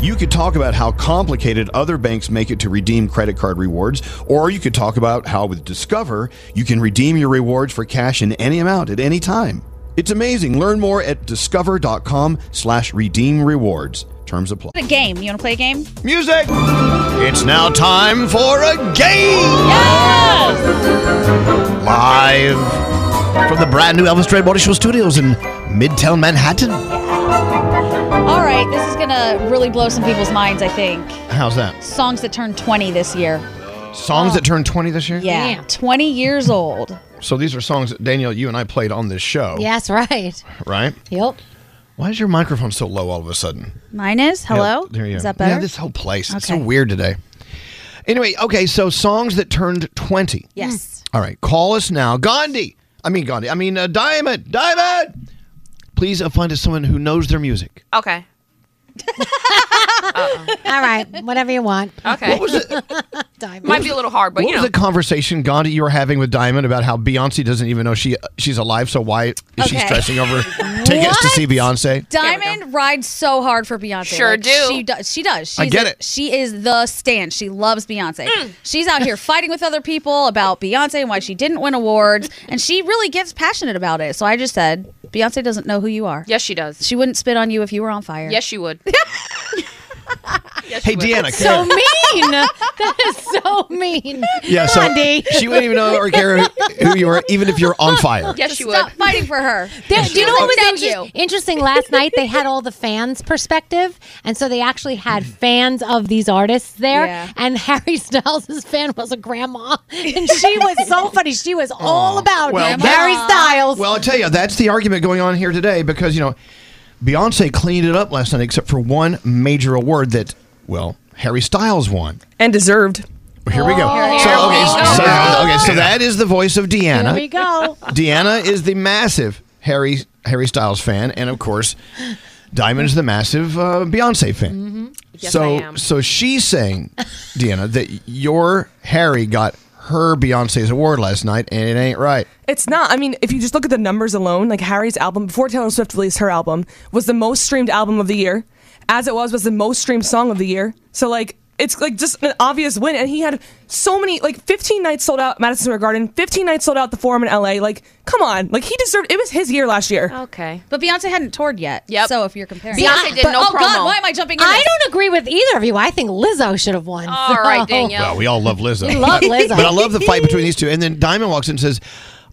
You could talk about how complicated other banks make it to redeem credit card rewards, or you could talk about how with Discover, you can redeem your rewards for cash in any amount at any time. It's amazing. Learn more at discover.com slash redeem rewards. Terms apply. A game. You want to play a game? Music. It's now time for a game. Oh! Live from the brand new Elvis Dread Body Show studios in Midtown Manhattan. All right, this is going to really blow some people's minds, I think. How's that? Songs that turned 20 this year. Songs that turned 20 this year? Yeah. 20 years old. So these are songs that Daniel, you and I played on this show. Yes, right. Right? Yep. Why is your microphone so low all of a sudden? Mine is. Hello? Yeah, there you Is go. that better? Yeah, this whole place. It's so Okay. weird today. Anyway, okay, so songs that turned 20. Yes. All right, call us now. Gandhi. I mean, Gandhi. I mean, uh, Diamond. Diamond! Please uh, find us someone who knows their music. Okay. All right, whatever you want. Okay. What was it? Diamond. Might be a little hard, but what you know. was the conversation, Gandhi, you were having with Diamond about how Beyonce doesn't even know she uh, she's alive, so why is she Okay. stressing over tickets to see Beyonce? Diamond rides so hard for Beyonce. Sure Like, do. She does. She does. She's I get a- it. She is the stand. She loves Beyonce. She's out here fighting with other people about Beyonce and why she didn't win awards, and she really gets passionate about it. So I just said, Beyonce doesn't know who you are. Yes, she does. She wouldn't spit on you if you were on fire. Yes, she would. Hey, Deanna. That's can so I- mean. That is so mean. Yeah, so Gandhi. she wouldn't even know or care who- who you are, even if you're on fire. Yes, she would. Stop fighting for her. There- do She you know what was doesn't know inter- interesting? Last night they had all the fans' perspective, and so they actually had fans of these artists there. Yeah. And Harry Styles' fan was a grandma, and she was so funny. She was all about Well, Harry that- Styles. Well, I tell you, that's the argument going on here today because, you know, Beyonce cleaned it up last night except for one major award that, well, Harry Styles won. And deserved. Here we go. So, okay, so, okay, so that is the voice of Deanna. Here we go. Deanna is the massive Harry Harry Styles fan, and of course, Diamond's the massive uh, Beyonce fan. Yes, so, I am. so she's saying, Deanna, that your Harry got her Beyonce's award last night, and it ain't right. It's not. I mean, if you just look at the numbers alone, like Harry's album before Taylor Swift released her album was the most streamed album of the year, as it was was the most streamed song of the year. So like it's like just an obvious win, and he had so many like 15 nights sold out Madison Square Garden, 15 nights sold out the Forum in LA. Like come on, like he deserved. It was his year last year. Okay. But Beyonce hadn't toured yet. Yep. So if you're comparing, Beyonce Yeah, did but- no Oh God, promo. why am I jumping? In I this? don't agree with either of you. I think Lizzo should have won. All right, Well, we all love Lizzo. We love Lizzo. but I love the fight between these two. And then Diamond walks in and says,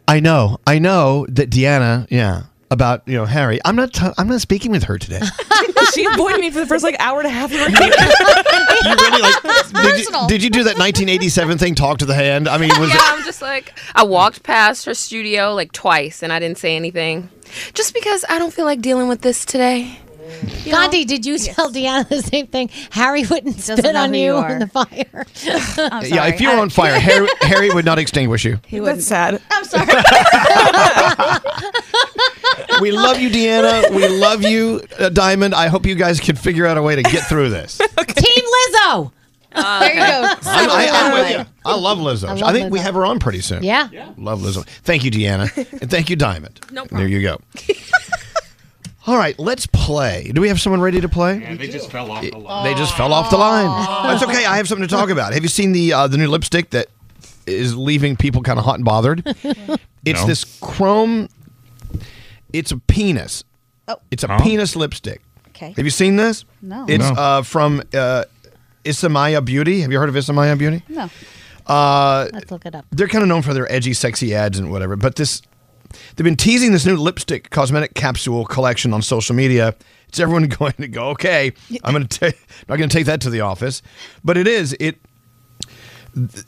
"I know, I know that Deanna, yeah, about you know Harry. I'm not, i I'm not speaking with her today. she avoided me for the first like hour and a half. Of her you really like did you, did you do that 1987 thing? Talk to the hand. I mean, was yeah, it? I'm just like I walked past her studio like twice and I didn't say anything, just because I don't feel like dealing with this today. Gandhi, did you tell Deanna the same thing? Harry wouldn't spit know on who you you are. in the fire. yeah, if you were on fire, Harry, Harry would not extinguish you. That's sad. Um, I'm sorry. We love you, Deanna. We love you, uh, Diamond. I hope you guys can figure out a way to get through this. Team Lizzo. there you go. Uh, I'm, I, am Settle with down. you. I love Lizzo. I, I love think we Lizzo. have her on pretty soon. Yeah. Love Lizzo. Thank you, Deanna. and thank you, Diamond. No There you go. All right, let's play. Do we have someone ready to play? they just fell off the line. They just fell off the line. That's okay. I have something to talk about. Have you seen the uh, the new lipstick that is leaving people kind of hot and bothered? It's No. this chrome. It's a penis. Oh. It's a Huh? penis lipstick. Okay. Have you seen this? No. It's No. uh, from uh, Isamaya Beauty. Have you heard of Isamaya Beauty? No. Uh, Let's look it up. They're kind of known for their edgy, sexy ads and whatever. But this They've been teasing this new lipstick cosmetic capsule collection on social media. It's everyone going to go, okay, I'm going to take, not going to take that to the office, but it is it.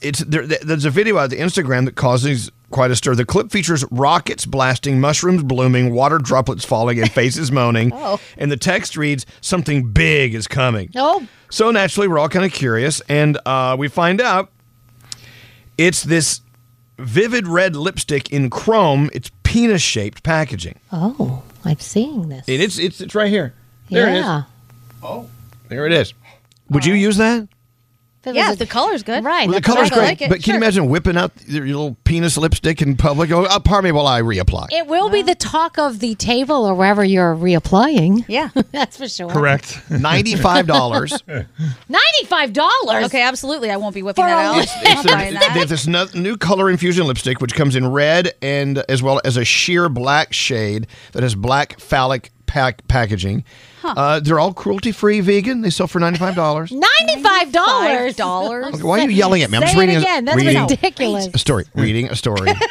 It's there, there's a video out of the Instagram that causes quite a stir. The clip features rockets blasting, mushrooms blooming, water droplets falling, and faces moaning. Oh. And the text reads, "Something big is coming." Oh. No. So naturally, we're all kind of curious, and uh, we find out it's this vivid red lipstick in chrome. It's penis shaped packaging. Oh, I'm seeing this. And it's it's it's right here. There it is. Oh, yeah. There it is. Would you use that? yeah, the color's good. Right. Well, the color's great, but can you imagine whipping out your little penis lipstick in public? Oh, uh, pardon me while I reapply. It will be the talk of the table or wherever you're reapplying. Yeah, that's for sure. Correct. Ninety-five dollars. Ninety-five dollars. Okay, absolutely. I won't be whipping that out. It's a- there's this no- new color infusion lipstick which comes in red and as well as a sheer black shade that has black phallic pack- packaging. Huh. Uh, they're all cruelty free, vegan. They sell for ninety five dollars. Ninety-five dollars. Dollars. Why are you yelling at me? I'm just reading. it again. A, That's reading ridiculous. A story. Reading a story.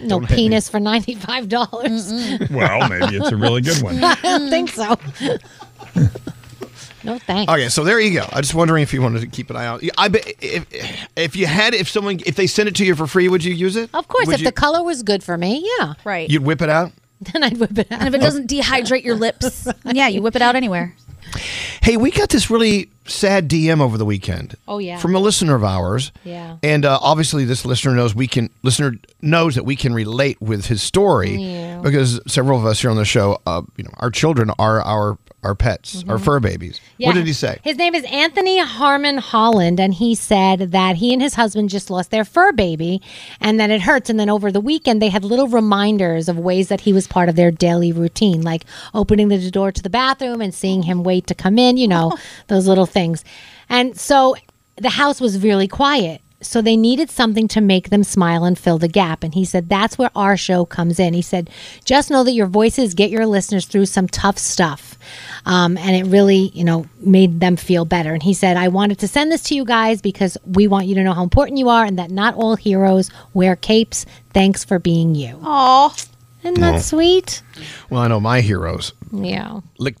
No Don't hit me. penis for ninety-five dollars. Well, maybe it's a really good one. I don't think so. no thanks. Okay, so there you go. I'm just wondering if you wanted to keep an eye out. I bet if, if you had, if someone, if they sent it to you for free, would you use it? Of course, Would if you, the color was good for me, yeah. Right. you'd whip it out. then I'd whip it out. And if it doesn't dehydrate your lips, yeah, you whip it out anywhere. Hey, we got this really sad DM over the weekend. Oh, yeah. from a listener of ours. Yeah. and uh, obviously this listener knows we can. Listener knows that we can relate with his story because several of us here on the show, uh, you know, our children are our our pets, our Mhm. fur babies. What Yeah. did he say? His name is Anthony Harmon Holland, and he said that he and his husband just lost their fur baby and that it hurts. And then over the weekend, they had little reminders of ways that he was part of their daily routine, like opening the door to the bathroom and seeing him wait to come in, you know, those little things. And so the house was really quiet. So they needed something to make them smile and fill the gap. And he said, That's where our show comes in. He said, Just know that your voices get your listeners through some tough stuff. Um, and it really, you know, made them feel better. And he said, I wanted to send this to you guys because we want you to know how important you are and that not all heroes wear capes. Thanks for being you. Aw. Isn't that Aw. sweet? Well, I know my heroes Yeah. lick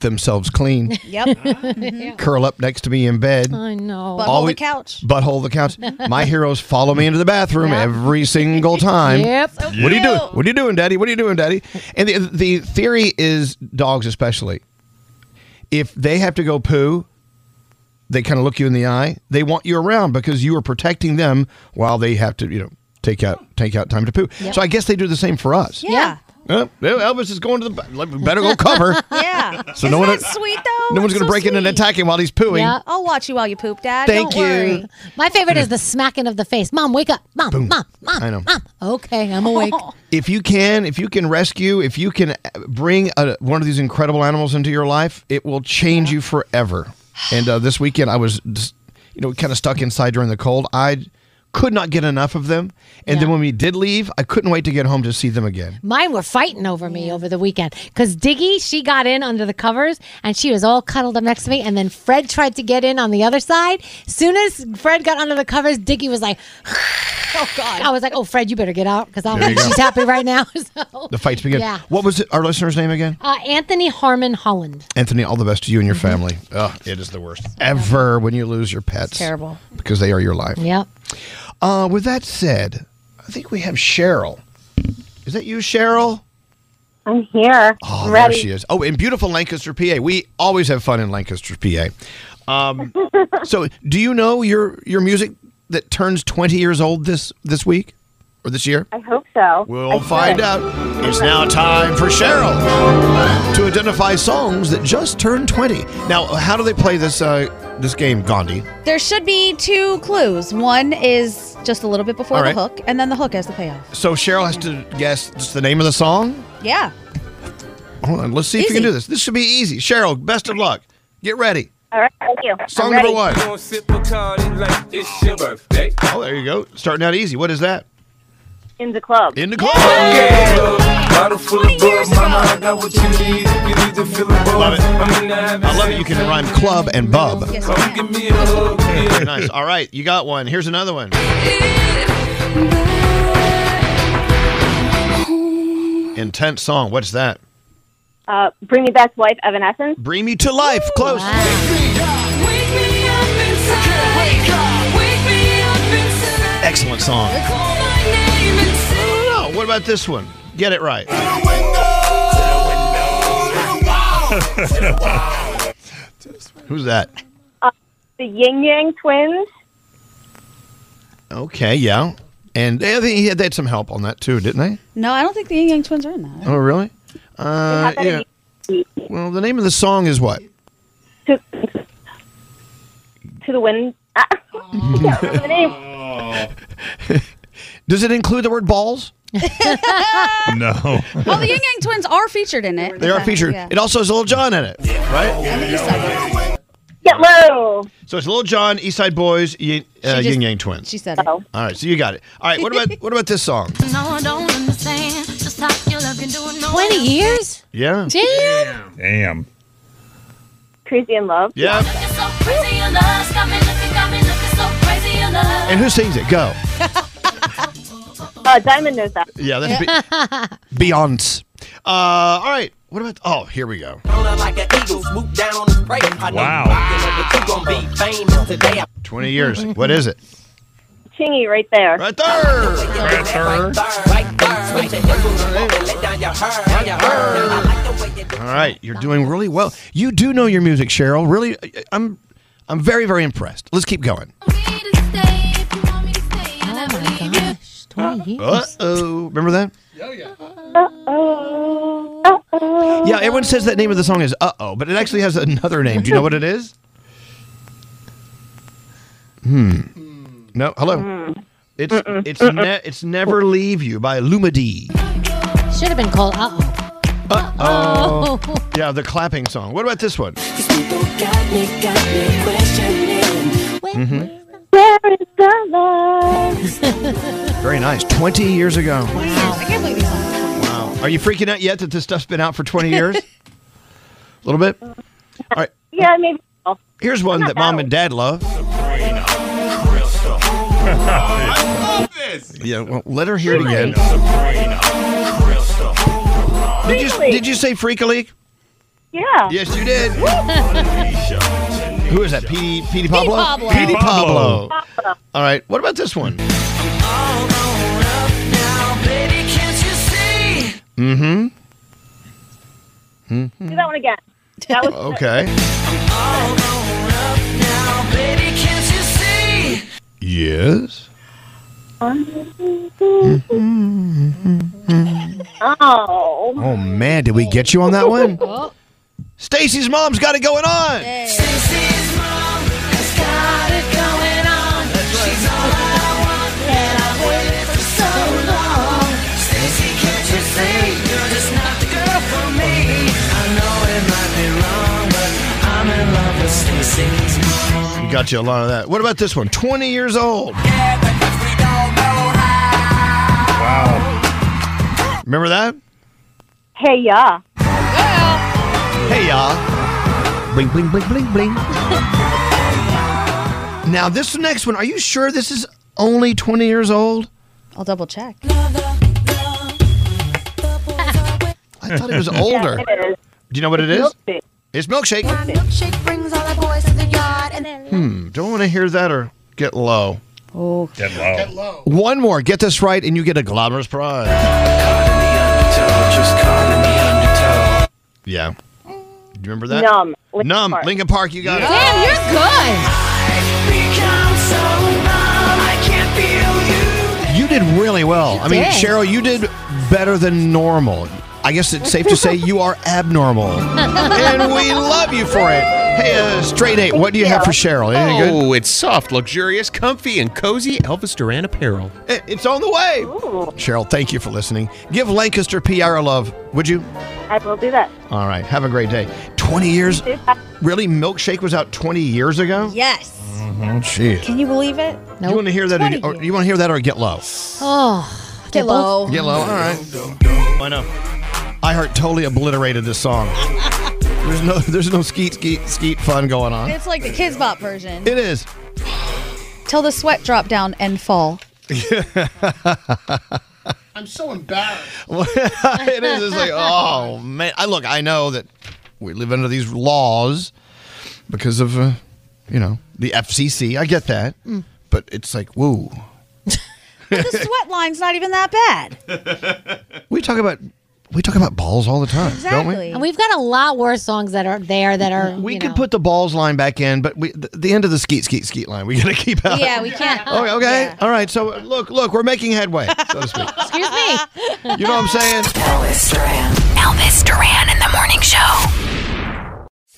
themselves clean. Yep. Mm-hmm. curl up next to me in bed. I know. Butthole the couch. Butthole the couch. My heroes follow me into the bathroom Yeah. every single time. Yep. So What are you doing? cute. What are you doing, Daddy? What are you doing, Daddy? And the, the theory is dogs, especially, if they have to go poo, they kind of look you in the eye. They want you around because you are protecting them while they have to, you know, take out take out time to poo. Yep. So I guess they do the same for us. Yeah. Uh, Elvis is going to the. ba- Better go cover. Yeah. So Isn't no one- that sweet though? no one's That's going so to break in and sweet. attack him while he's pooing. Yeah. I'll watch you while you poop, Dad. Thank Don't you. Worry. My favorite is the smacking of the face. Mom, wake up. Mom, mom, mom. I know. Mom. Okay, I'm awake. If you can, if you can rescue, if you can uh, bring a, one of these incredible animals into your life, it will change you forever. And uh, this weekend, I was, just, you know, kind of stuck inside during the cold. I could not get enough of them. And then when we did leave, I couldn't wait to get home to see them again. Mine were fighting over me over the weekend because Diggy, she got in under the covers and she was all cuddled up next to me. And then Fred tried to get in on the other side. Soon as Fred got under the covers, Diggy was like, "Oh God!" I was like, "Oh Fred, you better get out because I don't There think you go. she's happy right now." So, The fights began. Yeah. What was it, our listener's name again? uh, Anthony Harmon Holland. Anthony, all the best to you and Mm-hmm. your family. Ugh, it is the worst ever when you lose your pets. terrible. Because they are your life. Yep. Uh, with that said, I think we have Cheryl. Is that you, Cheryl? I'm here. Oh, ready. there she is. Oh, in beautiful Lancaster, PA. We always have fun in Lancaster, PA. Um, so, do you know your your music that turns 20 years old this this week or this year? I hope so. We'll find out. It's now time for Cheryl to identify songs that just turned 20. Now, how do they play this uh, this game, Gandhi? There should be two clues. One is just a little bit before All the right. hook, and then the hook has the payoff. So Cheryl has to guess just the name of the song. Yeah. Hold on, let's see if you can do this. This should be easy. Cheryl, best of luck. Get ready. All right, thank you. Song I'm number ready. one. Oh, there you go. Starting out easy. What is that? In the club. In the Uh, club. Bottle full of buzz, mama, I got what you need. You need to feel it. Love it. I love it. You can rhyme club and bub. Very nice. All right, you got one. Here's another one. intense song. What's that? Uh, Bring Me Back to Life, Evanescence. Bring Me to Life, close. Excellent song. I don't know. What about this one? Get it right. Who's that? Uh, the Ying Yang Twins. Okay, yeah. And I think he had, they had some help on that too, didn't they? No, I don't think the Yin Yang Twins are in that. Oh, really? Uh, yeah. Well, the name of the song is what? To the Wind. I can't remember the name. Does it include the word balls? no. Oh, the Yin Yang Twins are featured in it. They are featured. Yeah. It also has Little John in it, right? Get low. So it's Little John, East Side Boys, Yin, uh, just- Yin Yang Twins. She said it. All right, so you got it. All right, what about what about this song? 20 years? Yeah. Damn. Damn. Crazy in Love. Yeah. And who sings it? Go. Uh, Diamond knows that. Yeah, that's Be- Beyonce. Uh, all right. What about? Oh, here we go. Twenty years. What is it? Chingy right there. Right there. Right there. All right, you're doing really well. You do know your music, Cheryl. Really, uh, I'm, I'm very, very impressed. Let's keep going. Uh oh, remember that? Uh-oh. Uh-oh. Yeah, everyone says that name of the song is Uh oh, but it actually has another name. Do you know what it is? Hmm. No. Hello. Mm. It's it's ne- it's never leave you by Lumadi. Should have been called Uh-oh. Uh oh. Yeah, the clapping song. What about this one? Mhm. Where is the love? Very nice. Twenty years ago. I can't believe these songs. Wow. Are you freaking out yet that this stuff's been out for 20 years? A little bit? All right. yeah, maybe. Here's one that mom and dad love. Yeah, well, let her hear it again. Did you did you say freak a leak? Yeah. Yes, you did. Who is that? P. Petey Pablo. Pablo? Petey Pablo. All right. What about this one? Mm-hmm. Hmm. Do that one again. That was Okay. Hmm. Yes. Hmm. Oh. Oh man, did we get you on that one? Stacy's mom's got it going on. We got you a lot of that. What about this one? 20 years old. Wow. Remember that? Hey, yeah. Hey, y'all. Bling, bling, bling, bling, bling. now, this next one, are you sure this is only 20 years old? I'll double check. I thought it was older. Yeah, it is. Do you know what it is? Milkshake. It's Milkshake. Milkshake brings all our boys to the yard and then. Hmm. Don't want to hear that or get low. Oh. Get low. One more. Get this right and you get a glamorous prize. Yeah. Do you remember that? Numb. Lincoln Numb. Lincoln Park, you got it. Damn, you're good. You did really well. I mean, did. Cheryl, you did better than normal. I guess it's safe to say you are abnormal. and we love you for it. Hey, uh, straight eight, what do you have for Cheryl? Anything good? Oh, it's soft, luxurious, comfy, and cozy Elvis Duran apparel. It- It's on the way. Cheryl, thank you for listening. Give Lancaster PR a love, would you? I will do that. All right. Have a great day. 20 years? Really? Milkshake was out 20 years ago? Yes. Mhm, Jeez. Can you believe it? You want to hear that? Or, or- you want to hear that or get low? Oh. They Get low. Get low. All right. I know. I heart totally obliterated this song. There's no, there's no skeet skeet skeet fun going on. It's like the Kids Bop version. It is. Till the sweat drop down and fall. I'm so embarrassed. it is. It's like, oh man. I look. I know that we live under these laws because of, uh, you know, the FCC. I get that, Mm. but it's like, whoa. But the sweat line's not even that bad. We talk about we talk about balls all the time, don't we? And we've got a lot worse songs that are there that are. We could put the balls line back in, but we the, the end of the skeet skeet skeet line we got to keep out. Yeah, we can't. Okay, okay. all right. So uh, look, look, we're making headway, so to speak. Excuse me. You know what I'm saying? Elvis Duran. Elvis Duran in the morning show.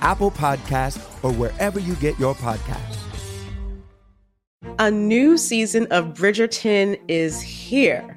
Apple Podcast, or wherever you get your podcasts. A new season of Bridgerton is here.